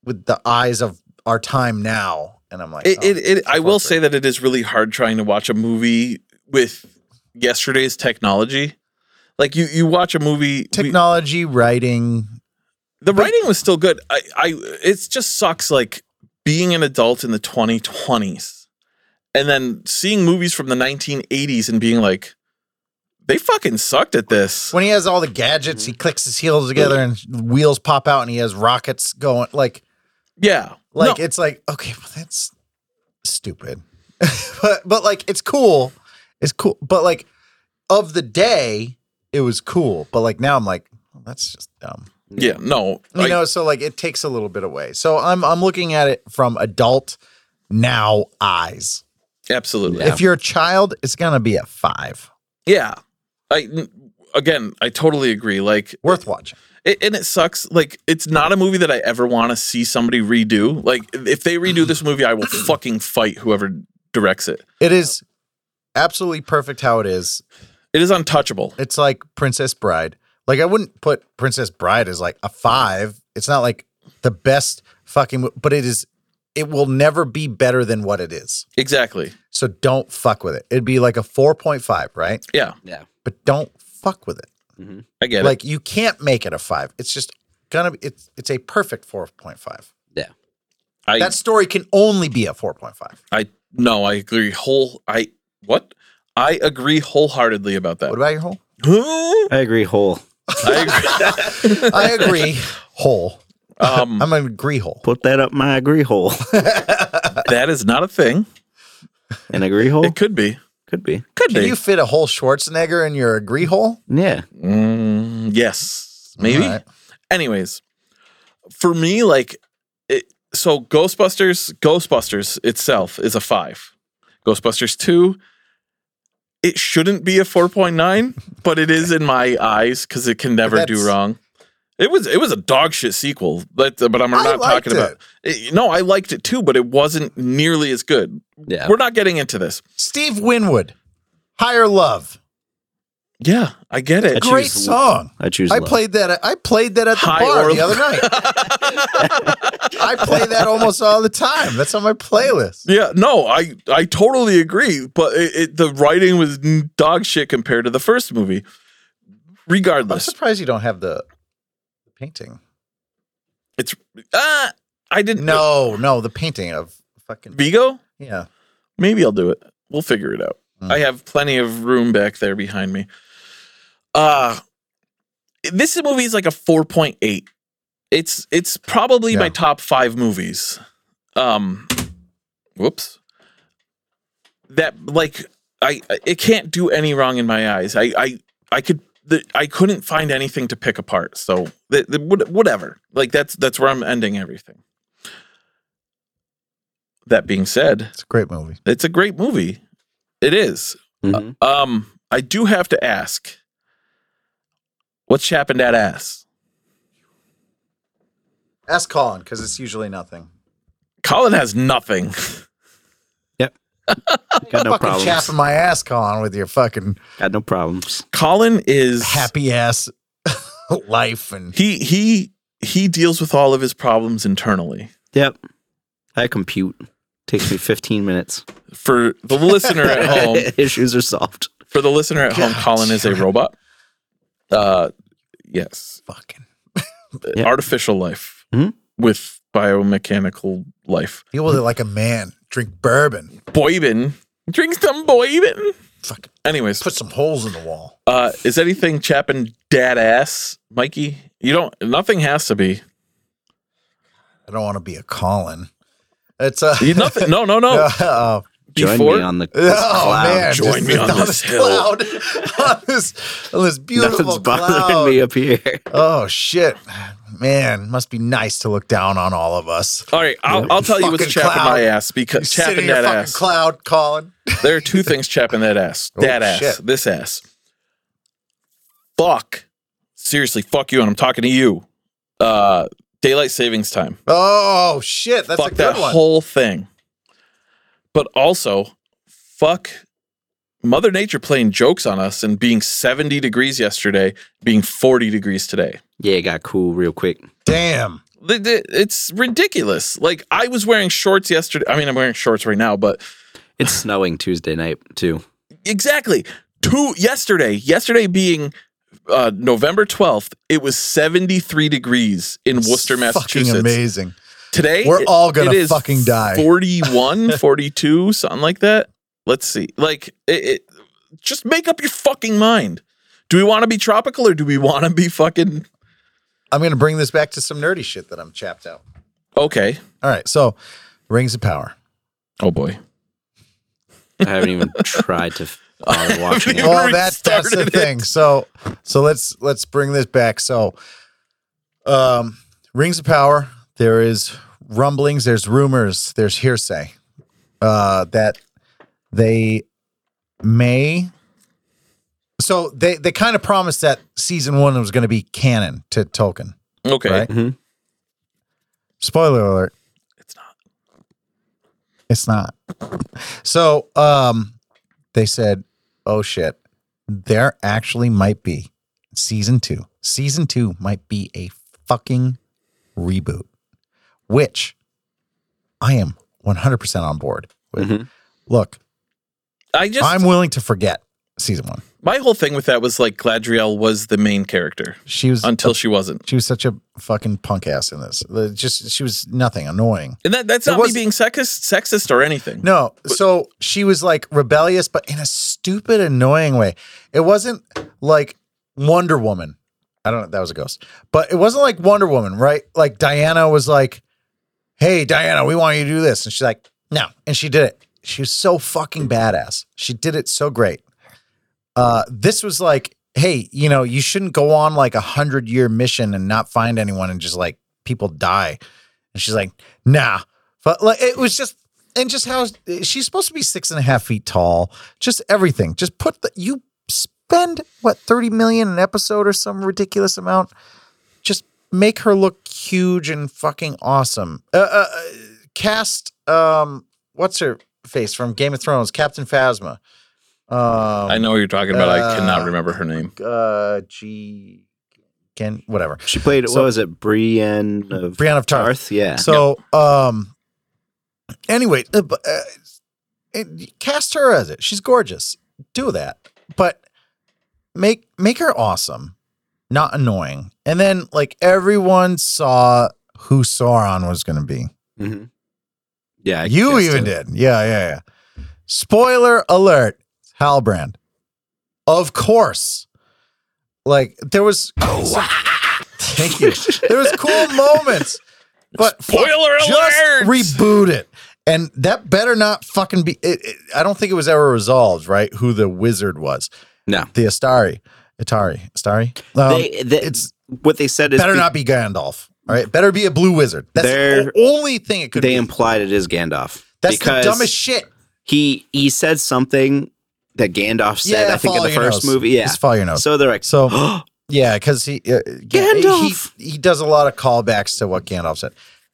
Speaker 2: with the eyes of our time now, and I'm like,
Speaker 1: it,
Speaker 2: oh,
Speaker 1: it, it, I will
Speaker 2: fucker.
Speaker 1: say that it is really hard trying to watch a movie with yesterday's technology. Like you, you watch a movie. we-
Speaker 2: technology, writing,
Speaker 1: The writing was still good. I, I it just sucks like being an adult in the 2020s and then seeing movies from the 1980s and being like they fucking sucked at this.
Speaker 2: When he has all the gadgets,
Speaker 1: Mm-hmm.
Speaker 2: he clicks his heels together and wheels pop out, and he has rockets going. Like,
Speaker 1: Yeah.
Speaker 2: like
Speaker 1: No,
Speaker 2: it's like okay, well, that's stupid, *laughs* but but like it's cool, it's cool. But like of the day, it was cool. But like now, I'm like well, that's just dumb.
Speaker 1: yeah, no.
Speaker 2: you
Speaker 1: I-
Speaker 2: know so like it takes a little bit away so i'm i'm looking at it from adult now eyes
Speaker 1: absolutely.
Speaker 3: Yeah.
Speaker 2: if you're a child it's gonna be a five
Speaker 1: Yeah. I again, I totally agree. Like
Speaker 2: worth watching
Speaker 1: it, and it sucks. Like it's not a movie that I ever want to see somebody redo. Like if they redo this movie, I will fucking fight whoever directs it.
Speaker 2: it is absolutely perfect how it is
Speaker 1: It is untouchable.
Speaker 2: it's like princess bride like i wouldn't put princess bride as like a five it's not like the best fucking mo- but it is it will never be better than what it is
Speaker 1: Exactly.
Speaker 2: so don't fuck with it it'd be like a 4.5 right
Speaker 1: Yeah,
Speaker 2: but don't fuck with it
Speaker 1: I get it.
Speaker 2: like you can't make it a five. It's just gonna be it's it's a perfect four point five.
Speaker 1: I
Speaker 2: that story can only be a four point five.
Speaker 1: no, I agree whole. I what? I agree wholeheartedly about that.
Speaker 2: What about your
Speaker 1: *laughs*
Speaker 2: whole?
Speaker 1: Huh?
Speaker 3: I agree whole.
Speaker 1: I agree. *laughs*
Speaker 2: I agree whole. *laughs*
Speaker 1: um,
Speaker 2: I'm an agree whole.
Speaker 3: Put that up my agree hole.
Speaker 1: that is not a thing.
Speaker 3: An agree
Speaker 2: Oh.
Speaker 3: hole?
Speaker 1: It could be.
Speaker 3: Could be.
Speaker 1: Could
Speaker 2: Can
Speaker 1: be.
Speaker 2: you fit a whole Schwarzenegger in your agree hole?
Speaker 3: Yeah.
Speaker 1: Mm, yes, maybe.
Speaker 2: All right.
Speaker 1: anyways for me like it, so ghostbusters ghostbusters itself is a five ghostbusters 2 it shouldn't be a 4.9 but it is in my eyes because it can never do
Speaker 2: That's-
Speaker 1: wrong it was it was a dog shit sequel but but i'm
Speaker 2: I
Speaker 1: not
Speaker 2: liked
Speaker 1: talking about it- no i liked it too but it wasn't nearly as good
Speaker 3: Yeah.
Speaker 1: we're not getting into this
Speaker 2: Steve Winwood, Higher Love,
Speaker 1: yeah i get it
Speaker 3: I
Speaker 2: great
Speaker 3: choose-
Speaker 2: song.
Speaker 3: I choose
Speaker 2: I
Speaker 3: love.
Speaker 2: played that. I played that at the
Speaker 1: High
Speaker 2: bar
Speaker 1: or-
Speaker 2: the other
Speaker 1: *laughs*
Speaker 2: night. I play that almost all the time. That's on my playlist.
Speaker 1: Yeah, no, I I totally agree, but it, it, the writing was n- dog shit compared to the first movie.
Speaker 2: I'm
Speaker 1: Regardless,
Speaker 2: surprised you don't have the, the painting.
Speaker 1: it's uh, I didn't
Speaker 2: No, no, the painting of fucking
Speaker 1: Vigo.
Speaker 2: yeah.
Speaker 1: Maybe I'll do it. We'll figure it out.
Speaker 2: Mm.
Speaker 1: I have plenty of room back there behind me. Uh this movie is like a 4.8. It's it's probably my
Speaker 2: Yeah.
Speaker 1: top 5 movies. Um whoops. That like I I- it can't do any wrong in my eyes. I I I could the, I couldn't find anything to pick apart. So the, the, what- whatever. Like that's that's where I'm ending everything. That being said,
Speaker 2: It's a great movie.
Speaker 1: it's a great movie. It is.
Speaker 3: Mhm.
Speaker 1: Um, I do have to ask, what's chapping that ass?
Speaker 2: Ask Colin because it's usually nothing.
Speaker 1: Colin has nothing. *laughs*
Speaker 3: Got no
Speaker 2: fucking
Speaker 3: problems.
Speaker 2: chapping my ass, Colin, with your fucking
Speaker 3: Got no problems.
Speaker 1: Colin is
Speaker 2: happy ass *laughs* life and
Speaker 1: He he he deals with all of his problems internally.
Speaker 3: Yep. I compute. Takes me 15 minutes.
Speaker 1: For the listener
Speaker 3: *laughs*
Speaker 1: at home,
Speaker 3: Issues are solved.
Speaker 1: for the listener at home,
Speaker 2: God,
Speaker 1: Colin is a
Speaker 2: Chap.
Speaker 1: robot. Uh, yes,
Speaker 2: fucking.
Speaker 3: Yeah.
Speaker 1: artificial life
Speaker 3: Mhm.
Speaker 1: with biomechanical life.
Speaker 2: Deal with it like a man. Drink bourbon.
Speaker 1: Boybin, drink some boybin.
Speaker 2: Fucking
Speaker 1: Anyways,
Speaker 2: put some holes in the wall.
Speaker 1: Uh, is anything chapping dad ass, Mikey? You don't. Nothing has to be.
Speaker 2: I don't want to be a Colin. It's a *laughs*
Speaker 1: You- nothing. No, no, no.
Speaker 2: oh,
Speaker 3: Join
Speaker 1: Before-
Speaker 3: me on the
Speaker 2: oh,
Speaker 3: cloud.
Speaker 2: man!
Speaker 1: join
Speaker 2: just
Speaker 1: me on this hill.
Speaker 2: cloud, *laughs* on this, on this beautiful
Speaker 3: Nothing's
Speaker 2: cloud.
Speaker 3: bothering me up here. *laughs*
Speaker 2: Oh shit, man! Must be nice to look down on all of us.
Speaker 1: All right, I'll, I'll tell you what's
Speaker 2: Fucking
Speaker 1: chapping
Speaker 2: clown.
Speaker 1: my ass because
Speaker 2: You sit in
Speaker 1: chapping
Speaker 2: your
Speaker 1: that
Speaker 2: fucking
Speaker 1: ass.
Speaker 2: cloud, Colin.
Speaker 1: There are two things chapping that ass.
Speaker 2: Oh,
Speaker 1: That ass.
Speaker 2: shit.
Speaker 1: This ass. Fuck. Seriously, fuck you, and I'm talking to you. Uh, daylight savings time.
Speaker 2: Oh shit, that's
Speaker 1: fuck
Speaker 2: a good
Speaker 1: that
Speaker 2: one.
Speaker 1: whole thing. But also, fuck Mother Nature playing jokes on us and being 70 degrees yesterday, being 40 degrees today.
Speaker 3: Yeah, it got cool real quick.
Speaker 2: Damn.
Speaker 1: The- the- It's ridiculous. Like I was wearing shorts yesterday. I mean, I'm wearing shorts right now, but
Speaker 3: It's snowing Tuesday night, too.
Speaker 1: exactly two yesterday. Yesterday being uh, November 12th, it was 73 degrees in Worcester,
Speaker 2: It's
Speaker 1: Massachusetts.
Speaker 2: Fucking amazing.
Speaker 1: Today,
Speaker 2: We're
Speaker 1: it-
Speaker 2: all gonna
Speaker 1: it is
Speaker 2: fucking die. *laughs*
Speaker 1: 41, 42, something like that. Let's see. Like, it, it, just make up your fucking mind. Do we want to be tropical or do we want to be fucking.
Speaker 2: I'm gonna bring this back to some nerdy shit that I'm chapped out.
Speaker 1: Okay.
Speaker 2: All right, so rings of power.
Speaker 1: Oh, boy.
Speaker 3: I haven't even tried to bother watching
Speaker 2: *laughs*
Speaker 1: You
Speaker 3: it.
Speaker 2: Oh, that, that's the
Speaker 1: restarted it.
Speaker 2: thing. So so let's let's bring this back. So um rings of power, there is rumblings, there's rumors, there's hearsay. Uh that they may so they they kind of promised that season one was gonna be canon to Tolkien.
Speaker 1: Okay. mm-hmm.
Speaker 2: Right.
Speaker 3: Mhm.
Speaker 2: Spoiler alert.
Speaker 1: It's not.
Speaker 2: It's not. So um they said, Oh shit, there actually might be season two. Season two might be a fucking reboot, which I am 100% on board with.
Speaker 3: Mhm.
Speaker 2: Look,
Speaker 1: I just.
Speaker 2: I'm willing to forget season one.
Speaker 1: my whole thing with that was like Gladriel was the main character
Speaker 2: She was
Speaker 1: until she wasn't.
Speaker 2: she was such a fucking punk ass in this. The- Just she was nothing annoying.
Speaker 1: And that, that's
Speaker 2: It
Speaker 1: not
Speaker 2: was-
Speaker 1: me being sexist, sexist or anything.
Speaker 2: No. So she was like rebellious, but in a stupid, annoying way. It wasn't like Wonder Woman. I don't know. That was a ghost. But it wasn't like Wonder Woman, right? Like Diana was like, hey, Diana, we want you to do this. And she's like, no. And she did it. She was so fucking badass. She did it so great. Uh, this was like, hey, you know, you shouldn't go on like a hundred year mission and not find anyone and just like people die. And she's like, nah. But like it was just and just how she's supposed to be six and a half feet tall. Just everything. Just put the you spend what thirty million an episode or some ridiculous amount. Just make her look huge and fucking awesome. Uh, uh, uh, cast um, what's her face from Game of Thrones? Captain Phasma. Um,
Speaker 1: I know what you're talking about. I
Speaker 2: uh,
Speaker 1: cannot remember her name.
Speaker 2: Uh, G. Ken, whatever.
Speaker 3: She played,
Speaker 2: So-
Speaker 3: what was it, Brienne of
Speaker 2: Brienne of Tarth.
Speaker 3: Tarth? Yeah.
Speaker 2: So, um, anyway, uh, bu- uh, it- cast her as it. She's gorgeous. Do that, but make make her awesome, not annoying. And then, like everyone saw who Sauron was going to be.
Speaker 1: Mm-hmm.
Speaker 3: Mhm. Yeah. I
Speaker 2: you
Speaker 3: guessed
Speaker 2: even
Speaker 3: it.
Speaker 2: did. Yeah, yeah, yeah. Spoiler alert: it's Halbrand. Of course, like there was. *laughs* thank you.
Speaker 3: *laughs*
Speaker 2: There was cool moments, but fuck,
Speaker 1: Spoiler
Speaker 2: just
Speaker 1: alert!
Speaker 2: reboot it and that better not fucking be it, it- i don't think it was ever resolved right who the wizard was
Speaker 3: No.
Speaker 2: the astari atari astari um,
Speaker 3: they, they,
Speaker 2: it's
Speaker 3: what they said is
Speaker 2: better
Speaker 3: be-
Speaker 2: not be gandalf all right better be a blue wizard that's the
Speaker 3: They're-
Speaker 2: o- only thing it could
Speaker 3: they
Speaker 2: be
Speaker 3: implied it is Gandalf.
Speaker 2: that's the
Speaker 3: because
Speaker 2: dumbest shit
Speaker 3: he he said something that Gandalf said, I think, in
Speaker 2: follow
Speaker 3: the
Speaker 2: your
Speaker 3: first
Speaker 2: nose.
Speaker 3: movie. Yeah.
Speaker 2: just follow your nose
Speaker 3: So they're like, *gasps*
Speaker 2: so
Speaker 3: oh,
Speaker 2: Yeah, because he uh, Gan-
Speaker 3: Gandalf.
Speaker 2: He, he does a lot of callbacks to what Gandalf said.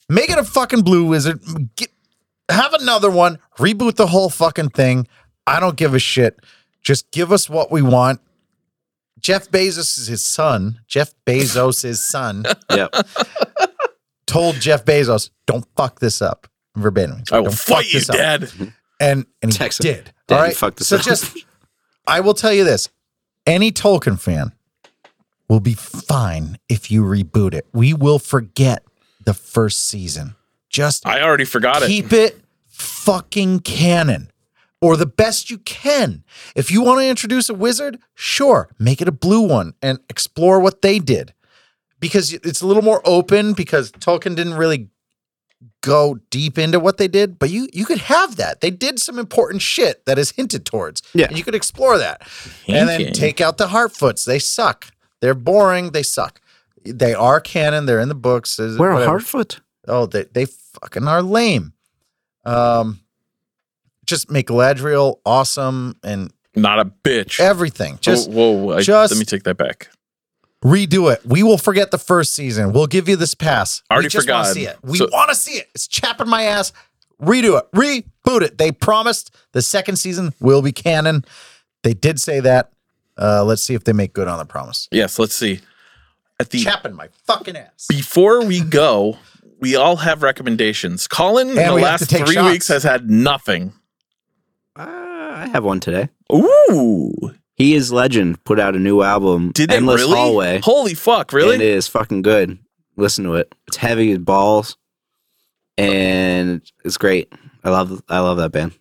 Speaker 2: Make it a fucking blue wizard. Get, have another one. Reboot the whole fucking thing. I don't give a shit. Just give us what we want. Jeff Bezos is his son. Jeff Bezos' his
Speaker 1: *laughs*
Speaker 2: son
Speaker 3: yep.
Speaker 2: told Jeff Bezos, "Don't fuck this up." Verbatim.
Speaker 1: I will
Speaker 2: "Don't
Speaker 1: fight you,
Speaker 2: this up."
Speaker 1: Dad.
Speaker 2: And and he
Speaker 3: Text him.
Speaker 2: did.
Speaker 3: Dad,
Speaker 2: all
Speaker 3: you
Speaker 2: right.
Speaker 3: fucked this
Speaker 2: so
Speaker 3: up. *laughs*
Speaker 2: just, I will tell you this: any Tolkien fan will be fine if you reboot it. We will forget the first season. Just
Speaker 1: I already forgot it.
Speaker 2: keep it fucking canon, or the best you can. If you want to introduce a wizard, sure, make it a blue one and explore what they did, because it's a little more open. Because Tolkien didn't really go deep into what they did, but you you could have that. They did some important shit that is hinted towards.
Speaker 3: Yeah.
Speaker 2: and you could explore that, and then
Speaker 1: Hinting.
Speaker 2: take out the Hartfoots. They suck. They're boring. They suck. They are canon. They're in the books.
Speaker 3: We're a
Speaker 2: whatever.
Speaker 3: Hardfoot.
Speaker 2: Oh, they they fucking are lame. Um, just make Galadriel awesome and
Speaker 1: Not a bitch.
Speaker 2: everything. Just
Speaker 1: whoa, whoa, I-
Speaker 2: just-
Speaker 1: let me take that back.
Speaker 2: redo it. We will forget the first season. We'll give you this pass.
Speaker 1: I already
Speaker 2: we just want to
Speaker 1: forgot.
Speaker 2: see it. We
Speaker 1: So-
Speaker 2: want to see it. It's chapping my ass. Redo it. Reboot it. They promised the second season will be canon. They did say that. Uh, let's see if they make good on the promise.
Speaker 1: Yes, let's see. At the
Speaker 2: Chapping my fucking ass.
Speaker 1: before we go, we all have recommendations. Colin in
Speaker 2: And
Speaker 1: the
Speaker 2: we have to
Speaker 1: last
Speaker 2: take
Speaker 1: three
Speaker 2: shots.
Speaker 1: weeks has had nothing.
Speaker 3: Uh, I have one today.
Speaker 1: Ooh.
Speaker 3: He is Legend put out a new album,
Speaker 1: Did it
Speaker 3: Endless
Speaker 1: really?
Speaker 3: Hallway.
Speaker 1: Holy fuck,
Speaker 3: And
Speaker 1: really?
Speaker 3: it is fucking good. Listen to it. It's heavy as balls, and it's great. I love I love that band.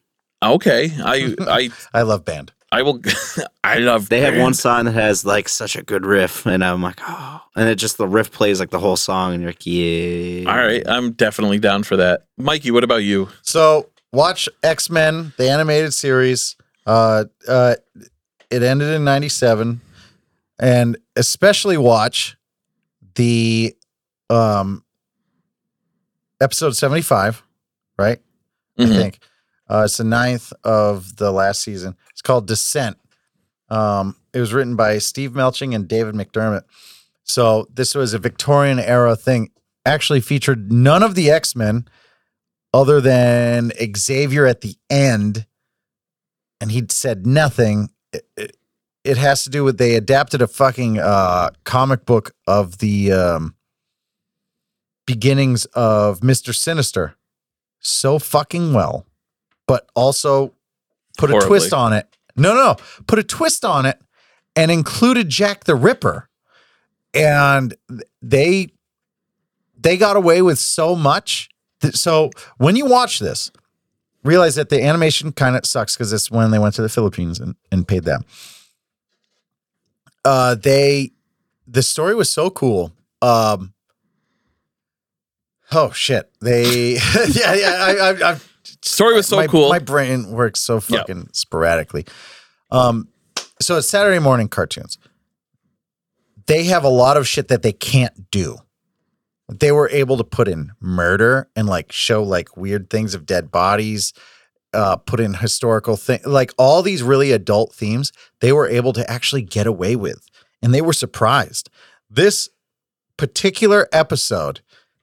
Speaker 1: Okay.
Speaker 3: *laughs*
Speaker 1: I I
Speaker 2: I love band.
Speaker 1: I will *laughs* I love
Speaker 3: They have
Speaker 1: Grand.
Speaker 3: one song that has like such a good riff, and I'm like, oh, and it just the riff plays like the whole song, and you're like, yeah.
Speaker 1: All right, I'm definitely down for that. Mikey, what about you?
Speaker 2: So watch X Men, the animated series. Uh, uh, it ended in '97, and especially watch the um episode 75. Right, I *laughs*
Speaker 1: Mhm.
Speaker 2: think uh, it's the ninth of the last season. It's called Descent. Um, it was written by Steve Melching and David McDermott. So this was a Victorian era thing. Actually featured none of the X Men, other than Xavier at the end, and he said nothing. It, it, it has to do with they adapted a fucking uh, comic book of the um, beginnings of Mister Sinister so fucking well, but also put a
Speaker 1: Horribly.
Speaker 2: twist on it. No, no, no, put a twist on it and included Jack the Ripper. And th- they they got away with so much. Th- So when you watch this, realize that the animation kind of sucks because it's when they went to the Philippines and, and paid them. Uh, they the story was so cool. Um, oh shit! They *laughs* yeah yeah I, I, I
Speaker 1: Story was so
Speaker 2: my,
Speaker 1: cool.
Speaker 2: My brain works so
Speaker 1: Yeah.
Speaker 2: fucking sporadically. Um, so it's Saturday morning cartoons. They have a lot of shit that they can't do. They were able to put in murder and like show like weird things of dead bodies, uh, put in historical thing, like all these really adult themes. They were able to actually get away with, and they were surprised. This particular episode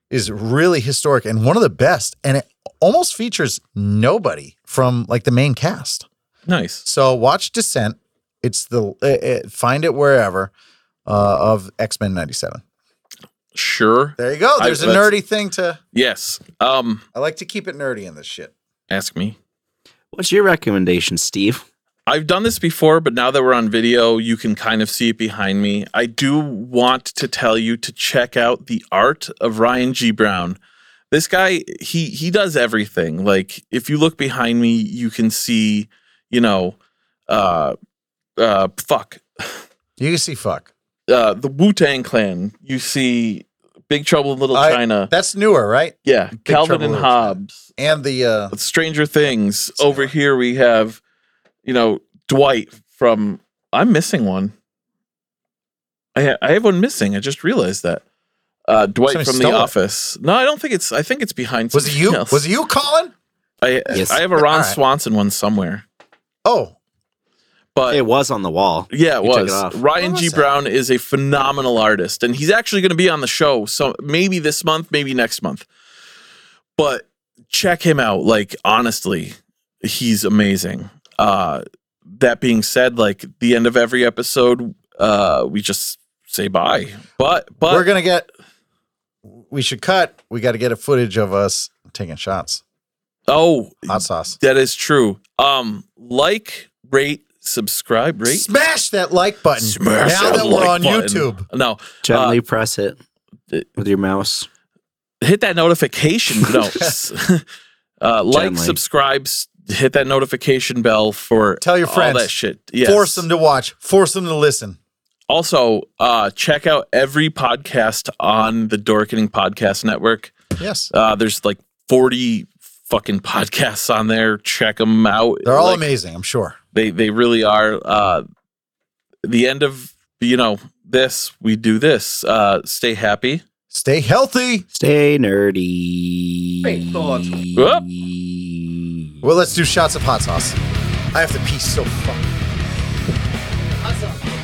Speaker 2: is really historic and one of the best, and it almost features nobody from like the main cast.
Speaker 1: nice.
Speaker 2: So watch Descent. It's the uh, uh, find it wherever uh, of X Men '97.
Speaker 1: Sure.
Speaker 2: There you go.
Speaker 1: I-
Speaker 2: There's a
Speaker 1: that's-
Speaker 2: nerdy thing to.
Speaker 1: Yes. Um
Speaker 2: I like to keep it nerdy in this shit.
Speaker 1: ask me.
Speaker 3: What's your recommendation, Steve?
Speaker 1: I've done this before, but now that we're on video, you can kind of see it behind me. I do want to tell you to check out the art of Ryan G. Brown. This guy, he he does everything. Like if you look behind me, you can see, you know, uh uh fuck.
Speaker 2: You can see fuck.
Speaker 1: Uh the Wu Tang clan. You see Big Trouble in Little
Speaker 2: I-
Speaker 1: China.
Speaker 2: That's newer, right?
Speaker 1: Yeah. Calvin
Speaker 2: Trouble in
Speaker 1: and
Speaker 2: Little China.
Speaker 1: Hobbes.
Speaker 2: And the uh,
Speaker 1: Stranger Things.
Speaker 2: Same
Speaker 1: Over
Speaker 2: one.
Speaker 1: here we have, you know, Dwight from. I'm missing one. I ha- I have one missing. I just realized that. Uh, Dwight
Speaker 2: Somebody
Speaker 1: from The
Speaker 2: stole it.
Speaker 1: Office. No, I don't think it's. I think it's behind.
Speaker 2: was it you?
Speaker 1: something else.
Speaker 2: Was it you, Colin?
Speaker 1: I,
Speaker 3: Yes.
Speaker 1: I have a Ron
Speaker 2: All right.
Speaker 1: Swanson one somewhere,
Speaker 2: Oh,
Speaker 1: but
Speaker 3: It was on the wall.
Speaker 1: yeah, it
Speaker 3: You took
Speaker 1: was.
Speaker 3: it off.
Speaker 1: Ryan
Speaker 2: What
Speaker 1: G.
Speaker 2: was that?
Speaker 1: Brown is a phenomenal artist, and he's actually going to be on the show. So maybe this month, maybe next month. But check him out. Like, honestly, he's amazing. Uh, that being said, like the end of every episode, uh, we just say bye. But but
Speaker 2: we're gonna get. We should cut. We got to get a footage of us taking shots.
Speaker 1: oh,
Speaker 2: Hot sauce.
Speaker 1: that is true. Um, like, rate, subscribe, rate.
Speaker 2: Smash that like button.
Speaker 1: Smash
Speaker 2: now that,
Speaker 1: that
Speaker 2: we're
Speaker 1: like
Speaker 2: on
Speaker 1: button.
Speaker 2: YouTube.
Speaker 1: No, uh,
Speaker 3: Gently press it
Speaker 1: it-
Speaker 3: with your mouse.
Speaker 1: hit that notification
Speaker 2: *laughs*
Speaker 1: no *laughs* uh, like
Speaker 3: Gently.
Speaker 1: subscribe s- hit that notification bell for
Speaker 2: Tell your
Speaker 1: all
Speaker 2: friends.
Speaker 1: that shit yes.
Speaker 2: Force them to watch. Force them to listen.
Speaker 1: also uh, check out every podcast on the dorkening podcast network
Speaker 2: Yes.
Speaker 1: uh, there's like 40 fucking podcasts on there check them out
Speaker 2: They're all
Speaker 1: Like,
Speaker 2: amazing, I'm sure.
Speaker 1: they they really are uh the end of you know this we do this uh stay happy
Speaker 2: Stay healthy.
Speaker 3: Stay nerdy.
Speaker 2: Great thought.
Speaker 1: Whoop.
Speaker 2: Well, let's do shots of hot sauce. I have to pee so fuck. Hot sauce.